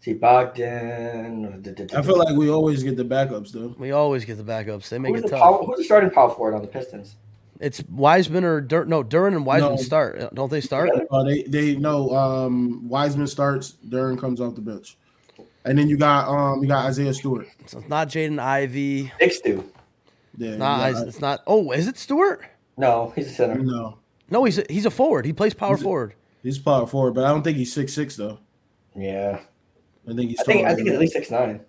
[SPEAKER 3] See Bogdan.
[SPEAKER 1] I feel like we always get the backups though.
[SPEAKER 2] We always get the backups. They make
[SPEAKER 3] who's
[SPEAKER 2] it
[SPEAKER 3] the
[SPEAKER 2] tough.
[SPEAKER 3] power- who's the starting power forward on the Pistons?
[SPEAKER 2] It's Wiseman or Dur- no Durin and Wiseman
[SPEAKER 1] No.
[SPEAKER 2] start. Don't they start?
[SPEAKER 3] Together?
[SPEAKER 1] Uh, they they know um, Wiseman starts, Duran comes off the bench, and then you got um you got Isaiah Stewart.
[SPEAKER 2] So it's not Jaden Ivy.
[SPEAKER 3] Big Stu.
[SPEAKER 1] Yeah,
[SPEAKER 2] It's not.
[SPEAKER 1] you got-
[SPEAKER 2] It's not. Oh, is it Stewart?
[SPEAKER 3] No, he's a center.
[SPEAKER 1] no,
[SPEAKER 2] No, he's a, he's a forward. He plays power
[SPEAKER 1] He's a-
[SPEAKER 2] forward.
[SPEAKER 1] he's power forward, but I don't think he's six six though.
[SPEAKER 2] Mm-hmm.
[SPEAKER 3] Yeah,
[SPEAKER 1] I think he's
[SPEAKER 3] I think I
[SPEAKER 1] taller
[SPEAKER 3] think
[SPEAKER 1] than
[SPEAKER 3] it's at least six nine.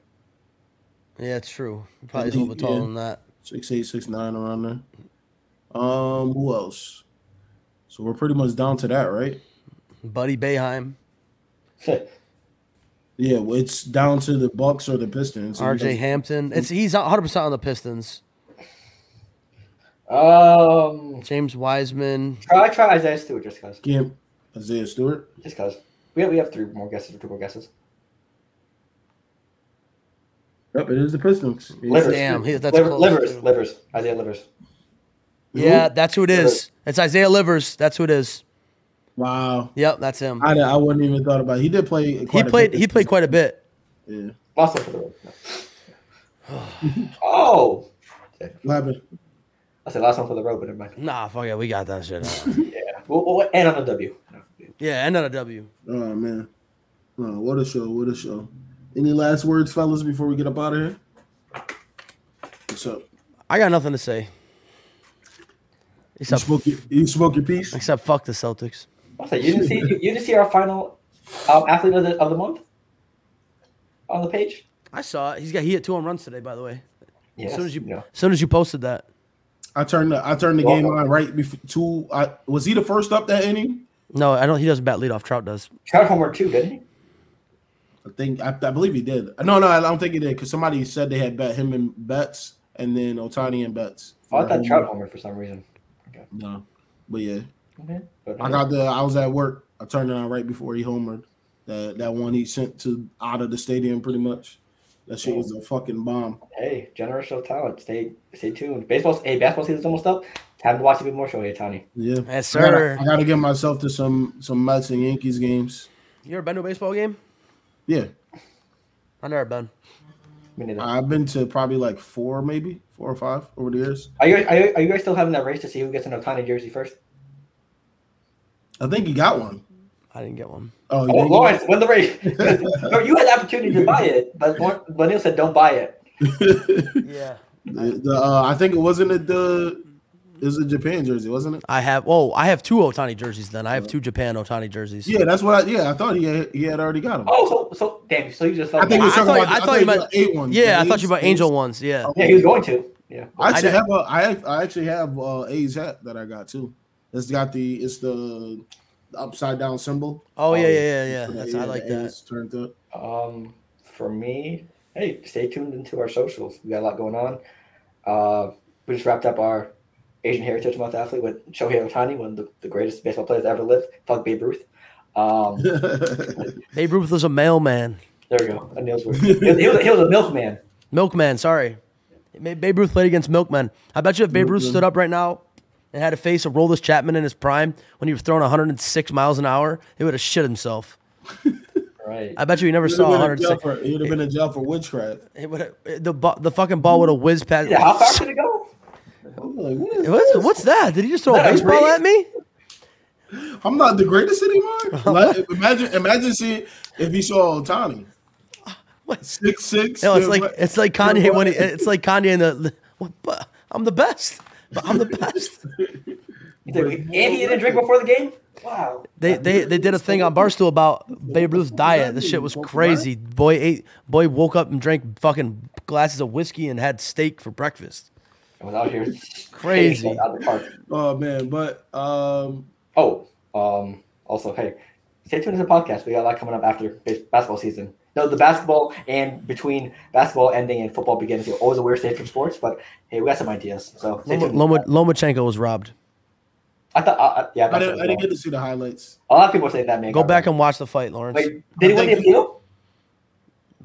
[SPEAKER 2] Yeah, it's true. He Probably
[SPEAKER 1] I
[SPEAKER 2] is a little bit
[SPEAKER 1] think-
[SPEAKER 2] taller
[SPEAKER 1] yeah.
[SPEAKER 2] than that.
[SPEAKER 1] six eight, six nine around there. Um, who else? So we're pretty much down to that, right?
[SPEAKER 2] Buddy Bayheim,
[SPEAKER 1] Yeah, well, it's down to the Bucks or the Pistons. So
[SPEAKER 2] R.J.
[SPEAKER 1] we
[SPEAKER 2] Hampton. It's he's 100 percent on the Pistons.
[SPEAKER 3] um,
[SPEAKER 2] James Wiseman.
[SPEAKER 3] try try Isaiah Stewart just cause.
[SPEAKER 1] got Kim, Isaiah Stewart.
[SPEAKER 3] Just cause we have, we have three more guesses or two more guesses.
[SPEAKER 1] Yep, it is the Pistons.
[SPEAKER 3] Let's
[SPEAKER 1] Yeah.
[SPEAKER 3] see.
[SPEAKER 2] Damn, he, that's
[SPEAKER 3] Liver,
[SPEAKER 2] close,
[SPEAKER 3] livers,
[SPEAKER 2] too.
[SPEAKER 3] livers, Isaiah Livers.
[SPEAKER 1] Who?
[SPEAKER 2] Yeah, that's who it is. It's Isaiah Livers. That's who it is.
[SPEAKER 1] Wow.
[SPEAKER 2] Yep, that's him.
[SPEAKER 1] I, I wouldn't even thought about. It. He did play.
[SPEAKER 2] He
[SPEAKER 1] Quite a
[SPEAKER 2] played.
[SPEAKER 1] bit
[SPEAKER 2] He played quite a bit.
[SPEAKER 1] Yeah.
[SPEAKER 3] Lost him for the road. No. oh,
[SPEAKER 1] What happened?
[SPEAKER 3] I said last one for the road, but never mind.
[SPEAKER 2] Nah, fuck it, we got that shit.
[SPEAKER 3] Yeah, we'll, we'll end on a W.
[SPEAKER 2] yeah, and on a W.
[SPEAKER 1] Oh man. Oh, what a show! What a show! Any last words, fellas, before we get up out of here? What's up?
[SPEAKER 2] I got nothing to say.
[SPEAKER 1] You
[SPEAKER 2] Except,
[SPEAKER 1] smoke your, you smoke your piece.
[SPEAKER 2] except fuck the Celtics.
[SPEAKER 3] I said you didn't see you, didn't see our final um, athlete of the, of the month on the page.
[SPEAKER 2] I saw it. He's got he hit two home runs today, by the way.
[SPEAKER 3] Yes,
[SPEAKER 2] as soon as you,
[SPEAKER 3] no.
[SPEAKER 2] as soon as you posted that,
[SPEAKER 1] I turned the I turned the
[SPEAKER 3] Well-
[SPEAKER 1] game on right before two. I was he the first up that inning?
[SPEAKER 2] No, I don't. He doesn't bat leadoff. Trout does.
[SPEAKER 3] Trout homer too, didn't he?
[SPEAKER 1] I think I, I believe he did. No, no, I don't think he did because somebody said they had bet him and Betts and then Otani and Betts.
[SPEAKER 3] Oh, I
[SPEAKER 2] Mm-hmm.
[SPEAKER 3] thought Trout homer for some reason.
[SPEAKER 1] No, but yeah,
[SPEAKER 3] Okay. But
[SPEAKER 1] I got the. I was at work. I turned it on right before he homered. That that one he sent to out of the stadium pretty much. That shit was a fucking bomb.
[SPEAKER 3] hey, generational talent. Stay stay tuned. Baseball's hey, basketball season's almost up. Time to watch even more show, hey Tony.
[SPEAKER 1] Yeah,
[SPEAKER 2] Yes,
[SPEAKER 1] I gotta-
[SPEAKER 2] sir.
[SPEAKER 1] I gotta get myself to some some Mets and Yankees games.
[SPEAKER 2] You ever been to a baseball game?
[SPEAKER 1] Yeah,
[SPEAKER 2] I never been.
[SPEAKER 3] I mean,
[SPEAKER 1] I've been to probably like four, maybe four or five over the years.
[SPEAKER 3] are you are you, are you guys still having that race to see who gets an Otani jersey first?
[SPEAKER 1] I think he got one.
[SPEAKER 2] I didn't get one.
[SPEAKER 1] Oh,
[SPEAKER 3] Oh,
[SPEAKER 1] yeah.
[SPEAKER 3] Lawrence, win the race. no, you had the opportunity to buy it, but Lawrence- but Neil said don't buy it.
[SPEAKER 2] Yeah.
[SPEAKER 1] The- the, uh, I think it wasn't it the it was a Japan jersey, wasn't it?
[SPEAKER 2] I have. Oh, I have two Otani jerseys. Then I have two Japan Otani jerseys.
[SPEAKER 1] Yeah, that's what. I, yeah, I thought he had, he had already got him.
[SPEAKER 3] Oh, so so damn, so you just
[SPEAKER 1] I
[SPEAKER 3] felt
[SPEAKER 1] think
[SPEAKER 2] I
[SPEAKER 1] he's
[SPEAKER 2] thought,
[SPEAKER 1] talking about.
[SPEAKER 2] I
[SPEAKER 1] I
[SPEAKER 2] thought
[SPEAKER 1] thought
[SPEAKER 2] you
[SPEAKER 1] he
[SPEAKER 2] meant.
[SPEAKER 1] got eight ones.
[SPEAKER 2] yeah, I
[SPEAKER 1] The
[SPEAKER 2] thought you
[SPEAKER 1] A's-
[SPEAKER 2] about
[SPEAKER 1] A's-
[SPEAKER 2] angel ones. Yeah.
[SPEAKER 1] Oh.
[SPEAKER 3] yeah, he was going to. Yeah.
[SPEAKER 1] I actually
[SPEAKER 2] I
[SPEAKER 1] have a I have, I actually have a A's hat that I got too. It's got the it's the upside down symbol.
[SPEAKER 2] Oh, yeah,
[SPEAKER 1] Um,
[SPEAKER 2] yeah, yeah, yeah.
[SPEAKER 1] for the
[SPEAKER 2] That's-
[SPEAKER 1] A's-
[SPEAKER 2] I like
[SPEAKER 1] the
[SPEAKER 2] that.
[SPEAKER 1] A's Turned up.
[SPEAKER 3] Um, for me, hey, stay tuned into our socials. We got a lot going on. Uh, we just wrapped up our Asian Heritage Month athlete with Shohei Otani, one of the, the greatest baseball players that ever lived. Fuck Babe Ruth. Um,
[SPEAKER 2] Babe Ruth was a mailman,
[SPEAKER 3] there we go. A Neil's word. He, was- he was, he was a milkman.
[SPEAKER 2] milkman. Sorry. Ma- Babe Ruth played against milkmen. I bet you if Babe Ruth
[SPEAKER 1] Milkman.
[SPEAKER 2] stood up right now and had to face a Rollers Chapman in his prime when he was throwing 106 miles an hour, he would have shit himself.
[SPEAKER 3] Right.
[SPEAKER 2] I bet you he never
[SPEAKER 1] He
[SPEAKER 2] saw
[SPEAKER 1] would have been, in jail
[SPEAKER 2] 106.
[SPEAKER 1] for- he would've been in jail for witchcraft.
[SPEAKER 2] It would the bu- the fucking ball would have whizzed past.
[SPEAKER 3] yeah, how far could it go?
[SPEAKER 1] I'm like, what is
[SPEAKER 2] What's,
[SPEAKER 1] this?
[SPEAKER 2] what's that? Did he just throw a
[SPEAKER 3] That was
[SPEAKER 2] baseball
[SPEAKER 3] great.
[SPEAKER 2] at me?
[SPEAKER 1] I'm not the greatest anymore. Like, imagine, imagine seeing if he saw Otani.
[SPEAKER 2] What?
[SPEAKER 1] Six six.
[SPEAKER 2] No, it's
[SPEAKER 1] yeah,
[SPEAKER 2] like
[SPEAKER 1] what?
[SPEAKER 2] it's like
[SPEAKER 1] Yeah,
[SPEAKER 2] Kanye when he,
[SPEAKER 1] what?
[SPEAKER 2] it's like Kanye in the what, but I'm the best. But I'm the best.
[SPEAKER 3] He said, and he didn't drink before the game? Wow.
[SPEAKER 2] They they they did a thing on Barstool about Babe Ruth's diet. This shit was crazy. Boy ate boy woke up and drank fucking glasses of whiskey and had steak for breakfast.
[SPEAKER 3] I was out here.
[SPEAKER 2] Crazy.
[SPEAKER 3] Out of the park.
[SPEAKER 1] Oh man, but um,
[SPEAKER 3] Oh, um, also, hey, stay tuned to the podcast. We got a lot coming up after bas- basketball season. No, the basketball and between basketball ending and football begins. You're always a weird stage from sports, but hey, we got some ideas. So stay
[SPEAKER 2] Loma,
[SPEAKER 3] tuned.
[SPEAKER 2] Loma, Lomachenko was robbed.
[SPEAKER 3] I thought, I, I, yeah, I
[SPEAKER 1] I
[SPEAKER 3] thought
[SPEAKER 1] didn't,
[SPEAKER 3] so.
[SPEAKER 1] I didn't get to see the highlights.
[SPEAKER 3] a lot of people say that man.
[SPEAKER 2] Go
[SPEAKER 3] got
[SPEAKER 2] back
[SPEAKER 3] robbed.
[SPEAKER 2] and watch the fight, Lawrence.
[SPEAKER 3] wait. Did he win the
[SPEAKER 1] think-
[SPEAKER 3] appeal?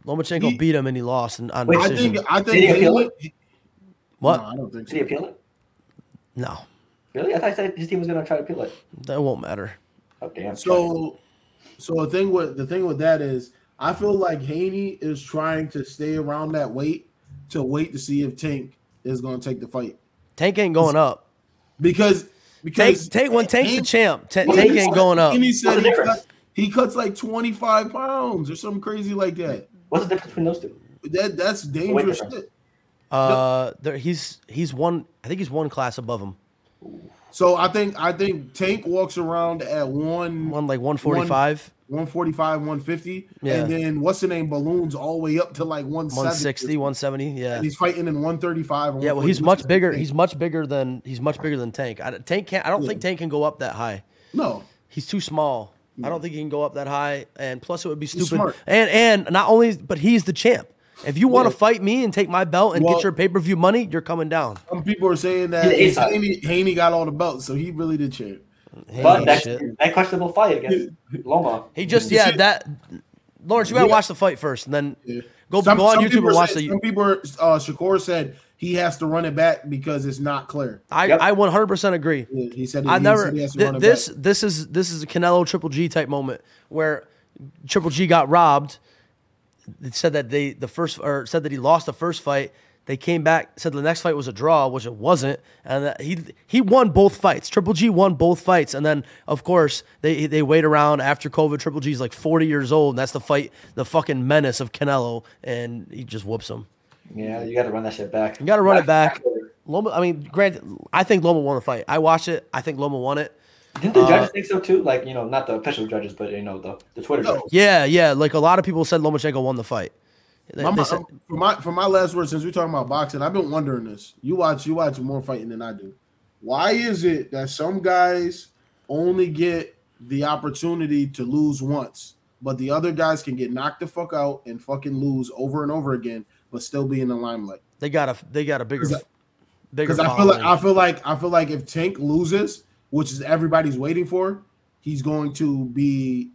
[SPEAKER 2] Lomachenko
[SPEAKER 1] He-
[SPEAKER 2] beat him and he lost and on
[SPEAKER 3] Wait,
[SPEAKER 1] I
[SPEAKER 2] decision.
[SPEAKER 1] think I
[SPEAKER 3] Did
[SPEAKER 1] think
[SPEAKER 3] he appeal
[SPEAKER 1] Haywood- No,
[SPEAKER 2] what?
[SPEAKER 1] I don't think
[SPEAKER 3] Did he
[SPEAKER 1] so.
[SPEAKER 3] appeal it?
[SPEAKER 2] No,
[SPEAKER 3] Really? I thought he said his team was going to try to appeal it.
[SPEAKER 2] that won't matter.
[SPEAKER 3] Oh damn.
[SPEAKER 1] So, so the thing with the thing with that is, I feel like Haney is trying to stay around that weight to wait to see if Tank is going to take the fight
[SPEAKER 2] Tank ain't going up.
[SPEAKER 1] because because
[SPEAKER 2] Tank, Tank when Tank's the
[SPEAKER 1] Haney-
[SPEAKER 2] champ, Ta-
[SPEAKER 1] Haney
[SPEAKER 2] Tank ain't
[SPEAKER 1] said-
[SPEAKER 2] going up.
[SPEAKER 1] Haney said
[SPEAKER 3] What's
[SPEAKER 1] he
[SPEAKER 3] the
[SPEAKER 1] cuts,
[SPEAKER 3] difference?
[SPEAKER 1] he cuts like twenty five pounds or something crazy like that.
[SPEAKER 3] What's the difference between those two?
[SPEAKER 1] That that's dangerous
[SPEAKER 3] difference?
[SPEAKER 1] shit.
[SPEAKER 2] Uh, there, he's he's one. I think he's one class above him.
[SPEAKER 1] So I think I think Tank walks around at one
[SPEAKER 2] One like one forty five,
[SPEAKER 1] 145, 150.
[SPEAKER 2] Yeah.
[SPEAKER 1] And then what's the name? Balloons all the way up to like 170.
[SPEAKER 2] one sixty, one seventy. Yeah,
[SPEAKER 1] And he's fighting in 135. or
[SPEAKER 2] yeah. Well, he's much
[SPEAKER 1] 140.
[SPEAKER 2] bigger. He's much bigger than he's much bigger than Tank. I, don't- Tank can't. I don't think Tank can go up that high.
[SPEAKER 1] no.
[SPEAKER 2] He's too small. I don't think he can go up that high. And plus, it would be stupid.
[SPEAKER 1] smart.
[SPEAKER 2] And and not only, but he's the champ. If you want to
[SPEAKER 1] Yeah.
[SPEAKER 2] fight me and take my belt and
[SPEAKER 1] Well-
[SPEAKER 2] get your pay per view money, you're coming down.
[SPEAKER 1] Some people are saying that
[SPEAKER 3] He's an
[SPEAKER 1] Haney, Haney got all the belts, so he really did champ.
[SPEAKER 2] Hey,
[SPEAKER 3] But that,
[SPEAKER 2] shit.
[SPEAKER 3] that questionable fight against Loma.
[SPEAKER 2] He just yeah
[SPEAKER 1] shit-
[SPEAKER 2] that. Lawrence, you gotta
[SPEAKER 1] Yeah.
[SPEAKER 2] watch the fight first, and then
[SPEAKER 1] Yeah.
[SPEAKER 2] go
[SPEAKER 1] Some-
[SPEAKER 2] go on
[SPEAKER 1] some
[SPEAKER 2] YouTube
[SPEAKER 1] people
[SPEAKER 2] and watch
[SPEAKER 1] said-
[SPEAKER 2] the.
[SPEAKER 1] Some people, are- uh, Shakur said he has to run it back because it's not clear.
[SPEAKER 2] I
[SPEAKER 3] Yep.
[SPEAKER 2] I 100% agree.
[SPEAKER 1] Yeah, He said
[SPEAKER 2] I
[SPEAKER 1] he
[SPEAKER 2] never
[SPEAKER 1] said he has to
[SPEAKER 2] thi-
[SPEAKER 1] run it
[SPEAKER 2] this
[SPEAKER 1] back.
[SPEAKER 2] this is this is a Canelo Triple G type moment where Triple G got robbed. It said that they the first or said that he lost the first fight. They came back said the next fight was a draw, which it wasn't, and that he he won both fights. Triple G won both fights, and then of course they they wait around after COVID. Triple G's like forty years old, and that's the fight, the fucking menace of Canelo, and he just whoops him.
[SPEAKER 3] Yeah, you got to run that shit back.
[SPEAKER 2] You got to run it back. Loma, I mean, granted, I think Loma won the fight. I watched it. I think Loma won it.
[SPEAKER 3] Didn't the judges think so too? Like, you know, not the official judges, but you know, the, the Twitter
[SPEAKER 1] No.
[SPEAKER 3] judges.
[SPEAKER 2] Yeah, yeah. Like a lot of people said Lomachenko won the fight. They-
[SPEAKER 1] My-
[SPEAKER 2] they
[SPEAKER 1] my-
[SPEAKER 2] said-
[SPEAKER 1] for my for my last word, since we're talking about boxing, I've been wondering this. You watch you watch more fighting than I do. Why is it that some guys only get the opportunity to lose once, but the other guys can get knocked the fuck out and fucking lose over and over again, but still be in the limelight.
[SPEAKER 2] They got a they got a bigger,
[SPEAKER 1] Because
[SPEAKER 2] bigger.
[SPEAKER 1] Because I feel like I
[SPEAKER 2] following.
[SPEAKER 1] feel like I feel like if Tank loses, which is everybody's waiting for, he's going to be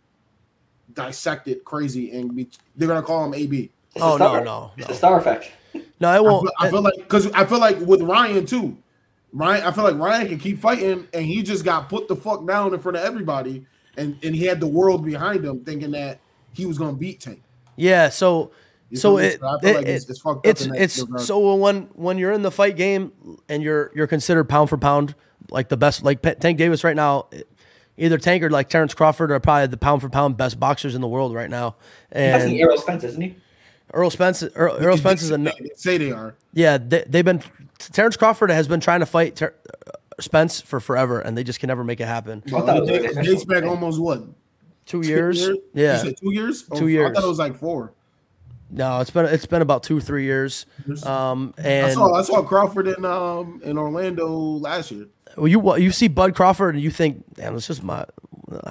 [SPEAKER 1] dissected crazy and be they're gonna call him AB.
[SPEAKER 3] It's a
[SPEAKER 2] Oh, no,
[SPEAKER 3] star-
[SPEAKER 2] no,
[SPEAKER 3] It's
[SPEAKER 2] no.
[SPEAKER 3] a star effect.
[SPEAKER 2] no, it
[SPEAKER 1] I
[SPEAKER 2] won't.
[SPEAKER 1] feel, I feel like because I feel like with Ryan too, Ryan I feel like Ryan can keep fighting and he just got put the fuck down in front of everybody and and he had the world behind him thinking that he was gonna beat Tank.
[SPEAKER 2] yeah, so
[SPEAKER 1] You
[SPEAKER 2] so
[SPEAKER 1] feel me?
[SPEAKER 2] it,
[SPEAKER 1] So I feel
[SPEAKER 2] it,
[SPEAKER 1] like it's-
[SPEAKER 2] it-
[SPEAKER 1] it's fucked up uh,
[SPEAKER 2] it's
[SPEAKER 1] in that
[SPEAKER 2] it's
[SPEAKER 1] regard.
[SPEAKER 2] so when when you're in the fight game and you're you're considered pound for pound like the best like Pe- Tank Davis right now, eh, either Tank or like Terrence Crawford are probably the pound for pound best boxers in the world right now.
[SPEAKER 3] That's the
[SPEAKER 2] And
[SPEAKER 3] Errol Spence, isn't he?
[SPEAKER 2] Earl Spence Earl, Earl Spence is a
[SPEAKER 1] They say they are.
[SPEAKER 2] Yeah, they, they've been. Terrence Crawford has been trying to fight Ter- uh, Spence for forever, and they just can never make it happen.
[SPEAKER 3] I thought it was
[SPEAKER 1] It
[SPEAKER 3] like-
[SPEAKER 1] dates back almost what
[SPEAKER 2] Two
[SPEAKER 1] two
[SPEAKER 2] years?
[SPEAKER 1] You
[SPEAKER 2] Yeah.
[SPEAKER 1] said two years. Or-
[SPEAKER 2] Two
[SPEAKER 1] I
[SPEAKER 2] years.
[SPEAKER 1] thought it was like four.
[SPEAKER 2] No, it's been it's been about two three years. Um,
[SPEAKER 1] I
[SPEAKER 2] and
[SPEAKER 1] saw I saw Crawford in um in Orlando last year.
[SPEAKER 2] well, you wa- you see Bud Crawford, and you think, damn, it's just my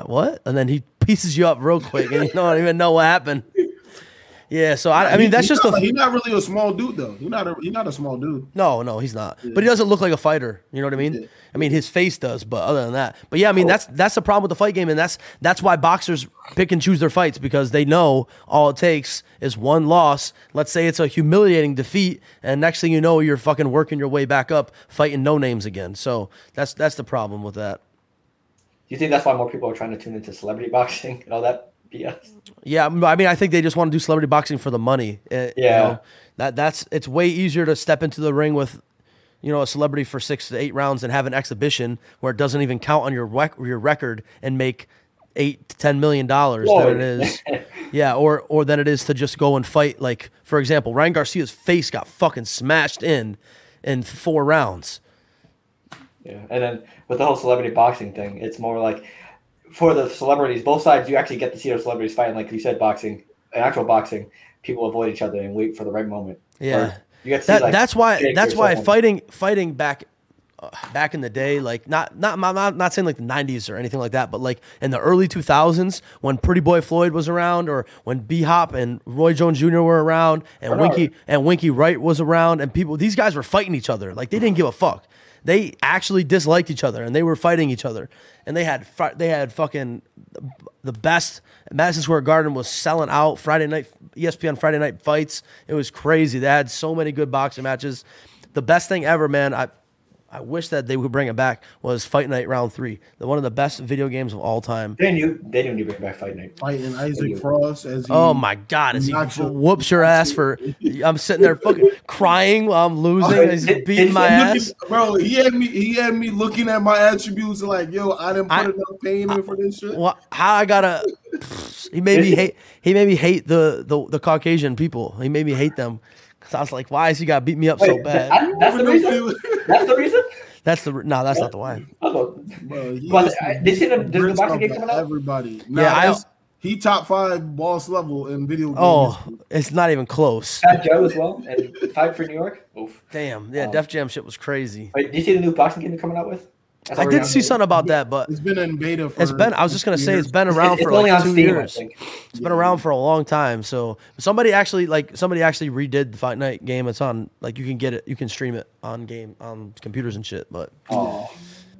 [SPEAKER 2] what? And then he pieces you up real quick, and you don't even know what happened. Yeah, so I, I mean that's just a
[SPEAKER 1] he's not really a small dude though. He's not a he's not a small dude.
[SPEAKER 2] no, no, he's not. But he doesn't look like a fighter. You know what I mean?
[SPEAKER 1] Yeah.
[SPEAKER 2] I mean his face does, but other than that, but yeah, I mean that's that's the problem with the fight game, and that's that's why boxers pick and choose their fights because they know all it takes is one loss. Let's say it's a humiliating defeat, and next thing you know, you're fucking working your way back up, fighting no names again. So that's that's the problem with that.
[SPEAKER 3] You think that's why more people are trying to tune into celebrity boxing and all that BS?
[SPEAKER 2] Yeah, m- I mean, I think they just want to do celebrity boxing for the money. Uh, you
[SPEAKER 3] Yeah.
[SPEAKER 2] know, that that's it's way easier to step into the ring with, you know, a celebrity for six to eight rounds and have an exhibition where it doesn't even count on your rec- your record and make eight to ten million dollars than it
[SPEAKER 3] Lord.
[SPEAKER 2] is. yeah, or or than it is to just go and fight. Like for example, Ryan Garcia's face got fucking smashed in in four rounds.
[SPEAKER 3] Yeah, and then with the whole celebrity boxing thing, it's more like for the celebrities, both sides, you actually get to see those celebrities fighting, like you said, boxing, in actual boxing, people avoid each other and wait for the right moment.
[SPEAKER 2] Yeah.
[SPEAKER 3] Or you get to see,
[SPEAKER 2] That,
[SPEAKER 3] like,
[SPEAKER 2] that's why
[SPEAKER 3] Jake
[SPEAKER 2] that's
[SPEAKER 3] or
[SPEAKER 2] why
[SPEAKER 3] someone.
[SPEAKER 2] fighting fighting back uh, back in the day like not not I'm not, not saying like the 90s or anything like that but like in the early 2000s when Pretty Boy Floyd was around or when B Hop and Roy Jones Jr were around and
[SPEAKER 3] Bernard.
[SPEAKER 2] Winky and Winky Wright was around and people these guys were fighting each other like they didn't give a fuck they actually disliked each other and they were fighting each other and they had fr- they had fucking the best Madison Square Garden was selling out Friday night E ESPN Friday night fights it was crazy they had so many good boxing matches the best thing ever man I I wish that they would bring it back was Fight Night Round Three the one of the best video games of all time
[SPEAKER 3] They knew they knew to bring back fight night.
[SPEAKER 1] Fighting Isaac Frost as he,
[SPEAKER 2] Oh my God! Is he
[SPEAKER 1] Nacho.
[SPEAKER 2] whoops your ass for? I'm sitting there fucking crying while I'm losing.
[SPEAKER 3] Oh,
[SPEAKER 2] He's
[SPEAKER 3] it-
[SPEAKER 2] beating
[SPEAKER 3] it-
[SPEAKER 2] my
[SPEAKER 1] Look at-
[SPEAKER 2] ass.
[SPEAKER 1] bro. He had me he had me looking at my attributes like yo I didn't put
[SPEAKER 2] I-
[SPEAKER 1] enough pain in for this shit.
[SPEAKER 2] Wha- how I gotta? He made me hate. He made me hate the the, the Caucasian people. He made me hate them because I was like, why is he got beat me up so
[SPEAKER 3] Wait,
[SPEAKER 2] bad?
[SPEAKER 3] that- that's the
[SPEAKER 1] Over
[SPEAKER 3] reason.
[SPEAKER 1] the field.
[SPEAKER 3] That's the reason.
[SPEAKER 2] That's the no. That's not the why.
[SPEAKER 3] Oh, no.
[SPEAKER 1] Bro, he
[SPEAKER 3] Well,
[SPEAKER 1] just
[SPEAKER 3] I- they said the- there's a
[SPEAKER 1] rips
[SPEAKER 3] boxing
[SPEAKER 1] up
[SPEAKER 3] game coming out?
[SPEAKER 1] Everybody, Nah,
[SPEAKER 2] Yeah, I-
[SPEAKER 1] it's- he top five boss level in video. games.
[SPEAKER 2] Oh, it's not even close.
[SPEAKER 3] Fat Joe as well, and fight for New York. Oof.
[SPEAKER 2] Damn. Yeah,
[SPEAKER 3] Um,
[SPEAKER 2] Def Jam shit was crazy.
[SPEAKER 3] Wait, do you see the new boxing game they're coming out with? That's
[SPEAKER 2] I
[SPEAKER 3] already
[SPEAKER 2] did
[SPEAKER 3] on
[SPEAKER 2] see
[SPEAKER 3] there.
[SPEAKER 2] something about that, but
[SPEAKER 1] it's been in beta. For
[SPEAKER 2] it's been. I was just gonna say it's
[SPEAKER 1] years.
[SPEAKER 2] been
[SPEAKER 3] It's-
[SPEAKER 2] around
[SPEAKER 3] it's
[SPEAKER 2] for
[SPEAKER 3] only
[SPEAKER 2] like
[SPEAKER 3] on
[SPEAKER 2] two
[SPEAKER 3] Steam, I
[SPEAKER 2] years.
[SPEAKER 3] think.
[SPEAKER 2] It's been around for a long time. So somebody actually like somebody actually redid the Fight Night game. It's on like you can get it, you can stream it on game on computers and shit. But
[SPEAKER 3] Oh,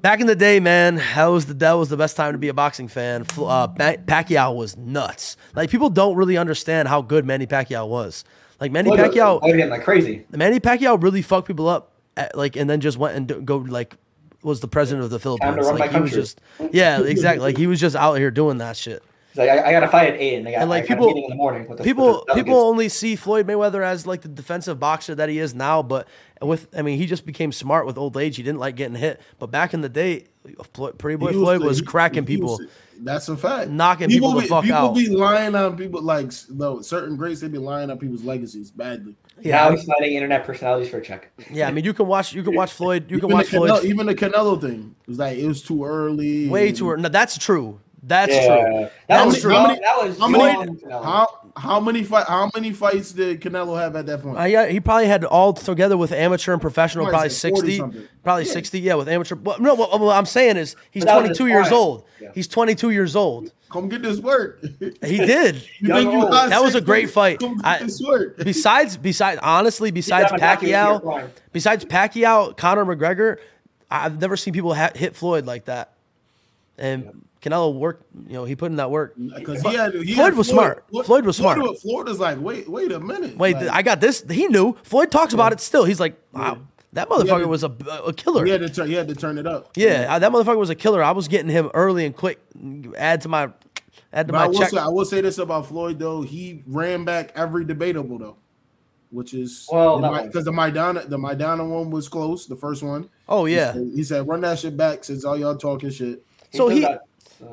[SPEAKER 2] back in the day, man, that was the that was the best time to be a boxing fan. Fl- Uh, Pac- Pacquiao was nuts. Like people don't really understand how good Manny Pacquiao was. Like Manny
[SPEAKER 3] Floyd was
[SPEAKER 2] Pacquiao,
[SPEAKER 3] fighting like crazy.
[SPEAKER 2] Manny Pacquiao really fucked people up, at, like, and then just went and d- go like was the president of the Philippines.
[SPEAKER 3] run my
[SPEAKER 2] Like he was
[SPEAKER 3] country.
[SPEAKER 2] just, yeah, exactly. Like he was just out here doing that shit.
[SPEAKER 3] He's like, I, I got to fight at eight, and I got,
[SPEAKER 2] And, like,
[SPEAKER 3] I got
[SPEAKER 2] people-
[SPEAKER 3] a meeting in the morning. With the,
[SPEAKER 2] people
[SPEAKER 3] with the
[SPEAKER 2] people
[SPEAKER 3] delegates."
[SPEAKER 2] only see Floyd Mayweather as like the defensive boxer that he is now, but with I mean he just became smart with old age. He didn't like getting hit, but back in the day, Floyd, Pretty Boy
[SPEAKER 1] He used
[SPEAKER 2] Floyd
[SPEAKER 1] to-
[SPEAKER 2] was
[SPEAKER 1] he-
[SPEAKER 2] cracking
[SPEAKER 1] he
[SPEAKER 2] people.
[SPEAKER 1] used to- that's a fact.
[SPEAKER 2] knocking people the
[SPEAKER 1] be,
[SPEAKER 2] fuck
[SPEAKER 1] people
[SPEAKER 2] out.
[SPEAKER 1] be lying on people like s- though certain greats. They be lying on people's legacies badly.
[SPEAKER 3] Now
[SPEAKER 2] Yeah,
[SPEAKER 3] he's fighting internet personalities for a check.
[SPEAKER 2] yeah. I mean you can watch you can watch Floyd you
[SPEAKER 1] Even
[SPEAKER 2] can
[SPEAKER 1] the,
[SPEAKER 2] watch Floyd
[SPEAKER 1] Canelo, even the Canelo thing it was like it was too early.
[SPEAKER 2] way
[SPEAKER 1] and-
[SPEAKER 2] too early. No, that's true. That's
[SPEAKER 3] yeah.
[SPEAKER 2] true.
[SPEAKER 1] How
[SPEAKER 3] That was
[SPEAKER 1] many-
[SPEAKER 3] true.
[SPEAKER 1] how
[SPEAKER 3] That
[SPEAKER 1] many-
[SPEAKER 3] was
[SPEAKER 1] how many-
[SPEAKER 3] young Canelo.
[SPEAKER 1] How how many fight how many fights did Canelo have at that point?
[SPEAKER 2] I got, Uh, he probably had all together with amateur and professional,
[SPEAKER 1] Might
[SPEAKER 2] probably
[SPEAKER 1] say 40
[SPEAKER 2] sixty,
[SPEAKER 1] something.
[SPEAKER 2] probably
[SPEAKER 1] Yeah.
[SPEAKER 2] sixty. Yeah, with amateur. Well, no, what, what I'm saying is he's
[SPEAKER 3] But that was his
[SPEAKER 2] 22 years
[SPEAKER 3] prime.
[SPEAKER 2] old.
[SPEAKER 3] Yeah.
[SPEAKER 2] He's 22 years old.
[SPEAKER 1] Come get this work. You
[SPEAKER 2] He did.
[SPEAKER 3] Young
[SPEAKER 1] think you
[SPEAKER 3] old.
[SPEAKER 1] got
[SPEAKER 2] That was
[SPEAKER 1] six
[SPEAKER 2] a great
[SPEAKER 1] minutes?
[SPEAKER 2] fight.
[SPEAKER 1] Come get
[SPEAKER 2] I-
[SPEAKER 1] this work.
[SPEAKER 2] besides, besides, honestly, besides
[SPEAKER 3] have a documentary
[SPEAKER 2] Pacquiao,
[SPEAKER 3] of Floyd.
[SPEAKER 2] besides Pacquiao, Conor McGregor, I- I've never seen people ha- hit Floyd like that. And Canelo worked. You know, he put in that work.
[SPEAKER 3] Mm,
[SPEAKER 1] Because he had, he
[SPEAKER 2] Floyd
[SPEAKER 1] had
[SPEAKER 2] was smart. Floyd was smart.
[SPEAKER 1] Floyd, Florida's like, wait, wait a minute.
[SPEAKER 2] Wait,
[SPEAKER 1] like,
[SPEAKER 2] th- I got this. He knew. Floyd talks about it still. He's like, wow, that motherfucker
[SPEAKER 1] to-
[SPEAKER 2] was a, a killer.
[SPEAKER 1] he had to turn, he had to turn it up.
[SPEAKER 2] Yeah, I- that motherfucker was a killer. I was getting him early and quick. Add to my, add to
[SPEAKER 1] But I
[SPEAKER 2] my
[SPEAKER 1] will
[SPEAKER 2] check.
[SPEAKER 1] say, I will say this about Floyd though, he ran back every debatable though, which is
[SPEAKER 3] Well, that one.
[SPEAKER 1] because the Maidana the Maidana one was close, the first one.
[SPEAKER 2] oh yeah.
[SPEAKER 1] And he said, run that shit back since all y'all talking shit.
[SPEAKER 2] So
[SPEAKER 3] did
[SPEAKER 2] he,
[SPEAKER 3] that.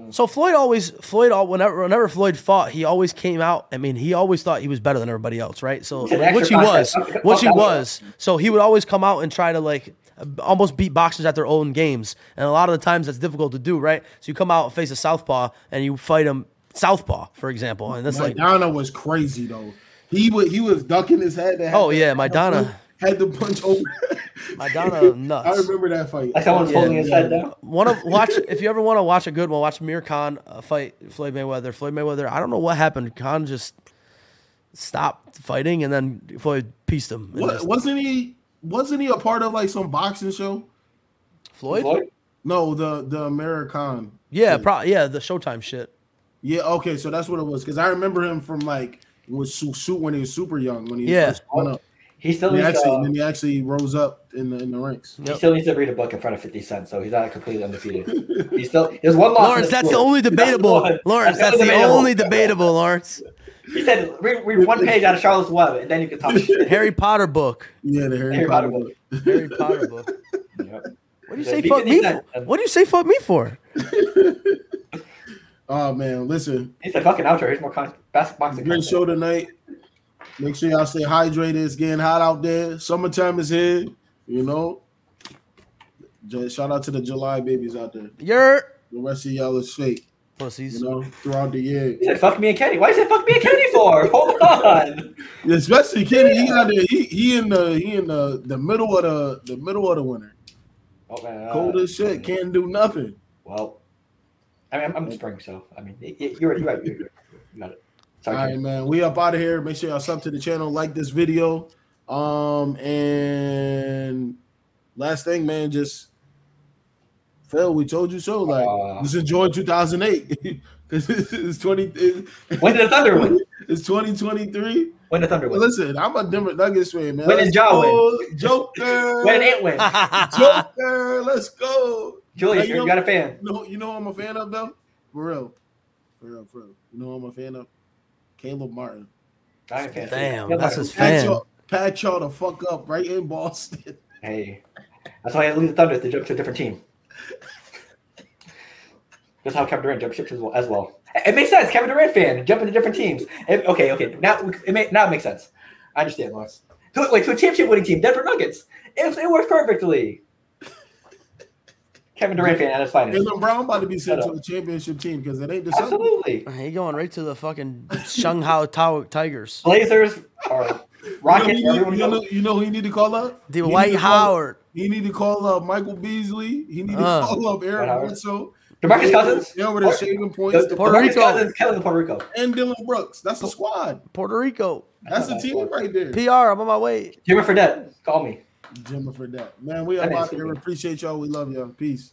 [SPEAKER 2] so Floyd always, Floyd all whenever, whenever Floyd fought, he always came out. I mean, he always thought he was better than everybody else, right? So
[SPEAKER 3] an extra
[SPEAKER 2] which he was,
[SPEAKER 3] contest.
[SPEAKER 2] which he
[SPEAKER 3] Okay.
[SPEAKER 2] was. So he would always come out and try to like almost beat boxers at their own games, and a lot of the times that's difficult to do, right? So you come out and face a southpaw and you fight him southpaw, for example, and that's like
[SPEAKER 1] Maidana was crazy though. He was he was ducking his head. to have
[SPEAKER 2] Oh,
[SPEAKER 1] to-
[SPEAKER 2] yeah, Maidana.
[SPEAKER 1] had to punch over.
[SPEAKER 2] Madonna nuts.
[SPEAKER 1] I remember that fight.
[SPEAKER 3] Like someone's
[SPEAKER 2] Yeah.
[SPEAKER 3] holding his head down.
[SPEAKER 2] One of watch if you ever want to watch a good one, watch Amir Khan uh, fight Floyd Mayweather. Floyd Mayweather, I don't know what happened. Khan just stopped fighting, and then Floyd pieced him. and
[SPEAKER 1] What,
[SPEAKER 2] just-
[SPEAKER 1] wasn't he? Wasn't he a part of like some boxing show?
[SPEAKER 2] Floyd?
[SPEAKER 3] Floyd?
[SPEAKER 1] No, the the American.
[SPEAKER 2] Yeah, pro- yeah, the Showtime shit.
[SPEAKER 1] Yeah, okay, so that's what it was because I remember him from like was su- su- when he was super young when he
[SPEAKER 2] Yeah.
[SPEAKER 1] first went up.
[SPEAKER 3] He still
[SPEAKER 1] And he
[SPEAKER 3] needs
[SPEAKER 1] actually,
[SPEAKER 3] uh,
[SPEAKER 1] then he actually rose up in the in the ranks.
[SPEAKER 3] He still needs to read a book in front of 50 Cent, so he's not completely undefeated. He's still there's one loss.
[SPEAKER 2] Lawrence,
[SPEAKER 3] in
[SPEAKER 2] that's the
[SPEAKER 3] school.
[SPEAKER 2] only
[SPEAKER 3] That's
[SPEAKER 2] debatable.
[SPEAKER 3] one.
[SPEAKER 2] Lawrence, that's, the only debatable. Lawrence,
[SPEAKER 3] He said, read, read one page out of Charlotte's Web, and then you can talk shit.
[SPEAKER 2] Harry Potter book.
[SPEAKER 1] Yeah, the Harry,
[SPEAKER 3] Harry
[SPEAKER 1] Potter.
[SPEAKER 3] Potter
[SPEAKER 1] book.
[SPEAKER 2] Harry Potter book.
[SPEAKER 3] Yep.
[SPEAKER 2] What do you
[SPEAKER 3] Yeah,
[SPEAKER 2] say?
[SPEAKER 3] he-
[SPEAKER 2] Fuck
[SPEAKER 3] he
[SPEAKER 2] me.
[SPEAKER 3] said-
[SPEAKER 2] For? What do you say? Fuck me for?
[SPEAKER 1] Oh man, listen,
[SPEAKER 3] He's like fucking outro. Here's more con- basketball boxing.
[SPEAKER 1] great
[SPEAKER 3] content.
[SPEAKER 1] show tonight. Make sure y'all stay hydrated. It's getting hot out there. Summertime is here. You know. Ju- Shout out to the July babies out there.
[SPEAKER 2] You're
[SPEAKER 1] The rest of y'all is fake. You
[SPEAKER 2] pussies.
[SPEAKER 1] know, throughout the year,
[SPEAKER 3] He said, fuck me and Kenny. Why you say fuck me and Kenny for? Hold on.
[SPEAKER 1] especially Kenny. He out there. He, he in the he in the the middle of the the middle of the winter.
[SPEAKER 3] Oh, man, uh,
[SPEAKER 1] Cold as shit. Can't do nothing.
[SPEAKER 3] Well, I mean, I'm, I'm in spring, so I mean, y- y- you're right. You're right. You're, right. you got it.
[SPEAKER 1] All
[SPEAKER 3] Sorry,
[SPEAKER 1] right,
[SPEAKER 3] Kenny.
[SPEAKER 1] man. We up out of here. Make sure y'all sub to the channel, like this video. Um, and last thing, man, just Phil, we told you so. Like,
[SPEAKER 3] Aw.
[SPEAKER 1] just enjoy 2008 because it's 20. It's,
[SPEAKER 3] When did the Thunder win?
[SPEAKER 1] it's 2023.
[SPEAKER 3] When did the Thunder
[SPEAKER 1] Well,
[SPEAKER 3] win?
[SPEAKER 1] listen, I'm a Denver Nuggets fan, man.
[SPEAKER 3] When did Ja win?
[SPEAKER 1] win? Joker.
[SPEAKER 3] When did it win?
[SPEAKER 1] Joker. Let's go.
[SPEAKER 3] Julius,
[SPEAKER 1] Hey,
[SPEAKER 3] you
[SPEAKER 1] yo.
[SPEAKER 3] got a fan.
[SPEAKER 1] You know, you know who I'm a fan of though? For real. For real, for real. You know who I'm a fan of? Caleb Martin.
[SPEAKER 3] I ain't a fan.
[SPEAKER 2] Damn,
[SPEAKER 3] Yeah,
[SPEAKER 2] that's
[SPEAKER 3] like-
[SPEAKER 2] his
[SPEAKER 1] Pat
[SPEAKER 2] fan.
[SPEAKER 1] y'all, pat y'all the fuck up right in Boston.
[SPEAKER 3] Hey, that's why I leave the Thunder to jump to a different team. That's how Kevin Durant jumped ships as well. As well. It makes sense. Kevin Durant fan jumping to different teams. It- okay, okay. Now it may, now it makes sense. I understand, Lawrence. To, wait, to a championship winning team, Denver Nuggets. It, it works perfectly. Kevin Durant fan at his finest.
[SPEAKER 1] Jalen Brown about to be sent
[SPEAKER 3] Shut
[SPEAKER 1] to
[SPEAKER 3] up.
[SPEAKER 1] a championship team because it ain't the Celtics.
[SPEAKER 3] Absolutely.
[SPEAKER 2] He going right to the fucking Shanghai Tower Tigers.
[SPEAKER 3] Oh, Blazers or Rockets.
[SPEAKER 1] You know, who
[SPEAKER 3] everyone
[SPEAKER 1] he need- you, know,
[SPEAKER 3] knows.
[SPEAKER 1] you know who he need to call up?
[SPEAKER 2] The
[SPEAKER 1] He need
[SPEAKER 2] White
[SPEAKER 1] to call-
[SPEAKER 2] Howard.
[SPEAKER 1] He need to call up Michael Beasley. He need to
[SPEAKER 2] Uh.
[SPEAKER 1] call up Aaron
[SPEAKER 3] White Howard.
[SPEAKER 1] Bledsoe.
[SPEAKER 3] DeMarcus Cousins.
[SPEAKER 1] Yeah, with his shaving points.
[SPEAKER 3] The- the
[SPEAKER 2] Puerto
[SPEAKER 3] DeMarcus
[SPEAKER 2] Rico.
[SPEAKER 3] Cousins killing Puerto Rico.
[SPEAKER 1] And Dylan Brooks. That's a squad.
[SPEAKER 2] Puerto Rico.
[SPEAKER 1] That's a team right there.
[SPEAKER 2] PR, I'm on my way.
[SPEAKER 3] Jimmy Fredette, call me.
[SPEAKER 1] Jimmer for that. Man, we
[SPEAKER 3] That
[SPEAKER 1] up
[SPEAKER 3] is
[SPEAKER 1] out here.
[SPEAKER 3] stupid.
[SPEAKER 1] Appreciate y'all. We love y'all. Peace.